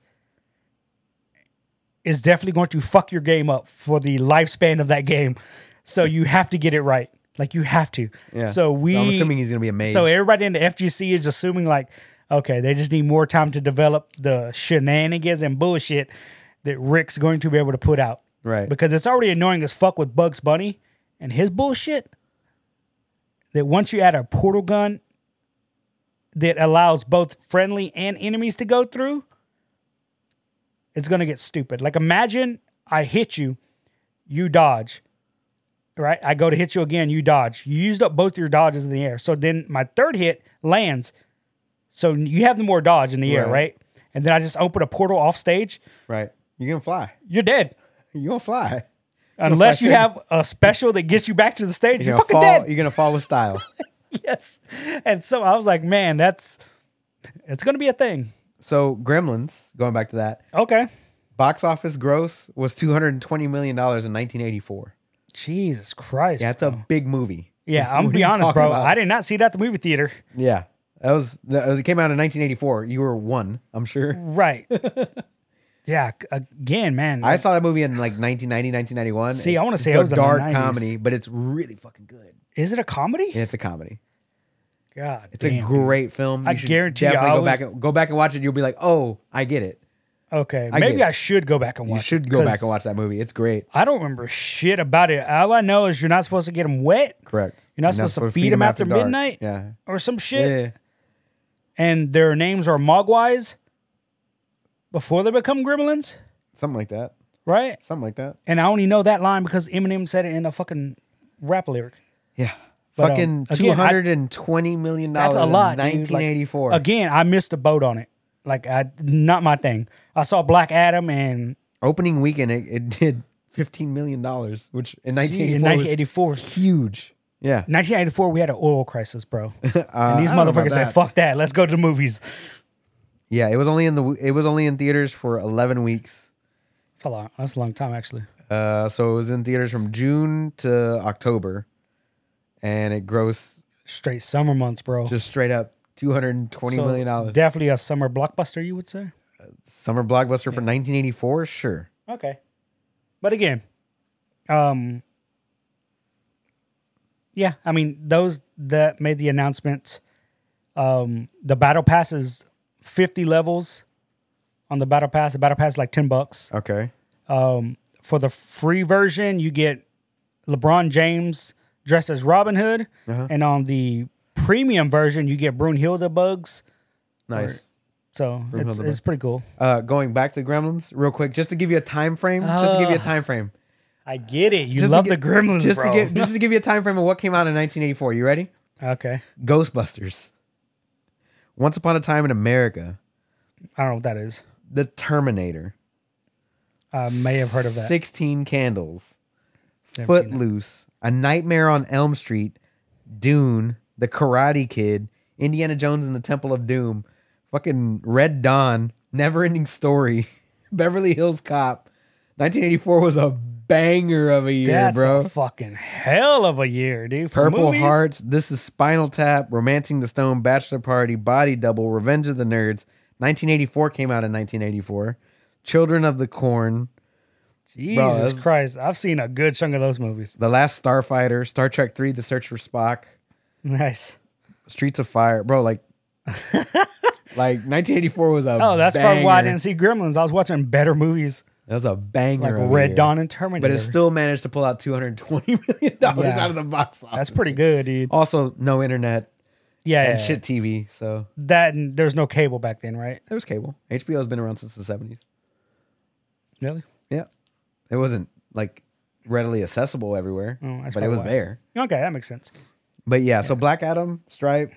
is definitely going to fuck your game up for the lifespan of that game. So you have to get it right. Like you have to. yeah. So we I'm assuming he's gonna be a mage. so everybody in the FGC is assuming like, okay, they just need more time to develop the shenanigans and bullshit that Rick's going to be able to put out right. because it's already annoying as fuck with Bugs Bunny and his bullshit. That once you add a portal gun that allows both friendly and enemies to go through, it's gonna get stupid. Like imagine I hit you, you dodge, right? I go to hit you again, you dodge. You used up both your dodges in the air. So then my third hit lands. So you have the more dodge in the air, Right. right? And then I just open a portal off stage, right. You're gonna fly. you're dead. You're gonna fly. Unless you fucking- have a special that gets you back to the stage, you're, You're, gonna fucking fall dead. [laughs] you're gonna fall with style. Yes. And so I was like, man, that's it's gonna be a thing. so Gremlins, going back to that, Okay. box office gross was two hundred and twenty million dollars in nineteen eighty four. Jesus Christ. Yeah, Yeah, that's a big movie. [laughs] I'm What gonna are be you honest, talking bro. about? I did not see that at the movie theater. Yeah. That was, that was it came out in 1984. You were one, I'm sure. [laughs] Right. yeah, c- again, man. I saw that movie in like 1990, 1991. See, I wanna It's say a I was in the dark 90s. comedy, but it's really fucking good. is it a comedy? Yeah, it's a comedy. God. It's a great film. You I should guarantee you, Definitely I go was- back and go back and watch it. You'll be like, oh, I get it. Okay. I Maybe get it. I should go back and You watch should it, go back 'cause and watch that movie. It's great. I don't remember shit about it. All I know is you're not supposed to get them wet Correct. You're not supposed to feed 'em 'em after dark. midnight? Yeah. or some shit. Yeah. and their names are Mogwais before they become gremlins, Something like that. right? Something like that. And I only know that line because Eminem said it in a fucking rap lyric. Yeah. But, um, fucking again, two I- hundred and twenty million That's dollars. a lot. dude. Like, 1984. again, I missed the boat on it. Like, I not my thing. I saw Black Adam and Opening weekend, it, it did fifteen million dollars, which Gee, in in nineteen eighty 1984. four huge. Yeah, 1984, we had an oil crisis, bro. [laughs] Uh, And these I don't know about motherfuckers said, that. "Fuck that, let's go to the movies." Yeah, it was only in the it was only in theaters for eleven weeks. That's a lot. That's a long time, actually. Uh, so it was in theaters from June to October, and it grossed Straight summer months, bro. just straight up two hundred and twenty So, million dollars. Definitely a summer blockbuster, you would say. Summer blockbuster for nineteen eighty four, sure. Okay. But again, um Yeah, I mean those that made the announcement um the battle pass is 50 levels on the battle pass. The battle pass is like 10 bucks. Okay, Um for the free version, you get LeBron James dressed as Robin Hood Uh-huh. and on the premium version you get Brunhilde bugs. nice. So it's, Brunhilde it's pretty cool. Uh, going back to Gremlins real quick, just to give you a time frame. just to give you a time frame. I get it. You Just Ah, love to gi- the Gremlins, Just bro. to [laughs] give just to give you a time frame of what came out in nineteen eighty four. You ready? okay. Ghostbusters. Once upon a time in America. I don't know what that is. The Terminator. I Uh, may have heard of that. 16 Candles, Never seen that. Footloose, A Nightmare on Elm Street, Dune, The Karate Kid, Indiana Jones and the Temple of Doom, fucking Red Dawn, Never Ending Story, [laughs] Beverly Hills Cop. 1984 was a banger of a year, That's bro. a fucking hell of a year, dude. For Purple movies, Hearts, This is Spinal Tap, Romancing the Stone, Bachelor Party, Body Double, Revenge of the Nerds. 1984 came out in 1984. Children of the Corn, Bro, Jesus that's- Christ, I've seen a good chunk of those movies. [laughs] The Last Starfighter, Star Trek 3, The Search for Spock, Nice. Streets of Fire, [laughs] bro. Like, like 1984 was a Oh, that's banger. probably why I didn't see Gremlins. I was watching better movies That was a banger, like of a Red year. Dawn and Terminator. But it still managed to pull out 220 million dollars Yeah. out of the box office. that's pretty Eh. good, dude. Also, no internet Yeah, and shit TV, so That and there's no cable back then, right? there was cable. HBO has been around since the 70s. Really? Yeah, it wasn't like readily accessible everywhere, Oh, that's but it probably was why. there. Okay, that makes sense. But yeah, so Black Adam, Stripe,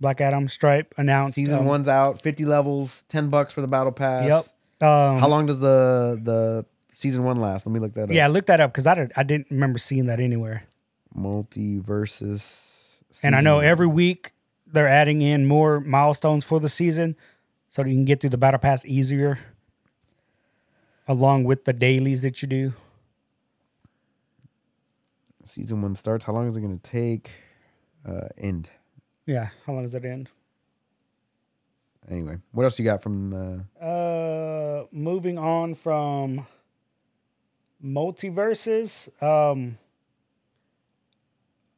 Black Adam, Stripe announced season um, one's out. 50 levels, 10 bucks for the battle pass. Yep. Um, How long does the the season one last? Let me look that up. yeah, look that up because I did, I didn't remember seeing that anywhere. Multiverses. And I season know one. every week they're adding in more milestones for the season so that you can get through the battle pass easier along with the dailies that you do. season one starts. How long is it going to take? Uh, end. Yeah, how long does that end? Anyway, what else you got from? Uh, Uh moving on from multiverses, um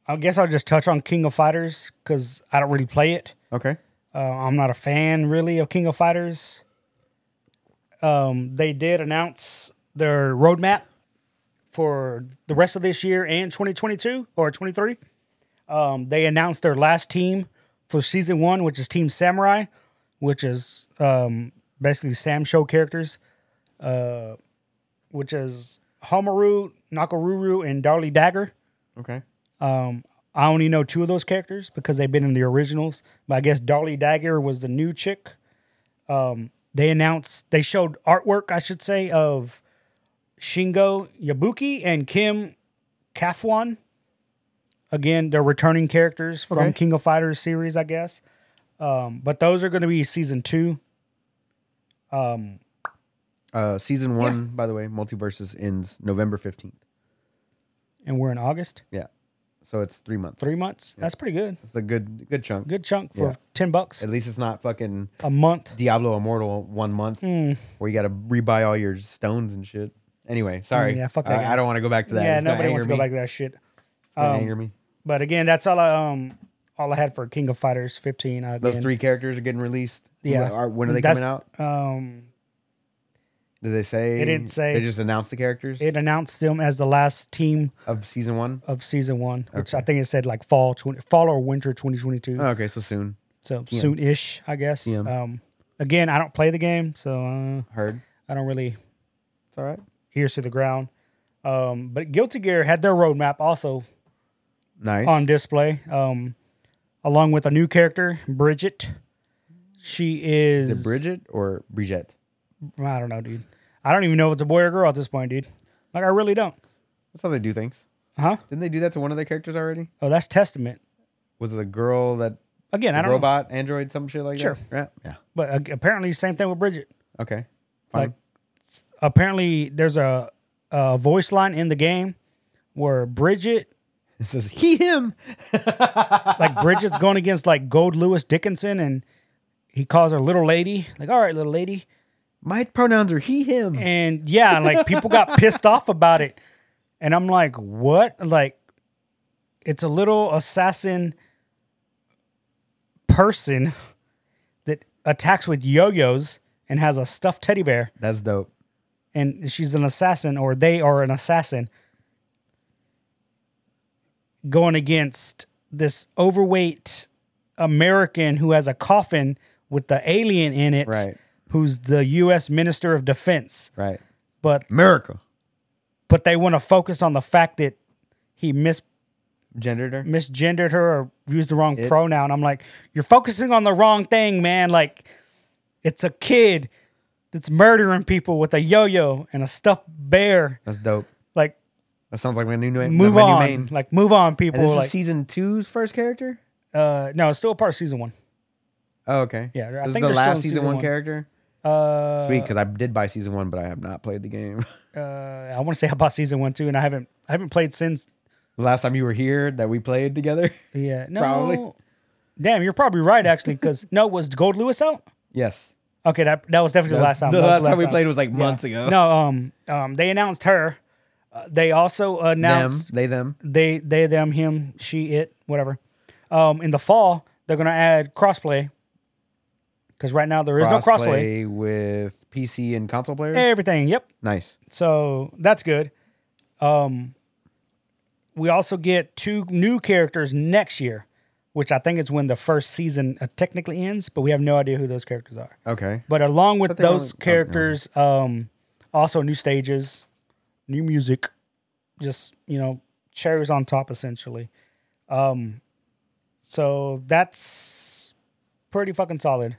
I guess I'll just touch on King of Fighters cuz I don't really play it. okay. Uh, I'm not a fan really of King of Fighters. Um, they did announce their roadmap for the rest of this year and 2022 or 23. Um, they announced their last team for season one, which is Team Samurai, which is um, basically Sam Show characters, uh, which is Homaru, Nakaruru, and Darly Dagger. Okay. Um, I only know two of those characters because they've been in the originals. But I guess Darlie Dagger was the new chick. Um, they announced they showed artwork, I should say, of Shingo Yabuki and Kim Kafwan. Again, they're returning characters from Okay. King of Fighters series, I guess. Um, but those are going to be season two. Uh, season one, by the way, multiverses ends November fifteenth. And we're in August, Yeah, so it's three months. three months. That's pretty good. It's a good good chunk. Good chunk for Yeah. 10 bucks At least it's not fucking a month. Diablo Immortal one month Hmm. where you got to rebuy all your stones and shit. Anyway, sorry. Hmm, Yeah, fuck I- that I, guy. don't want to go back to that. Yeah, It's gonna nobody wants anger to go Um, me. like that shit. It's gonna anger me. But again, that's all I um all I had for King of Fighters 15. Again. Those three characters are getting released. Yeah. Are- when are they That's- coming out? Um, Did they say? It didn't say. They just announced the characters it announced them as the last team of season one. of season one, which I think it said like fall 20, fall or winter 2022. Oh, okay, so soon. so soon-ish, I guess. Yeah. Um, again, I don't play the game, so uh, Heard. I don't really It's all right. ears to the ground. Um, but Guilty Gear had their roadmap also Nice. on display, um, along with a new character, Bridget. She is Is it Bridget or Bridget? I don't know, dude. I don't even know if it's a boy or girl at this point, dude. Like I really don't. That's how they do things. Huh? Didn't they do that to one of their characters already? Oh, that's testament. Was it a girl that Again, I don't know. robot, android, some shit like Sure. that? Sure. Yeah. But uh, apparently, same thing with Bridget. Yeah. Okay. [laughs] Fine. Like- Apparently, there's a, a voice line in the game where Bridget, it says he him. like Bridget's going against like Gold Lewis Dickinson, and he calls her little lady. Like, all right, little lady. My pronouns are he him. And yeah, and, like people got pissed off about it. And I'm like, what? Like, it's a little assassin person that attacks with yo yo's and has a stuffed teddy bear. That's dope. And she's an assassin, or they are an assassin going against this overweight American who has a coffin with the alien in it, Right. who's the U.S. Minister of Defense. Right. But America. but they want to focus on the fact that he mis Gendered Mm. her. misgendered her or used the wrong pronoun. I'm like, you're focusing on the wrong thing, man. Like, it's a kid that's murdering people with a yo-yo and a stuffed bear. That's dope. Like, That sounds like my new name. move my on. New main. Like, move on, And this people. Like, is season two's first character. uh, no, it's still a part of season one. Oh, okay. Yeah, I This is think the they're still in last season, season one, one. character. Uh, Sweet, because I did buy season one, but I have not played the game. [laughs] uh, I want to say [laughs] I bought season one too, and I haven't, I haven't played since. the last time you were here that we played together. [laughs] Yeah, no. Probably. Damn, you're probably right actually, because [laughs] no, was Gold Lewis out? Yes. Okay, that that was definitely the last time. The That was last time we played was like months [laughs] ago. No, um, um, they announced her. Uh, they also Them. announced They them. they they them him she it whatever. Um, in the fall they're gonna add crossplay because right now there is no crossplay. Eh. Crossplay with PC and console players. Everything. Yep. Nice. So that's good. Um, we also get two new characters next year, which I think is when the first season uh, technically ends, but we have no idea who those characters are. Okay. But along with they only- those oh, yeah. characters, um, also new stages, new music, just you know, cherries on top essentially. Um, so that's pretty fucking solid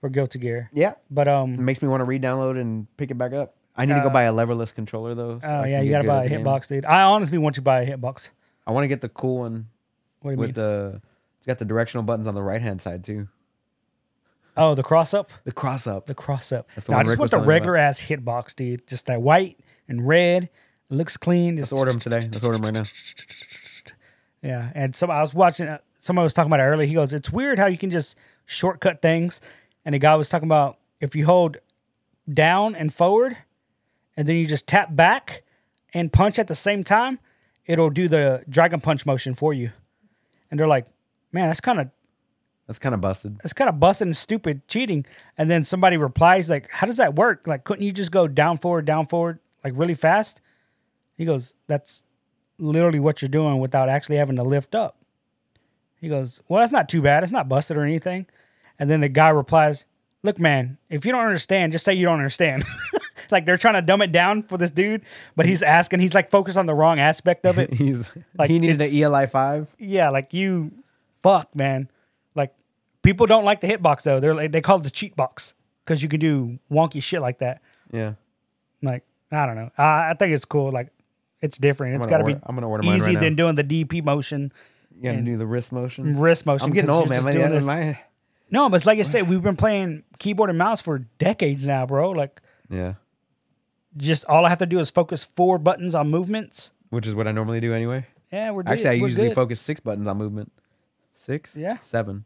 for Guilty Gear. Yeah. But It um, makes me want to re-download and pick it back up. I need to go buy a leverless controller though. so Uh, oh I yeah, can you get gotta good at buy a the game. hitbox, dude. I honestly want you to buy a hitbox. I want to get the cool one What do you with mean? the. It's got the directional buttons on the right hand side too. oh, the cross up, The cross up. the cross up. That's the No, I one just Rick want was the telling me about. regular ass hitbox, dude. Just that white and red. It looks clean. Just Let's order them today. Let's order them right now. Yeah, and some I was watching. uh, Somebody was talking about it earlier. He goes, "It's weird how you can just shortcut things." And the guy was talking about if you hold down and forward, and then you just tap back and punch at the same time, it'll do the dragon punch motion for you. And they're like, "Man, that's kind of That's kind of busted. [laughs] that's kind of busted and stupid cheating." And then somebody replies like, "How does that work? Like, couldn't you just go down forward, down forward, like really fast?" He goes, "That's literally what you're doing without actually having to lift up." He goes, Well, that's not too bad. It's not busted or anything. And then the guy replies, Look, man, if you don't understand, just say you don't understand. [laughs] like they're trying to dumb it down for this dude, but he's asking, he's like focused on the wrong aspect of it. He's Like, he needed an it's- ELI five. yeah, like you fuck, man. Like people don't like the hitbox though. They're like, they call it the cheat box because you can do wonky shit like that. Yeah. Like, I don't know. I, I think it's cool. Like, it's different. It's got gonna to be order- I'm gonna order mine easy right now. than doing the DP motion, You gotta do the wrist motion. wrist motion. I'm getting 'cause old, you're man. just My, doing yeah, this- my- No, but it's like I said, we've been playing keyboard and mouse for decades now, bro. Like, yeah. just all I have to do is focus four buttons on movements. Which is what I normally do anyway. Yeah, we're Actually, I good. we're usually good. focus six buttons on movement. Six? Yeah. Seven.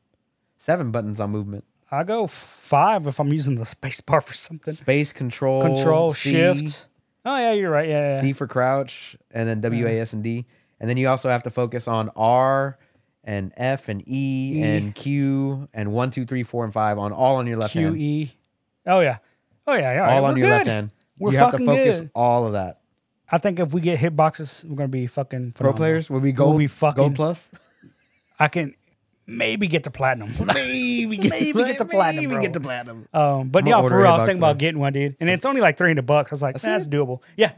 Seven buttons on movement. I go five if I'm using the space bar [laughs] for something. Space control. Control C, shift. Oh yeah, you're right. Yeah, yeah, yeah. C for crouch, and then W A S and D. And then you also have to focus on R and F and E, and Q and one, two, three, four, and five on all on your left Q hand. E. Oh yeah. Oh yeah. yeah, All, right, all on we're your left good. hand. We're you have to fucking focus good. all of that. I think if we get hit boxes, we're gonna be fucking Pro phenomenal. players will be gold. Oh, be fucking- gold plus. I can maybe get to [laughs] platinum. maybe [laughs] get, Maybe get to platinum, Maybe bro. get to platinum. [laughs] Um, but gonna yeah, order for real, I was Hitbox thinking then. about getting one, dude. And it's only like three hundred bucks. I was like, nah, that's doable. Yeah.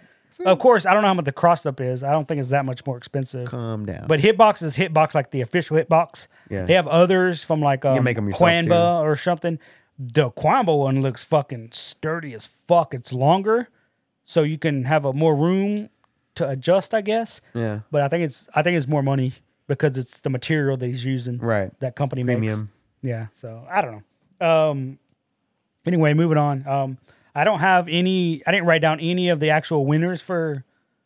Of course, I don't know how much the cross up is. I don't think it's that much more expensive. Calm down. But Hitbox is Hitbox, like the official Hitbox. Yeah. They have others from like um, make 'em yourself, too. Quanba or something. The Quanba one looks fucking sturdy as fuck. It's longer, so you can have a more room to adjust, I guess. Yeah. But I think it's I think it's more money because it's the material that he's using. Right. That company makes. Premium. Yeah. So I don't know. Um. Anyway, moving on. Um. I don't have any. I didn't write down any of the actual winners for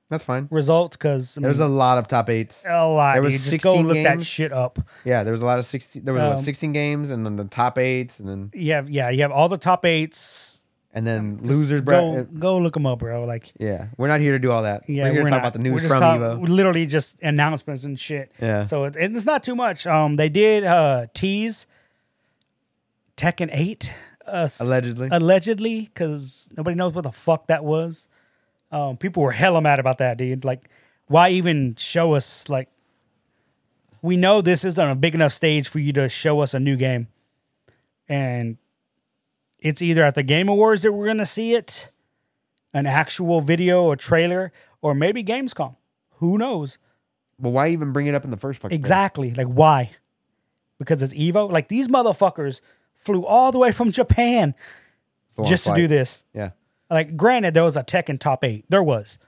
That's fine. results because I mean, There was a lot of top eights. a lot. there was dude. Just go 16 look that games. shit up. Yeah, there was a lot of sixteen. There was what, Um, sixteen games, and then the top eights, and then You have yeah. You have all the top eights. and then Just losers. Go, bracket. go look them up, bro. Like yeah, we're not here to do all that. Yeah, uh, we're here to talk not- about the we're news just from talk- Evo. Literally just announcements and shit. Yeah. So it, it's not too much. Um, they did uh tease Tekken Eight. Uh, s- Allegedly. Allegedly, because nobody knows what the fuck that was. Um, people were hella mad about that, dude. Like, why even show us? Like, we know this isn't a big enough stage for you to show us a new game, and it's either at the Game Awards that we're gonna see it, an actual video or trailer, or maybe Gamescom. Who knows? But why even bring it up in the first fucking? place? Exactly. Like why? Because it's Evo. Like these motherfuckers flew all the way from Japan It's a long just to flight. do this. Yeah, Like, granted, there was a Tekken top eight. There was.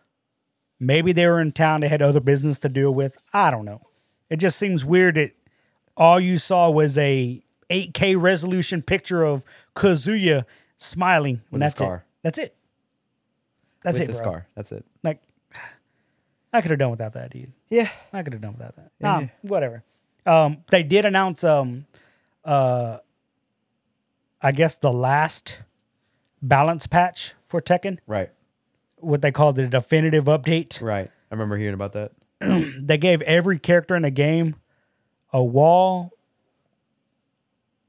Maybe they were in town. They had other business to deal with. I don't know. It just seems weird that all you saw was a 8K resolution picture of Kazuya smiling. With and a that's it. scar. That's it. That's with it, this bro. car. That's it. Like, [sighs] I could have done without that, dude. Yeah, I could have done without that. Nah, whatever. Um, they did announce, um, uh, I guess the last balance patch for Tekken, right, what they called the definitive update. right. I remember hearing about that. They gave every character in the game a wall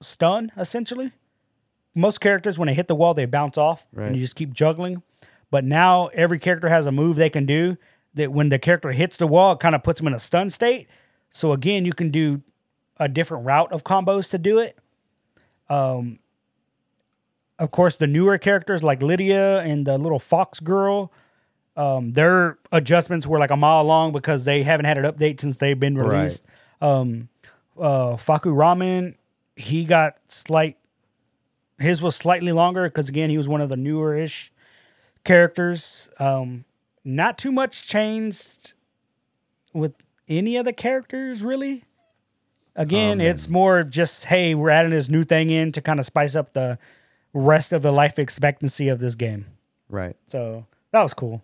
stun, essentially. Most characters, when they hit the wall, they bounce off Right. and you just keep juggling. But now every character has a move they can do that when the character hits the wall, it kind of puts them in a stun state. So again, you can do a different route of combos to do it. Um, of course, the newer characters like Lydia and the little fox girl, um, their adjustments were like a mile long because they haven't had an update since they've been released. Um, uh, Faku Ramen, he got slight. His was slightly longer because again, he was one of the newer ish characters. Um, not too much changed with any of the characters, really. Again, it's more of just hey, we're adding this new thing in to kind of spice up the rest of the life expectancy of this game. Right. So that was cool.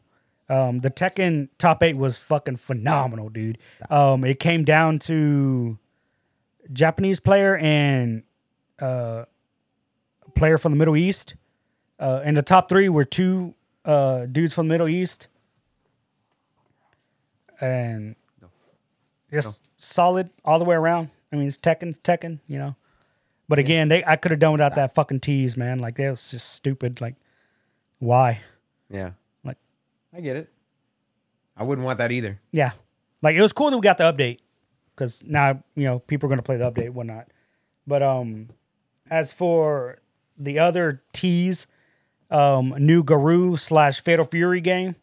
Um, the Tekken top eight was fucking phenomenal, dude. Um, it came down to Japanese player and uh, player from the Middle East. Uh, and the top three were two uh, dudes from the Middle East. And just solid all the way around. I mean, it's Tekken, Tekken, you know. But again, they I could have done without that fucking tease, man. Like that was just stupid. Like, why? Yeah. Like- I get it. I wouldn't want that either. Yeah. Like it was cool that we got the update because now, you know, people are going to play the update, and whatnot. But um, as for the other tease, um, new Garou slash Fatal Fury game.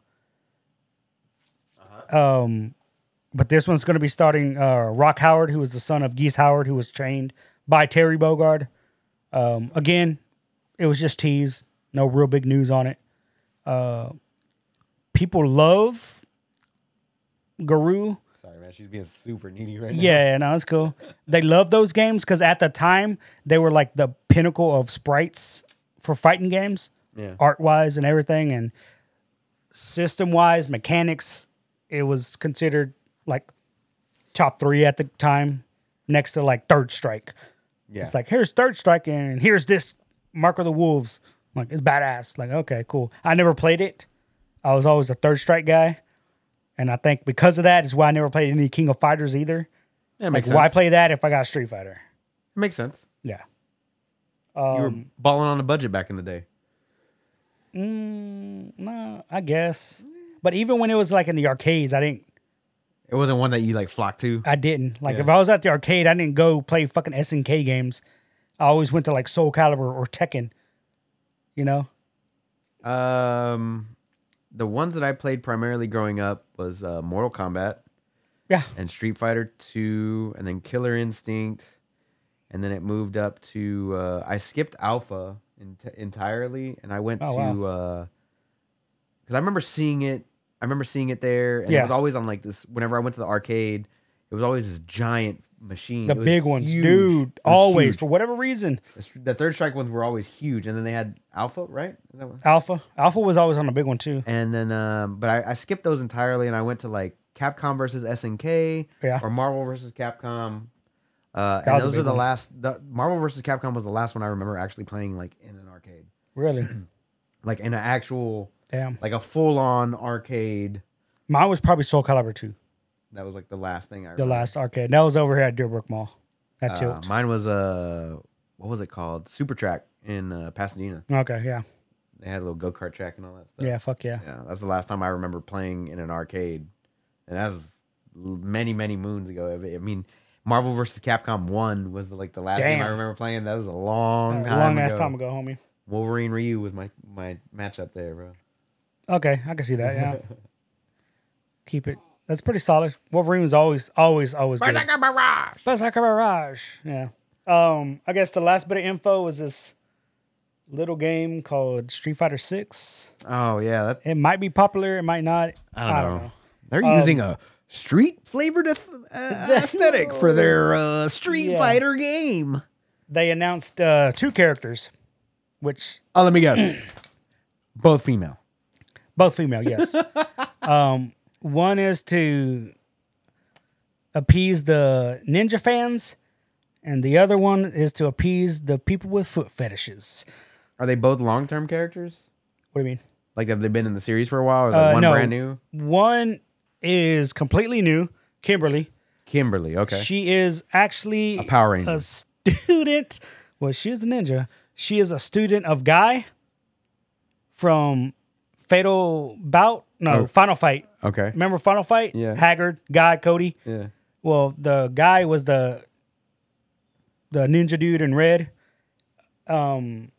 Um, but this one's going to be starting uh, Rock Howard, who was the son of Geese Howard, who was trained by Terry Bogard. Um, again, it was just tease. No real big news on it. Uh, people love Garou. Sorry, man. She's being super needy right now. Yeah, no, it's cool. They love those games because at the time they were like the pinnacle of sprites for fighting games, Yeah. art wise and everything, and system wise, mechanics. It was considered like top three at the time, next to like Third Strike. Yeah. It's like here's Third Strike and here's this Mark of the Wolves. I'm like it's badass. Like okay, cool. I never played it. I was always a Third Strike guy, and I think because of that is why I never played any King of Fighters either. Yeah, it Like makes why sense. play that if I got Street Fighter? It makes sense. Yeah. you were Um, balling on a budget back in the day. No, I guess. But even when it was like in the arcades, I didn't. It wasn't one that you like flocked to. I didn't like if I was at the arcade, I didn't go play fucking SNK games. I always went to like Soul Calibur or Tekken. You know, Um, the ones that I played primarily growing up was uh, Mortal Kombat yeah, and Street Fighter Two, and then Killer Instinct, and then it moved up to. Uh, I skipped Alpha in- entirely, and I went Oh, to because because I remember seeing it. I remember seeing it there, and it Yeah. was always on like this. Whenever I went to the arcade, it was always this giant machine. The It was big ones, huge. It dude. was Always huge. for whatever reason, The str- the Third Strike ones were always huge, and then they had Alpha, right? Is that one? Alpha. Alpha was always on a big one too. And then, um, but I, I skipped those entirely, and I went to like Capcom versus SNK, Yeah. or Marvel versus Capcom. Uh, That and was a those big are the one. last. The, Marvel versus Capcom was the last one I remember actually playing like in an arcade, [clears throat] Really, like in an actual, damn. like a full on arcade. Mine was probably Soul Calibur two, That was like the last thing I. the remember. last arcade. That was over here at Deerbrook Mall. That Uh, tilt. mine was uh, what was it called? Super Track in uh, Pasadena. Okay, yeah, Uh, They had a little go kart track and all that stuff. yeah, fuck yeah. Yeah, that's the last time I remember playing in an arcade, and that was l- many, many moons ago. I mean, Marvel vs. Capcom One was the, like the last game I Damn. remember playing. That was a long, time Long ago. ass time ago, homie. Wolverine Ryu was my my matchup there, bro. Okay, I can see that. Yeah, keep it. That's pretty solid. Wolverine was always, always, always good. Berserker Barrage. Berserker Barrage. Yeah. Um, I guess the last bit of info was this little game called Street Fighter Six. Oh yeah, that, It might be popular. It might not. I, don't know. They're using a street flavored ath- uh, aesthetic for their uh, Street Yeah. Fighter game. They announced uh, two characters, which Oh, let me guess. Both female. both female. [laughs] Yes. um, one is to appease the ninja fans, and the other one is to appease the people with foot fetishes. Are they both long term characters? What do you mean? Like have they been in the series for a while? Is like Uh, one no. brand new? One is completely new, Kimberly. Kimberly, okay. She is actually a Power Ranger. a student. Well, she is a ninja. She is a student of Guy from Fatal Bout. No, Oh. Final Fight. okay. Remember Final Fight? Yeah. Haggard, Guy, Cody. Yeah. Well, the guy was the the ninja dude in red. Um,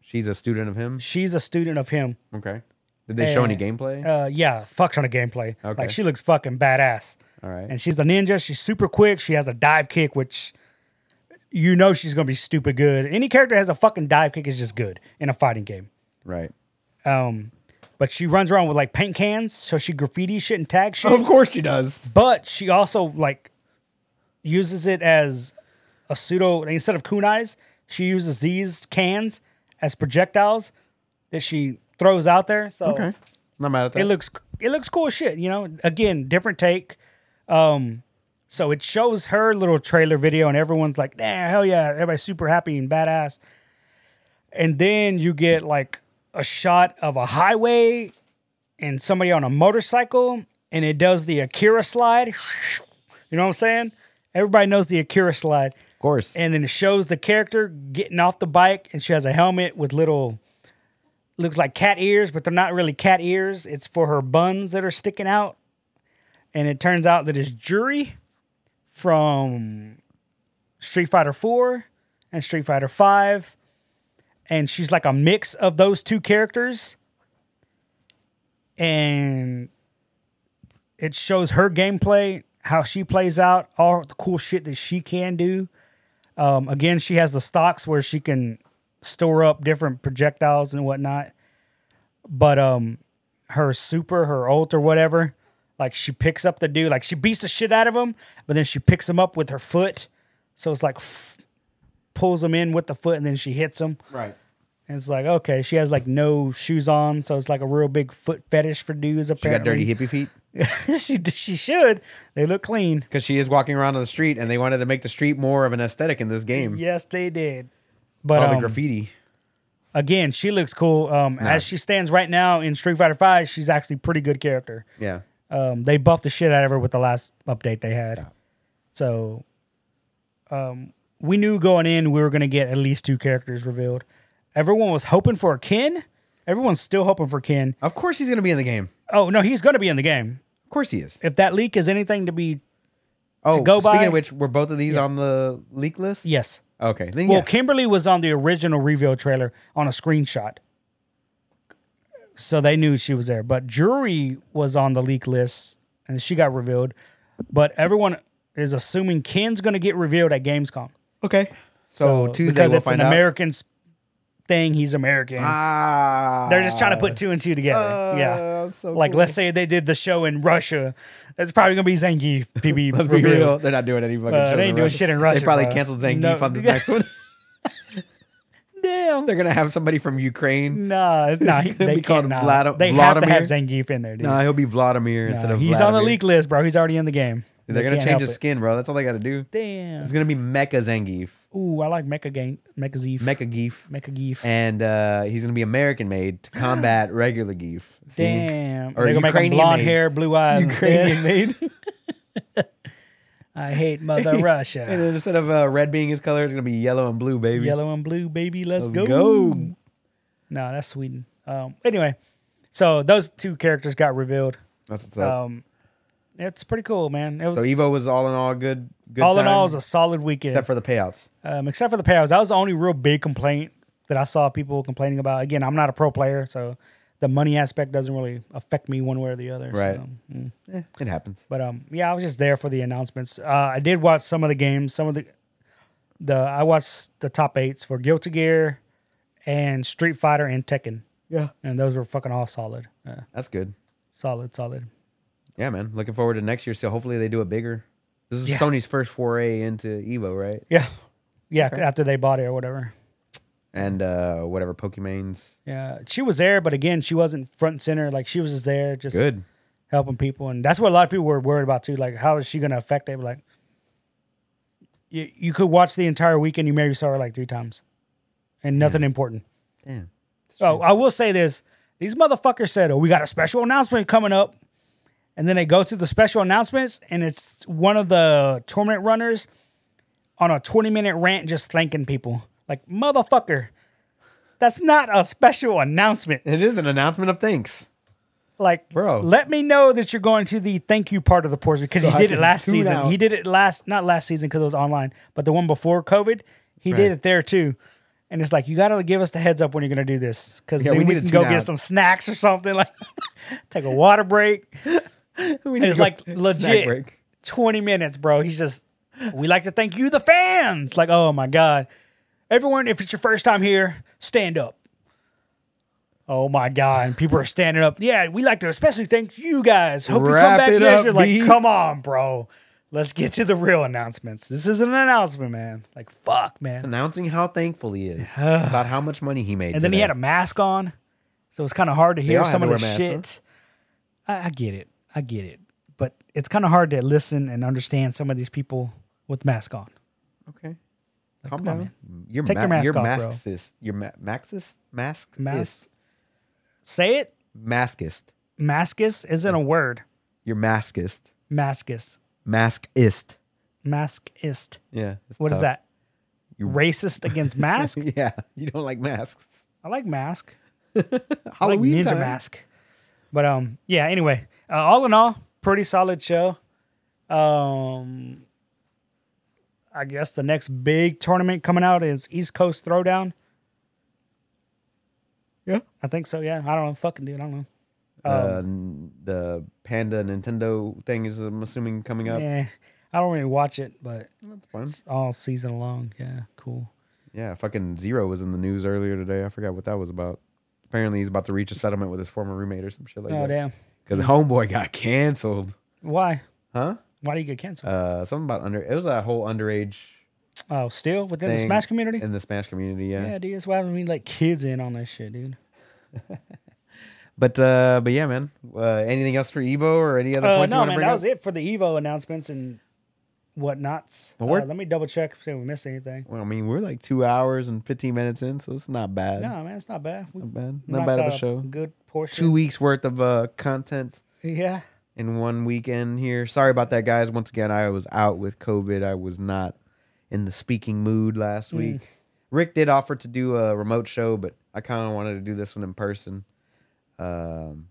She's a student of him. she's a student of him. Okay. Did they show any Uh, gameplay? Uh, yeah, fuck ton of gameplay. Okay. Like she looks fucking badass. All right. and she's a ninja. She's super quick. She has a dive kick, which you know she's gonna be stupid good. Any character that has a fucking dive kick is just good in a fighting game. right. Um, but she runs around with like paint cans, so she graffiti shit and tag shit. Of course she does. But she also like uses it as a pseudo instead of kunais, she uses these cans as projectiles that she throws out there. So Okay. Not mad at that. it looks it looks cool as shit you know again different take um so it shows her little trailer video and everyone's like nah hell yeah everybody's super happy and badass and then you get like a shot of a highway and somebody on a motorcycle and it does the akira slide you know what i'm saying everybody knows the akira slide of course. and then it shows the character getting off the bike and she has a helmet with little looks like cat ears but they're not really cat ears it's for her buns that are sticking out and it turns out that it's jury from street fighter 4 and street fighter 5 and she's like a mix of those two characters and it shows her gameplay how she plays out all the cool shit that she can do um, again, she has the stocks where she can store up different projectiles and whatnot. But um, her super, her ult or whatever, like she picks up the dude, like she beats the shit out of him, but then she picks him up with her foot. So it's like f- pulls him in with the foot and then she hits him. right. And it's like, okay, she has like no shoes on. So it's like a real big foot fetish for dudes, She got dirty apparently. hippie feet [laughs] she, she should. They look clean. because she is walking around on the street, and they wanted to make the street more of an aesthetic in this game. Yes, they did. But All the um, graffiti. again, she looks cool. Um, As she stands right now in Street Fighter Five, she's actually pretty good character. Yeah. Um, they buffed the shit out of her with the last update they had. So, um, we knew going in we were going to get at least two characters revealed. Everyone was hoping for a Ken. Everyone's still hoping for Ken. Of course he's gonna be in the game. Oh no, he's going to be in the game. Of course he is. If that leak is anything to be, Oh, go speaking by- of which, were both of these on the leak list? yes. Okay. Then Well, yeah. Kimberly was on the original reveal trailer on a screenshot. So they knew she was there. But Jury was on the leak list and she got revealed. But everyone is assuming Ken's going to get revealed at Gamescom. Okay. So, Tuesday because we'll it's find an out. American s- thing he's American. Ah, They're just trying to put two and two together. yeah. Like, let's say they did the show in Russia. That's probably going to be Zangief, PB. [laughs] Let's be real. They're not doing any fucking Uh, shows they ain't in doing Russia. shit in Russia. They probably bro. canceled Zangief No. on this [laughs] next one. Damn. They're gonna have somebody from Ukraine. Nah, nah, [laughs] he- It'll they be can't. called Nah. Vlad- they have to have Vladimir. Zangief in there, dude. No, he'll be Vladimir Nah, instead of Uh, he's on the Vladimir. leak list, bro. He's already in the game. They're They gonna can't change help his it. skin, bro. That's all they gotta do. Damn. It's gonna be Mecha Zangief, Ooh, I like Mecha Gang, Mecha Zeef, Mecha Geef, Mecha Geef. and uh, he's gonna be American made [gasps] to combat regular Geef. See? Damn. Or They're gonna make him Ukrainian blonde made. hair, blue eyes. Ukrainian Ukrainian made. [laughs] I hate [laughs] Mother And Russia. then instead of uh, red being his color, it's gonna be yellow and blue, baby. Yellow and blue, baby. Let's, Let's go. go. No, that's Sweden. Um, anyway, so those two characters got revealed. That's what's up. Um, it's pretty cool, man. It was so Evo was all in all good. Good. Oh, all in all, it was time, a solid weekend. except for the payouts. um, except for the payouts. That was the only real big complaint that I saw people complaining about. Again, I'm not a pro player, so the money aspect doesn't really affect me one way or the other. Right. So, mm. Eh, it happens. But um, yeah, I was just there for the announcements. Uh, I did watch some of the games. Some of the the I watched the top eights for Guilty Gear and Street Fighter and Tekken, Yeah, and those were fucking all solid. Uh, that's good. solid, solid. Yeah, man. Looking forward to next year. So hopefully they do it bigger. This is Yeah. Sony's first foray into Evo, right? Yeah, yeah. After they bought it or whatever. And uh, whatever Pokemane's Yeah, she was there, but again, she wasn't front and center. Like she was just there, just good. helping people, and that's what a lot of people were worried about too. Like, how is she going to affect it? Like, you you could watch the entire weekend. You maybe saw her like three times, and nothing important. Damn. Oh, I will say this: these motherfuckers said, "Oh, we got a special announcement coming up," and then they go through the special announcements, and it's one of the tournament runners on a twenty-minute rant, just thanking people. Like, motherfucker, that's not a special announcement. It is an announcement of thanks. Like, Bro. let me know that you're going to the thank you part of the portion because he I did it can last tune season. out. He did it last, not last season because it was online, but the one before COVID, he Right. did it there too. And it's like you got to give us the heads up when you're going to do this because Yeah, we, we need to can go tune get out. some snacks or something. [laughs] Like, take a water break. We It's [laughs] like legit. Twenty minutes, bro. He's just. We like to thank you, the fans. Like, oh my god, everyone! If it's your first time here, stand up. Oh my god, and people are standing up. Yeah, we like to especially thank you guys. Hope you come Wrap back it next up, year. Like, B. come on, bro. Let's get to the real announcements. This isn't an announcement, man. Like, fuck, man. Announcing how thankful he [sighs] is about how much money he made. And then he had a mask on, so it's kind of hard to hear all had some to of the wear masks, shit. I, I get it, I get it, but it's kind of hard to listen and understand some of these people with mask on. okay. Calm come down. on, Your Take your ma- mask your off, bro. maskist. Your ma- maxist mask Mask. Say it. maskist. Maskus isn't a word. Your maskist Maskus. maskist. Maskist. Yeah. it's What is tough. that? Racist [laughs] against mask? Yeah, you don't like masks. I like mask. I like Halloween ninja time. mask. But um, yeah. Anyway, uh, all in all, pretty solid show. Um, I guess the next big tournament coming out is East Coast Throwdown. Yeah. I think so. Yeah. I don't know. Fucking dude. I don't know. uh, Um, n- the Panda Nintendo thing is, I'm assuming, coming up. Yeah. I don't really watch it, but That's fun. it's all season long. Yeah. Cool. Yeah, fucking Zero was in the news earlier today. I forgot what that was about. Apparently, he's about to reach a settlement with his former roommate or some shit like Oh that. damn. Because Homeboy got canceled. Why? Huh? Why do you get canceled? Uh, something about under. It was a whole underage oh, still within the thing Smash community? in the Smash community. Yeah. yeah, dude. That's why we like kids in on that shit, dude. But uh, but yeah, man. Uh, anything else for Evo or any other Uh, points you no, want to man, bring that up? was it for the Evo announcements and whatnots. Well, we're- Uh, let me double check see if we missed anything. Well, I mean, we're like two hours and fifteen minutes in, so it's not bad. No, man, it's not bad. We Not bad. Not knocked bad out of a show. Good portion. Two weeks worth of uh content. Yeah. in one weekend here. Sorry about that, guys. Once again, I was out with COVID. I was not in the speaking mood Mm. last week. Rick did offer to do a remote show, but I kind of wanted to do this one in person. Um,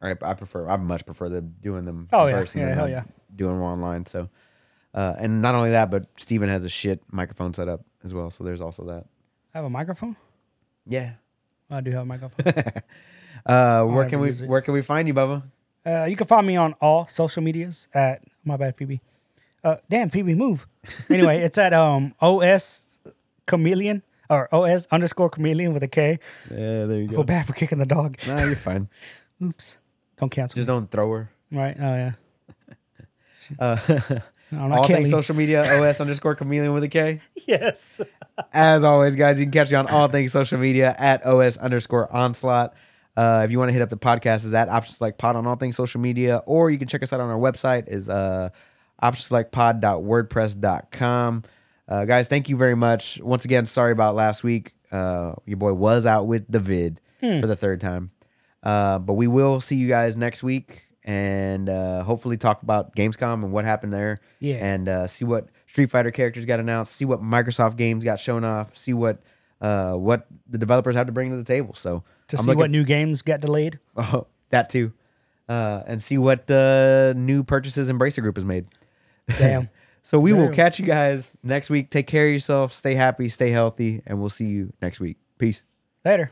I, I prefer, I much prefer them doing them Oh, in yeah. person Yeah, than hell them yeah. doing them online. So, uh, and not only that, but Steven has a shit microphone set up as well. So there's also that. I have a microphone. Yeah. I do have a microphone. [laughs] Uh, where can ever we, use it. where can we find you, Bubba? uh, you can find me on all social medias at my bad Phoebe. [laughs] Uh, damn Phoebe, move. Anyway, it's at um OS Chameleon or os underscore chameleon with a K. Yeah, there you I go. feel bad for kicking the dog. Nah, you're fine. Oops. Don't cancel. Just don't throw her. right. Oh yeah. [laughs] Uh, I don't know. all I can't things leave. social media, OS underscore chameleon with a K. [laughs] Yes. As always, guys, you can catch me on all things social media at OS underscore onslaught. Uh, if you want to hit up the podcast, is at Options Like Pod on all things social media, or you can check us out on our website is uh, optionslikepod.wordpress.com. Uh, guys, thank you very much. Once again, sorry about last week. Uh, your boy was out with the vid for the third time. Uh, but we will see you guys next week and uh, hopefully talk about Gamescom and what happened there. Yeah. And uh, see what Street Fighter characters got announced, see what Microsoft games got shown off, see what uh, what the developers have to bring to the table. So To I'm see looking- what new games got [laughs] delayed. oh, that too. Uh, and see what uh, new purchases Embracer Group has made. Damn. [laughs] So we will Damn. catch you guys next week. Take care of yourself, stay happy, stay healthy, and we'll see you next week. Peace. Later.